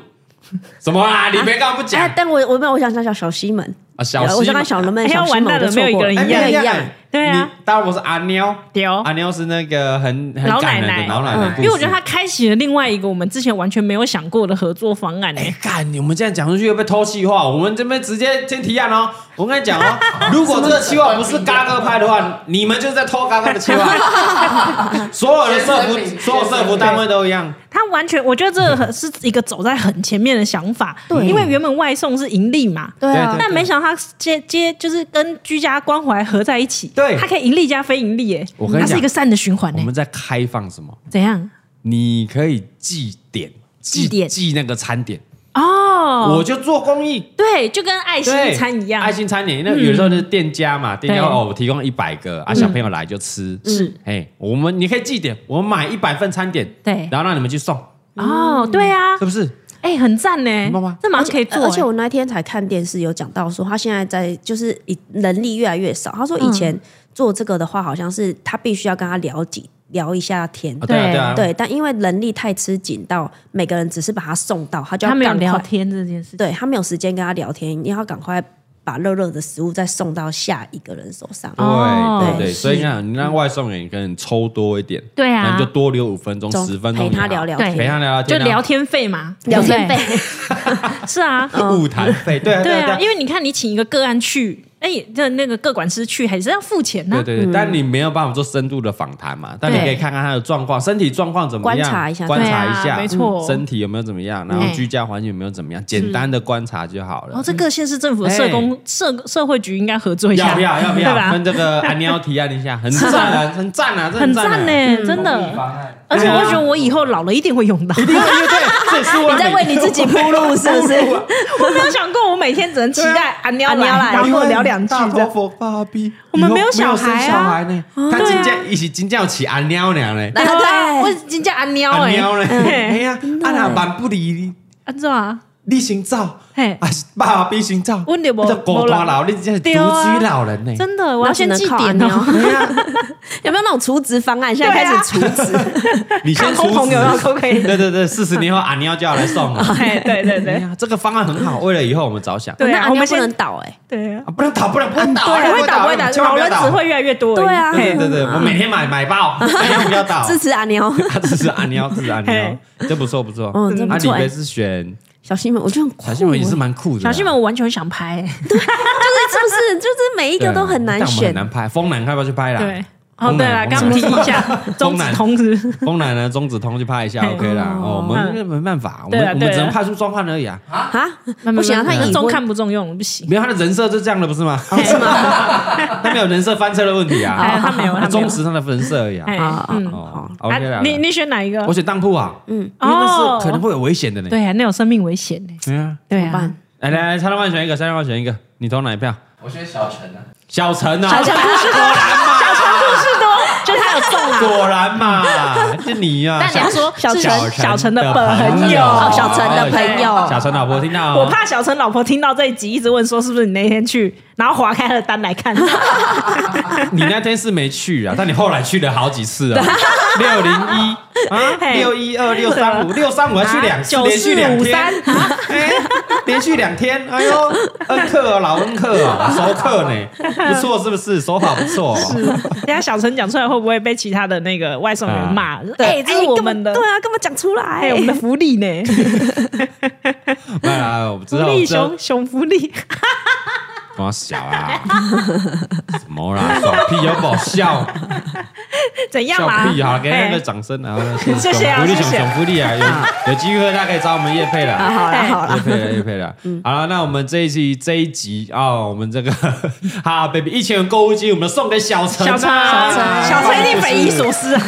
Speaker 1: 什么
Speaker 2: <laughs>
Speaker 1: 啊？你别刚刚不讲
Speaker 3: 哎，但我我没有，我想想小小西门，
Speaker 1: 啊，小
Speaker 3: 我
Speaker 1: 西
Speaker 3: 想
Speaker 1: 嘛
Speaker 3: 看。小南门，
Speaker 2: 哎
Speaker 3: 小西
Speaker 2: 完
Speaker 3: 门
Speaker 2: 蛋
Speaker 3: 我
Speaker 2: 了
Speaker 3: 都
Speaker 2: 没
Speaker 3: 错
Speaker 2: 有一
Speaker 3: 过
Speaker 2: 个
Speaker 3: 了，
Speaker 2: 人
Speaker 1: 哎
Speaker 2: 一样
Speaker 3: 没有一样
Speaker 1: 哎。
Speaker 2: 对啊
Speaker 1: 你当然我是阿妞，
Speaker 2: 丢
Speaker 1: 阿妞是那个很哎很
Speaker 2: 老
Speaker 1: 感
Speaker 2: 奶
Speaker 1: 人的
Speaker 2: 奶，嗯
Speaker 1: 老奶奶故事，
Speaker 2: 因为我觉得她开启了另外一个我们之前完全没有想过的合作方案呢。欸
Speaker 1: 哎，干！你们这样讲出去会被偷气话。我们这边直接先提案
Speaker 2: <laughs>
Speaker 1: 哦。我跟你讲哦，如果这个气话不是嘎哥拍的话，你们就是在偷嘎哥的气话。
Speaker 2: <laughs>
Speaker 1: 所有的社
Speaker 4: 先声
Speaker 1: 服，
Speaker 4: 明
Speaker 1: 所有社服单位都一样。
Speaker 2: 他完全，我觉得这个很是一个走在很前面的想法， <laughs>
Speaker 3: 对
Speaker 2: 因为原本外送是盈利嘛，
Speaker 3: 对
Speaker 1: 对
Speaker 3: 啊
Speaker 1: 对，
Speaker 2: 但没想到他接接就是跟居家关怀合在一起，
Speaker 1: 对
Speaker 2: 他可以盈利加非盈利，哎，
Speaker 1: 我跟你讲
Speaker 2: 它是一个善的循环
Speaker 1: 我
Speaker 2: 呢
Speaker 1: 们。在开放什么？
Speaker 2: 怎样？
Speaker 1: 你可以祭点，
Speaker 3: 祭点
Speaker 1: 祭那个餐点，
Speaker 2: 哦，
Speaker 1: 我就做公益。
Speaker 2: 对，就跟爱心
Speaker 1: 对，
Speaker 2: 餐一样，嗯
Speaker 1: 爱心餐点，那有时候就是店家嘛，店家
Speaker 2: 对嗯
Speaker 1: 哦，我提供一百个啊，小朋友来就吃，
Speaker 2: 是，
Speaker 1: 哎，我们你可以祭点，我们买一百份餐点，
Speaker 2: 对
Speaker 1: 然后让你们去送，
Speaker 2: 哦，对啊
Speaker 1: 是，不是？
Speaker 2: 哎，很赞呢
Speaker 1: 棒棒，
Speaker 2: 这马上可以做，欸
Speaker 3: 而且我那天才看电视有讲到说，他现在在就是以能力越来越少。他说
Speaker 2: 嗯
Speaker 3: 以前做这个的话，好像是他必须要跟他聊几聊一下天。
Speaker 1: 啊，对啊，
Speaker 2: 对
Speaker 1: 对啊，
Speaker 3: 对，但因为能力太吃紧到每个人只是把他送到，他就要
Speaker 2: 他没有
Speaker 3: 赶
Speaker 2: 聊
Speaker 3: 快，
Speaker 2: 天这件事情，
Speaker 3: 对他没有时间跟他聊天，你要赶快把热热的食物再送到下一个人手上。
Speaker 2: 哦
Speaker 1: 对对对，
Speaker 3: 是
Speaker 1: 所以你看，你让外送员可能抽多一点，
Speaker 2: 对啊
Speaker 1: 那你就多留五分钟、
Speaker 3: 中
Speaker 1: 十分钟
Speaker 3: 陪
Speaker 1: 也好
Speaker 3: 他聊聊
Speaker 2: 对
Speaker 1: 陪
Speaker 3: 天，
Speaker 1: 他聊聊
Speaker 2: 就
Speaker 1: 天啊，
Speaker 2: 聊天费嘛，
Speaker 3: 聊天
Speaker 2: 对
Speaker 3: 费
Speaker 2: 不，对 <laughs> 是啊，
Speaker 1: 物谈费，对啊，
Speaker 2: 对
Speaker 1: 对
Speaker 2: 啊，
Speaker 1: 啊，
Speaker 2: 因为你看你请一个个案去，哎，这那个各管师去还是要付钱呢
Speaker 1: 对，对对，但你没有办法做深度的访谈嘛，但你
Speaker 2: 对
Speaker 1: 可以看看他的状况，身体状况怎么样，
Speaker 3: 观察一下
Speaker 1: 观察一
Speaker 2: 对
Speaker 1: 下，
Speaker 2: 啊没错
Speaker 1: 身体有没有怎么样，然后
Speaker 2: 嗯
Speaker 1: 居家环境有没有怎么样，简单的观察就好
Speaker 2: 然后
Speaker 1: 了。
Speaker 2: 哦这各县市政府的社工社社会局应该合作一下，
Speaker 1: 要不要？要不
Speaker 2: 对
Speaker 1: 要
Speaker 2: 吧
Speaker 1: 跟？这个安妮奥提案一下？很赞
Speaker 2: <laughs>
Speaker 1: 啊，很赞啊，这
Speaker 2: 很
Speaker 1: 赞啊
Speaker 2: 赞呢，嗯真
Speaker 4: 公益
Speaker 2: 的。
Speaker 4: 方案
Speaker 2: 而且
Speaker 1: 对啊
Speaker 2: 我觉得我以后老了一定会用到。
Speaker 1: 一定会因为对，这也是我
Speaker 3: <laughs> 你在为你自己铺路是不
Speaker 2: <laughs>
Speaker 3: 是？
Speaker 2: <laughs> 我没有想过，我每天只能期待阿喵
Speaker 3: 阿喵
Speaker 2: 啊来，
Speaker 3: 来
Speaker 2: 然后跟我聊两句
Speaker 1: 大
Speaker 2: 这
Speaker 1: 头
Speaker 2: 样。
Speaker 1: 佛爸比，
Speaker 2: 我们
Speaker 1: 以后
Speaker 2: 没有小
Speaker 1: 生
Speaker 2: 孩啊
Speaker 1: 小孩呢，他
Speaker 2: 对啊欸
Speaker 1: 今天一起今天有起阿喵娘嘞，
Speaker 3: 来来，
Speaker 2: 我真叫阿喵
Speaker 1: 阿
Speaker 2: 哎，
Speaker 1: 喵嘞，哎
Speaker 2: 嘿，
Speaker 1: 呀，阿那万不离
Speaker 2: 安怎啊？
Speaker 1: 你行照，
Speaker 2: 嘿，
Speaker 1: 啊是爸爸比行照，
Speaker 2: 阮就无
Speaker 1: 这孤单老，你真是独
Speaker 2: 对啊
Speaker 1: 居老人呢。
Speaker 2: 真的，我要先祭点
Speaker 3: <laughs> 那只能靠
Speaker 2: 哦。
Speaker 3: 阿喵有没有那种除职方案？现在
Speaker 2: 对啊
Speaker 3: 开始除职，
Speaker 1: 你先
Speaker 2: 看空
Speaker 1: 出
Speaker 2: 朋友要可不可以
Speaker 1: <laughs> 对对对，四十年后阿喵就要来送了。
Speaker 2: <laughs> 哎，对对
Speaker 1: 哎
Speaker 2: 对
Speaker 1: 呀，这个方案很好，为了以后我们着想。
Speaker 2: 对
Speaker 3: 哦那
Speaker 2: 啊，
Speaker 3: 阿
Speaker 2: 我
Speaker 3: 喵
Speaker 2: 们
Speaker 3: 不
Speaker 2: 先
Speaker 3: 能倒哎。
Speaker 2: <laughs> 对啊，
Speaker 1: 啊不能倒，不能啊不能倒，
Speaker 2: 不
Speaker 1: 倒
Speaker 2: 会倒不会倒，
Speaker 1: 千万
Speaker 2: 老
Speaker 1: 不要
Speaker 2: 人
Speaker 1: 倒
Speaker 2: 只会越嗯来越多。
Speaker 3: 对啊
Speaker 1: 对对对对，我每天买买
Speaker 2: <laughs>
Speaker 1: 爆，哎呀不要倒。
Speaker 3: 支持阿牛。
Speaker 1: 他只是阿喵，只是阿喵
Speaker 2: 嘿，哦
Speaker 1: 这不错不错。
Speaker 3: 嗯这不
Speaker 1: 啊
Speaker 3: 错
Speaker 1: 李
Speaker 3: 哎
Speaker 1: 维是选
Speaker 3: <laughs> 小新们，我觉得很酷欸
Speaker 1: 小新闻也是蛮酷的啊。
Speaker 2: 小新们，我完全想 <laughs> 拍，
Speaker 3: 就是是不是就是每一
Speaker 1: 对啊
Speaker 3: 个都很难
Speaker 1: 但我们
Speaker 3: 选
Speaker 1: 很，难拍。风南要不要去拍啦？
Speaker 2: 对。哦，
Speaker 1: 风
Speaker 2: 对
Speaker 1: 男
Speaker 2: 了，
Speaker 1: 风
Speaker 2: 刚
Speaker 1: 男
Speaker 2: 提一 <laughs> 下，
Speaker 1: 风
Speaker 2: 中
Speaker 1: 男
Speaker 2: 指同时，
Speaker 1: <laughs> 风南呢，中子通去拍一下
Speaker 2: 嘿
Speaker 1: ，OK 啦。哦，我们
Speaker 2: 嗯
Speaker 1: 这没办法，我
Speaker 2: 对
Speaker 1: 们
Speaker 2: 啊
Speaker 1: 我们
Speaker 2: 对啊
Speaker 1: 只能派出状况而已啊。
Speaker 3: 啊，不行啊，他已
Speaker 2: 中
Speaker 3: 婚
Speaker 2: 看不中用，不行。
Speaker 1: 没有他的人设就这样的，不是
Speaker 2: <laughs>
Speaker 1: 吗？是吗？ <laughs> 他没有人设翻车的问题
Speaker 2: 哎，
Speaker 1: 啊，
Speaker 2: 他没
Speaker 1: <laughs>
Speaker 2: 有，
Speaker 1: 他
Speaker 2: 他没
Speaker 1: 忠
Speaker 2: 有。
Speaker 1: 实他的人设而已啊。
Speaker 2: 哎
Speaker 3: 啊啊
Speaker 2: 嗯，
Speaker 1: 哦
Speaker 2: 啊
Speaker 1: ，OK 啦。
Speaker 2: 你你选哪一个
Speaker 1: 我？选当铺啊，嗯，因为那
Speaker 2: 哦
Speaker 1: 是可能会有危险的呢。
Speaker 2: 对啊，那有生命危险呢。
Speaker 1: 对啊，
Speaker 2: 对
Speaker 3: 怎么
Speaker 2: 啊
Speaker 3: 办，
Speaker 1: 来来来，蔡老板选一个，蔡老板选一个，你投哪一票？
Speaker 4: 我选小陈啊，
Speaker 1: 小陈啊，
Speaker 3: 小陈不是
Speaker 1: 果然嘛，小陈
Speaker 2: 故事多， <laughs> 就他有中 <laughs> 了。
Speaker 1: 果然嘛，是你啊呀、
Speaker 2: 但你要说
Speaker 3: 小
Speaker 2: 是
Speaker 3: 陈
Speaker 2: 小陈的朋友，
Speaker 3: 哦小陈的朋
Speaker 2: 哦
Speaker 3: 友
Speaker 1: 小陈老婆听到、哦，
Speaker 2: 我怕小陈老婆听到这一集，一直问说是不是你那天去，然后划开了单来看。
Speaker 1: 你那天是没去啊，但你后来去了好几次
Speaker 2: <laughs>
Speaker 1: 啊，六零一啊，
Speaker 2: 嘿
Speaker 1: 六一二、六三
Speaker 2: <laughs>
Speaker 1: 五、六三五还去两次，
Speaker 2: 啊
Speaker 1: 连续两天
Speaker 2: 9453
Speaker 1: 啊， <laughs> 哎连续两天，哎呦， <laughs> 恩客哦，老恩客哦，熟客呢，不错是不是？手法不错、哦，
Speaker 2: 等下小陈讲出来会不会被其他的那个外送员骂？哎，这是
Speaker 3: 哎
Speaker 2: 我
Speaker 3: 干嘛
Speaker 2: 们的
Speaker 3: 对，啊，干嘛讲出来
Speaker 2: 哎，？我们的福利呢？
Speaker 1: 来来，哎我
Speaker 2: 福
Speaker 1: 知道，我
Speaker 2: 利
Speaker 1: 知道
Speaker 2: 熊，熊福利， <laughs>
Speaker 1: 光小啊， <laughs> 什么啦，爽屁有搞
Speaker 2: <laughs>
Speaker 1: 笑，
Speaker 2: 怎样
Speaker 1: 笑
Speaker 2: 啦？
Speaker 1: 屁好，给那个
Speaker 2: 哎
Speaker 1: 掌声啊，
Speaker 2: 谢谢啊
Speaker 1: 熊福利熊
Speaker 2: 谢谢
Speaker 1: 熊福利啊，有有机会大家可以找我们叶配了
Speaker 3: 啊，。 <laughs> 好了
Speaker 2: 哎
Speaker 3: 好
Speaker 1: <laughs> 又
Speaker 3: 了，
Speaker 1: 配了，又配了。
Speaker 3: 嗯
Speaker 1: 好了，那我们这一期这一集啊、我们这个 <laughs> 哈 baby 一千元购物金，我们送给小陈、啊
Speaker 2: 小陈，小陈一定匪夷所思啊！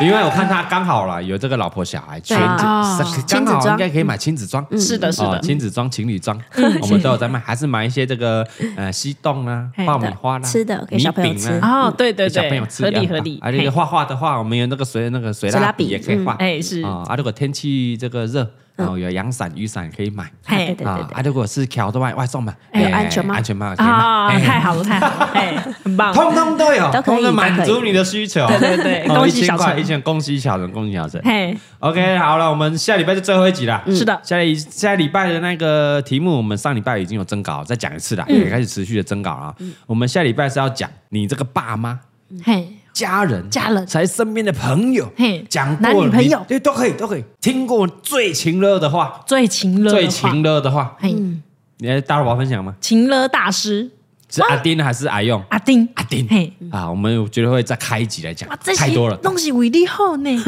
Speaker 1: 因为我看他刚好啦，有这个老婆小孩全
Speaker 3: 啊
Speaker 1: 子
Speaker 2: 哦，
Speaker 1: 刚
Speaker 3: 亲子
Speaker 1: 好
Speaker 3: 装嗯
Speaker 1: 应该可以买亲子装。
Speaker 2: 是的，是
Speaker 1: 哦
Speaker 2: 的，
Speaker 1: 亲子装、情侣
Speaker 3: <laughs>
Speaker 1: 装，我们都有在卖，还是买一些这个呃西冻啊
Speaker 2: 嘿、
Speaker 1: 爆米花啦、
Speaker 3: 对吃的给小朋友
Speaker 1: 米饼
Speaker 3: 吃
Speaker 1: 啊
Speaker 2: 哦，对对
Speaker 1: 给小朋
Speaker 2: 对
Speaker 1: 友，吃
Speaker 2: 合理
Speaker 1: 一样
Speaker 2: 合理。
Speaker 1: 啊，这
Speaker 2: 嘿
Speaker 1: 个画画的话，我们有那个水那个水
Speaker 3: 水
Speaker 1: 蜡
Speaker 3: 蜡
Speaker 1: 笔
Speaker 3: 笔嗯
Speaker 1: 也可以画。
Speaker 2: 哎是
Speaker 1: 啊，啊如果天气这个热，然后有阳伞、雨伞可以买。
Speaker 2: 嘿
Speaker 3: 哎对对
Speaker 1: 啊
Speaker 3: 对
Speaker 1: 啊，如果是桥的外外送嘛，
Speaker 2: 哎
Speaker 1: 哎
Speaker 3: 安全帽
Speaker 1: 安全帽可以
Speaker 2: 啊，
Speaker 1: 买，
Speaker 2: 太
Speaker 1: 哎
Speaker 2: 好了，
Speaker 1: <laughs>
Speaker 2: 太好了，哎，很棒。
Speaker 1: 通通都有，
Speaker 3: 都可以
Speaker 1: 通通满
Speaker 3: 都
Speaker 1: 足
Speaker 3: 可以
Speaker 1: 你的需求。
Speaker 2: 对对
Speaker 1: <laughs>
Speaker 2: 对
Speaker 1: 哦
Speaker 2: 恭喜
Speaker 1: 1000
Speaker 2: 小
Speaker 1: 块
Speaker 2: 陈
Speaker 1: 一千恭喜小陈，恭喜小陈。
Speaker 2: 嘿，
Speaker 1: OK，好了，我们下礼拜是最后一集啦。
Speaker 2: 嗯是的
Speaker 1: 下一下礼拜的那个题目，我们上礼拜已经有征稿，再讲一次啦，
Speaker 2: 嗯
Speaker 1: 也开始持续的征稿啊。我们下礼拜是要讲你这个爸妈、
Speaker 2: 嘿，
Speaker 1: 家人、
Speaker 2: 家人
Speaker 1: 才身边的朋友
Speaker 2: 嘿，
Speaker 1: 讲过
Speaker 2: 男女
Speaker 1: 你
Speaker 2: 朋友
Speaker 1: 对都可以都可以，听过最情热的话，
Speaker 2: 最情乐，
Speaker 1: 最情，热的话，
Speaker 2: 嘿，
Speaker 3: 嗯
Speaker 1: 你来大陆宝分享吗？
Speaker 2: 情乐大师
Speaker 1: 是
Speaker 2: 啊
Speaker 1: 阿丁还是阿用？
Speaker 2: 阿丁，
Speaker 1: 阿丁
Speaker 2: 嘿，
Speaker 1: 啊，我们我觉得会再开一集来讲
Speaker 2: 哇，，这
Speaker 1: 太多了
Speaker 2: 些。东西为你好
Speaker 1: <laughs>
Speaker 2: 呢，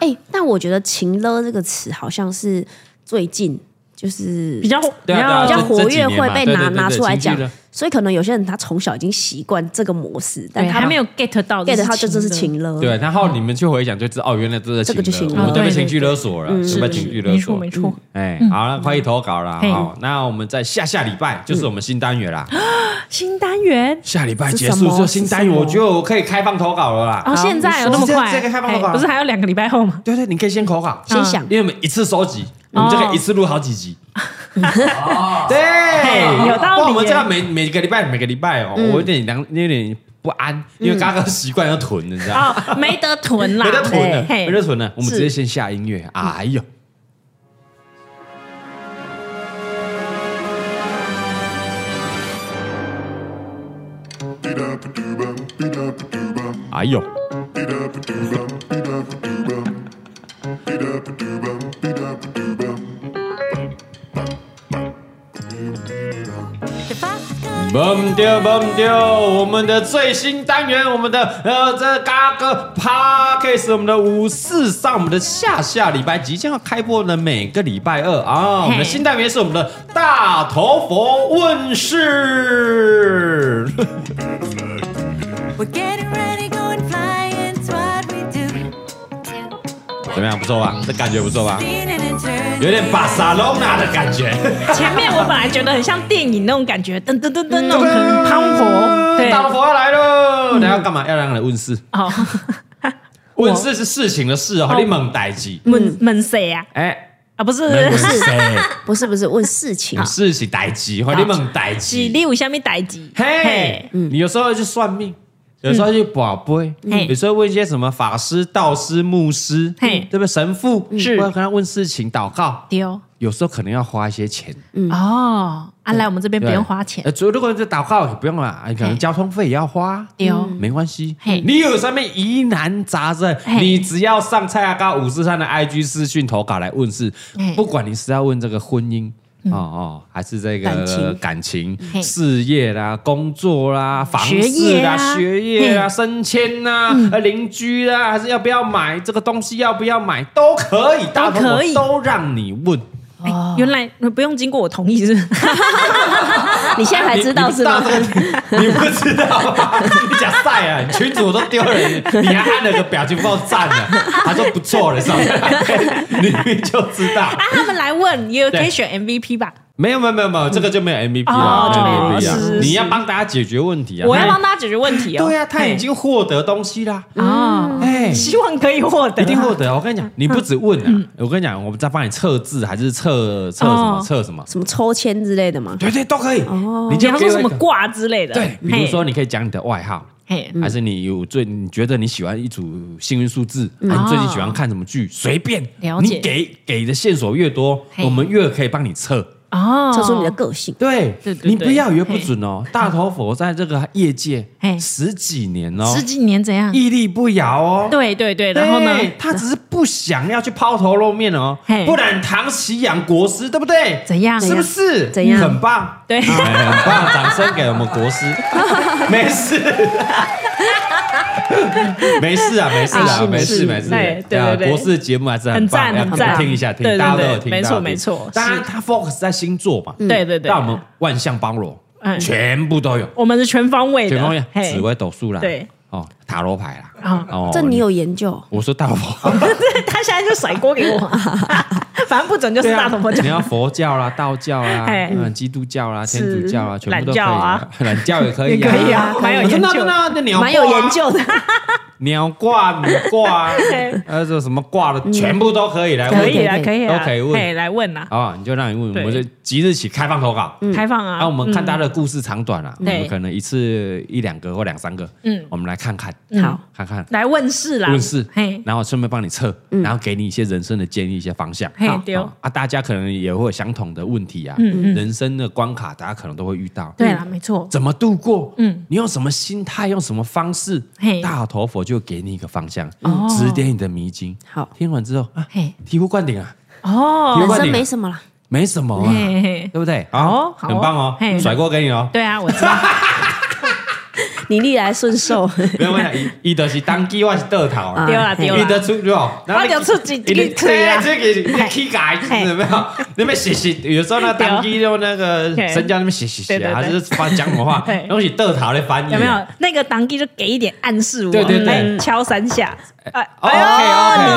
Speaker 3: 哎，但我觉得“情勒”这个词好像是最近。就是
Speaker 2: 比较
Speaker 1: 对啊，对啊
Speaker 3: 比较
Speaker 1: 这
Speaker 3: 活
Speaker 1: 这几
Speaker 3: 跃
Speaker 1: 年嘛
Speaker 3: 会被
Speaker 1: 对
Speaker 3: 拿
Speaker 1: 对对
Speaker 3: 拿
Speaker 1: 对
Speaker 3: 出来
Speaker 1: 情绪
Speaker 3: 讲
Speaker 1: 的
Speaker 3: 所以可能有些人他从小已经习惯这个模式，但
Speaker 2: 对，
Speaker 3: 他
Speaker 2: 还没有 get 到
Speaker 3: get 他
Speaker 2: 这
Speaker 3: 这就是是
Speaker 2: 情
Speaker 3: 情勒。
Speaker 2: 哦
Speaker 1: 对，啊然后你们去回想就知道，哦，原来这是
Speaker 3: 这个就
Speaker 1: 情勒，
Speaker 3: 情勒
Speaker 1: 我们都被
Speaker 2: 哦对
Speaker 1: 情绪勒索了，我
Speaker 3: 对
Speaker 1: 们
Speaker 2: 勒，
Speaker 1: 被
Speaker 2: 是
Speaker 1: 情绪勒
Speaker 2: 没错
Speaker 1: 索
Speaker 2: 没。错，
Speaker 1: 哎，好了，快去投稿了。
Speaker 2: 嘿嗯
Speaker 1: 好，那我们在下下礼拜就是我们新单元啦。
Speaker 2: 新单元
Speaker 1: 下礼拜
Speaker 3: 是
Speaker 1: 结
Speaker 3: 什
Speaker 1: 束
Speaker 3: 么
Speaker 1: 之后，新单元
Speaker 3: 是什么
Speaker 1: 我觉得我可以开放投稿了啦。
Speaker 2: 哦，
Speaker 3: 好
Speaker 2: 现在有
Speaker 3: 你
Speaker 2: 那
Speaker 3: 说
Speaker 2: 么
Speaker 1: 这
Speaker 2: 快，
Speaker 1: 这个开放
Speaker 2: 哎
Speaker 1: 多少
Speaker 2: 不是还有两个礼拜后吗？
Speaker 1: 对对，你可以先投稿，
Speaker 3: 先想
Speaker 1: 因为我们一次收集，
Speaker 2: 哦
Speaker 1: 我们就可以一次录好几
Speaker 2: <laughs>
Speaker 1: 集。
Speaker 2: 嘿
Speaker 1: 对，
Speaker 2: 有道理
Speaker 1: 哇我们
Speaker 2: 耶嗯
Speaker 1: 这样每每个礼拜每个礼拜哦，我有点凉，有点不安，因为刚刚习惯要囤的，你知道吗？
Speaker 2: <laughs> 哦，没得囤啦，
Speaker 1: 没得囤了，
Speaker 2: 嘿
Speaker 1: 没得囤了，我们
Speaker 3: 是
Speaker 1: 直接先下音乐。哎呦，哎呦，懵掉懵掉，我们的最新单元，我们的呃这嘎哥 podcast，我们的五四三，我们的下下礼拜即将要开播的每个礼拜二啊，我们的
Speaker 2: 嘿
Speaker 1: 新单元是我们的大头佛问世。
Speaker 5: We're getting ready, going flying. It's what we do.
Speaker 1: 怎么样？不错吧？这感觉不错吧？
Speaker 5: Spinning and turning.
Speaker 1: 有点巴塞隆纳的感觉，
Speaker 2: 前面我本来觉得很像电影那种感觉，噔噔噔噔那种很
Speaker 1: 嗯
Speaker 2: 磅礴，对，嗯
Speaker 1: 大头佛要来喽！等下干嘛？要让人问世？
Speaker 2: 哦， <laughs>
Speaker 1: 问世是事情的事哦，
Speaker 2: 哦
Speaker 1: 你猛逮鸡。
Speaker 2: 闷闷谁呀？
Speaker 1: 哎，
Speaker 2: 啊，不是，
Speaker 1: 问谁？
Speaker 3: 不是不是问事情
Speaker 1: 有，事情逮鸡，或你猛逮
Speaker 2: 是
Speaker 1: 鸡。
Speaker 2: 你嗯有下面代志，
Speaker 1: 嘿，你有时候去算命，有时候去卜龟
Speaker 2: 嗯，
Speaker 1: 有时候问一些什么法师、道师、牧师，
Speaker 2: 嘿
Speaker 1: 对不对？神父
Speaker 2: 是
Speaker 1: 或者跟他问事情、祷告，
Speaker 2: 丢
Speaker 1: 有时候可能要花一些钱。
Speaker 2: 哦，啊，来我们这边嗯不用花钱
Speaker 1: 呃，，如如果是祷告也不用啦，哎你可能
Speaker 2: 嘿
Speaker 1: 交通费也要花，
Speaker 2: 丢
Speaker 1: 没关系
Speaker 2: 嗯嘿。
Speaker 1: 你有什么疑难杂症，
Speaker 2: 嘿
Speaker 1: 你只要上蔡阿高五四三的 IG 私讯投稿来问事
Speaker 2: 嘿，嗯
Speaker 1: 不管你是要问这个婚姻。哦哦，还是这
Speaker 3: 感
Speaker 1: 个
Speaker 3: 情
Speaker 1: 感情、
Speaker 2: 嘿
Speaker 1: 事业啦、工作啦、房
Speaker 2: 学
Speaker 1: 子
Speaker 2: 业嗯
Speaker 1: 啦、
Speaker 2: 啊
Speaker 1: 学业啦、升迁啦、呃邻居啦，还是要不要买这个东西，要不要买都可以，大头佛
Speaker 2: 可以
Speaker 1: 都让你问。嗯
Speaker 2: 哎原来不用经过我同意是不是？
Speaker 1: <laughs>
Speaker 3: 你现在才知道是吗？
Speaker 2: <laughs>
Speaker 1: 你你不知道吗？你假晒啊，你群主都丢了，你还按了个表情包赞了，他说不错了，上
Speaker 2: <laughs>
Speaker 1: 面你明就知道。
Speaker 2: 啊，他们来问也可
Speaker 1: 对
Speaker 2: 以选 MVP 吧？
Speaker 1: 没有没有没有没有，这个就没有 MVP
Speaker 2: 哦
Speaker 1: 了，没
Speaker 2: 就
Speaker 1: 有
Speaker 2: 没有
Speaker 1: MVP 啊
Speaker 2: 是是是
Speaker 1: 你要帮大家解决问题啊！
Speaker 2: 我要帮大家解决问题哦。
Speaker 1: 对啊，他已经获得东西啦，
Speaker 2: 嘿哦，
Speaker 1: 哎。
Speaker 2: 希望可以获得，
Speaker 1: 一定获得啊！我跟你讲，
Speaker 2: 嗯
Speaker 1: 你不止问啊，我跟你讲，我们再帮你测字，还是测测什么
Speaker 2: 哦
Speaker 1: 测什么，
Speaker 3: 什么抽签之类的吗？
Speaker 1: 对对都可以。你
Speaker 2: 你
Speaker 1: 就
Speaker 2: 要
Speaker 1: 给
Speaker 2: 说
Speaker 1: 我
Speaker 2: 什
Speaker 1: 一
Speaker 2: 么
Speaker 1: 个
Speaker 2: 卦之类的，
Speaker 1: 对，比
Speaker 2: 嘿
Speaker 1: 如说，你可以讲你的外号，
Speaker 2: 嘿，
Speaker 1: 还是你有最你觉得你喜欢一组幸运数字，啊你最近喜欢看什么剧，随便
Speaker 2: 嗯哦了，解
Speaker 1: 你给给的线索越多，
Speaker 2: 嘿
Speaker 1: 我们越可以帮你测。
Speaker 2: 哦，
Speaker 3: 测出你的个性，
Speaker 1: 对
Speaker 2: 对，对
Speaker 1: 你
Speaker 2: 对
Speaker 1: 不要以为不准哦。大头佛在这个业界
Speaker 2: 嘿
Speaker 1: 十几年哦，
Speaker 2: 十几年怎样？
Speaker 1: 屹立不摇哦。
Speaker 2: 对对对，
Speaker 1: 对
Speaker 2: 然后呢？
Speaker 1: 他只是不想要去抛头露面哦
Speaker 2: 嘿，
Speaker 1: 不然唐奇阳国师对不对？
Speaker 2: 怎样
Speaker 1: 是不是？
Speaker 3: 怎样
Speaker 1: 很棒，
Speaker 2: 对
Speaker 1: 哎很棒，掌声给我们国
Speaker 2: <laughs>
Speaker 1: 师。没事，没事啊，没事啊，
Speaker 2: 哎
Speaker 3: 啊
Speaker 1: 没事
Speaker 3: 是
Speaker 1: 没事。
Speaker 2: 对
Speaker 1: 啊
Speaker 2: 对对对
Speaker 1: 国师的节目还是很棒，
Speaker 2: 很赞
Speaker 1: 要
Speaker 2: 很赞
Speaker 1: 听一下，听
Speaker 2: 对对
Speaker 1: 大家都有
Speaker 2: 对
Speaker 1: 听到。
Speaker 2: 没错
Speaker 1: 听
Speaker 2: 没错嗯
Speaker 1: 当然，他 focus 在星座嘛，
Speaker 2: 对对对，
Speaker 1: 但我们万象包罗
Speaker 2: 嗯，
Speaker 1: 全部都有，
Speaker 2: <laughs> 我们是全方位的，
Speaker 1: 全方位，
Speaker 2: 嘿
Speaker 1: 紫微斗数啦，
Speaker 2: 对，
Speaker 1: 哦，塔罗牌啦，
Speaker 2: 啊，
Speaker 1: 哦，
Speaker 3: 这你有研究？
Speaker 1: 我说大佛，
Speaker 2: <laughs> 他现在就甩锅给
Speaker 1: <laughs>
Speaker 2: 我， <laughs> 反正不准就是
Speaker 1: 对啊
Speaker 2: 大头佛
Speaker 1: 你
Speaker 2: 讲。
Speaker 1: 要佛教啦、道教啦、
Speaker 2: 哎
Speaker 1: 嗯，基督教啦、天主教啦，
Speaker 2: 是
Speaker 1: 全部都可以啊
Speaker 2: 懒。
Speaker 1: 懒教也可以，
Speaker 2: <laughs> 也可
Speaker 1: <laughs>
Speaker 2: 以啊蛮有研究
Speaker 1: 那那那鸟
Speaker 3: 蛮有
Speaker 1: 挂啊
Speaker 3: 研，究的，
Speaker 1: 鸟挂、米
Speaker 2: <laughs>
Speaker 1: 挂啊，还有什么挂的，全部都可以来
Speaker 2: <laughs> 哎可
Speaker 1: 问
Speaker 2: 以啊，可以啊，
Speaker 1: 都可以问
Speaker 2: 嘿来问啊，
Speaker 1: 啊，你就让你问，
Speaker 2: 对
Speaker 1: 我们就即日起开放投稿。
Speaker 2: 开放啊。
Speaker 1: 嗯那我们看大家的故事长短啊，我
Speaker 2: 对
Speaker 1: 们可能一次一两个或两三个，
Speaker 2: 嗯
Speaker 1: 我们来看看，
Speaker 2: 嗯
Speaker 3: 好，
Speaker 1: 看看
Speaker 2: 来问世啦，
Speaker 1: 问嗯世
Speaker 2: 嘿，，嗯
Speaker 1: 然后顺便帮你测，然后给你一些人生的建议、一些方向。
Speaker 2: 嘿
Speaker 1: 好
Speaker 2: 对哦
Speaker 1: 好啊，大家可能也会有相同的问题啊，
Speaker 2: 嗯嗯
Speaker 1: 人生的关卡，大家可能都会遇到。
Speaker 2: 对啦，没错，
Speaker 1: 怎么度过？嗯
Speaker 2: 嗯，
Speaker 1: 你用什么心态，用什么方式
Speaker 2: 嘿？
Speaker 1: 大头佛就给你一个方向，
Speaker 2: 哦
Speaker 1: 指点你的迷津。
Speaker 3: 好
Speaker 1: 听完之后啊
Speaker 2: 嘿，
Speaker 1: 醍醐灌顶啊，
Speaker 2: 哦，
Speaker 1: 有
Speaker 3: 人
Speaker 1: 问
Speaker 3: 生
Speaker 1: 你
Speaker 3: 没什么啦，
Speaker 1: 没什么啊，
Speaker 2: 嘿嘿嘿
Speaker 1: 对不对？
Speaker 2: 好哦
Speaker 1: 很棒哦
Speaker 2: <laughs> 好哦，嘿
Speaker 1: 甩锅给你哦。
Speaker 2: 对啊，我知道，
Speaker 3: <laughs> 你历来顺受， <laughs>
Speaker 1: 不要问啦，伊伊就是当机，我是倒头啦
Speaker 3: 啊。
Speaker 2: 丢啦
Speaker 3: 嘿
Speaker 2: 丢
Speaker 1: 伊
Speaker 2: 啦
Speaker 1: 就，出了，
Speaker 2: 我就出啊一
Speaker 1: 你啊
Speaker 2: 一腿啦
Speaker 1: 这个你起改有没有？你们洗洗，有时候那当机用那个
Speaker 2: 对
Speaker 1: 身教那边洗洗洗
Speaker 2: 对对
Speaker 1: 啊，
Speaker 2: 对
Speaker 1: 还是翻讲我话
Speaker 2: 对，
Speaker 1: 东西倒头来翻译。啊
Speaker 2: 有没有？那个当机就给一点暗示我，
Speaker 1: 对哦对对
Speaker 2: 来敲三下，哎
Speaker 1: ？OK OK，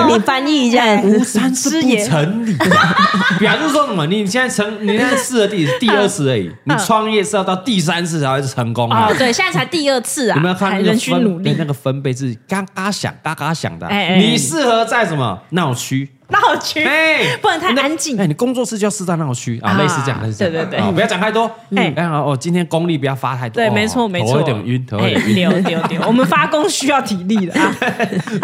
Speaker 3: 你你翻译一下，
Speaker 1: 无哎三是不成理。表示说什么？你现在成，你现在试的第第二次而已，你创业是要到第三次才会是成功的。
Speaker 2: 嗯哦，对，现在才第二次啊，
Speaker 1: 啊有没有看
Speaker 2: 还
Speaker 1: 那个
Speaker 2: 仍需
Speaker 1: 分
Speaker 2: 努力
Speaker 1: 那。个分贝是嘎嘎响、嘎嘎响的啊。
Speaker 2: 哎哎哎
Speaker 1: 你适合在什么闹区？
Speaker 2: 闹区，
Speaker 1: 哎，
Speaker 2: <laughs> 不能太安静
Speaker 1: 那哎，你工作室就要适当闹区啊，
Speaker 2: 啊
Speaker 1: 类似这样，类似这样。
Speaker 2: 对对对
Speaker 1: 啊不要讲太多。哎
Speaker 2: 哎，
Speaker 1: 好哦，今天功力不要发太多。
Speaker 2: 对，
Speaker 1: 哦
Speaker 2: 没错，没错，
Speaker 1: 头有点晕，头有
Speaker 2: 哎
Speaker 1: 点晕。
Speaker 2: 丢丢丢，我们发功需要体力的啊，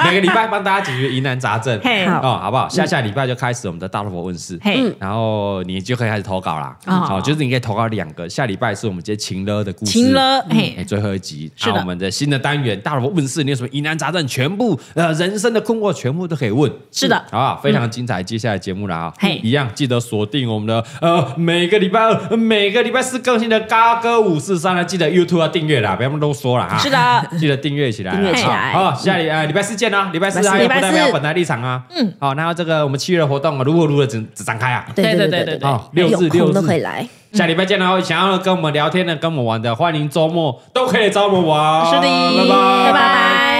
Speaker 1: 每个礼拜帮大家解决疑难杂症，
Speaker 2: 嘿嗯
Speaker 1: 哦，好不好？下下礼拜就开始我们的大萝卜问世，
Speaker 2: 嘿，
Speaker 1: 然后你就可以开始投稿啦。
Speaker 2: 嗯哦
Speaker 1: 好，就是你可以投稿两个，下礼拜是我们今天情勒的故事，
Speaker 2: 晴了，
Speaker 1: 哎，
Speaker 2: 嘿，
Speaker 1: 最后一集，
Speaker 2: 是的
Speaker 1: 那我们的新的单元，大萝卜问世，你有什么疑难杂症，全部呃人生的困惑，全部都可以问。嗯
Speaker 2: 是的
Speaker 1: 好不好？非常精彩，接下来节目了啊，
Speaker 2: 嘿
Speaker 1: 一样记得锁定我们的呃每个礼拜二、每个礼拜四更新的嘎哥五四三呢，记得 YouTube 要订阅啦，不要啰嗦了啊。
Speaker 2: 是
Speaker 3: <laughs>
Speaker 2: 的，
Speaker 1: 记得订阅起来啊，
Speaker 3: 订阅起来
Speaker 1: 好，好下礼呃礼拜四见啊，礼拜四啊，
Speaker 3: 礼
Speaker 1: 不
Speaker 3: 拜
Speaker 1: 代
Speaker 3: 四
Speaker 1: 表本台立场啊，嗯，好，然后这个我们七月的活动啊，如火如荼的展展开啊，
Speaker 3: 对
Speaker 2: 对
Speaker 3: 对
Speaker 2: 对
Speaker 3: 对
Speaker 2: 对
Speaker 3: 对
Speaker 2: 对
Speaker 3: 对，
Speaker 1: 哦，六日
Speaker 3: 有
Speaker 1: 六
Speaker 3: 空
Speaker 1: 日
Speaker 3: 都可以来，
Speaker 1: 下礼拜见喽！想要跟我们聊天的、跟我们玩的，欢迎周末都可以找我们玩。
Speaker 2: 是的
Speaker 1: 拜拜
Speaker 2: 拜拜。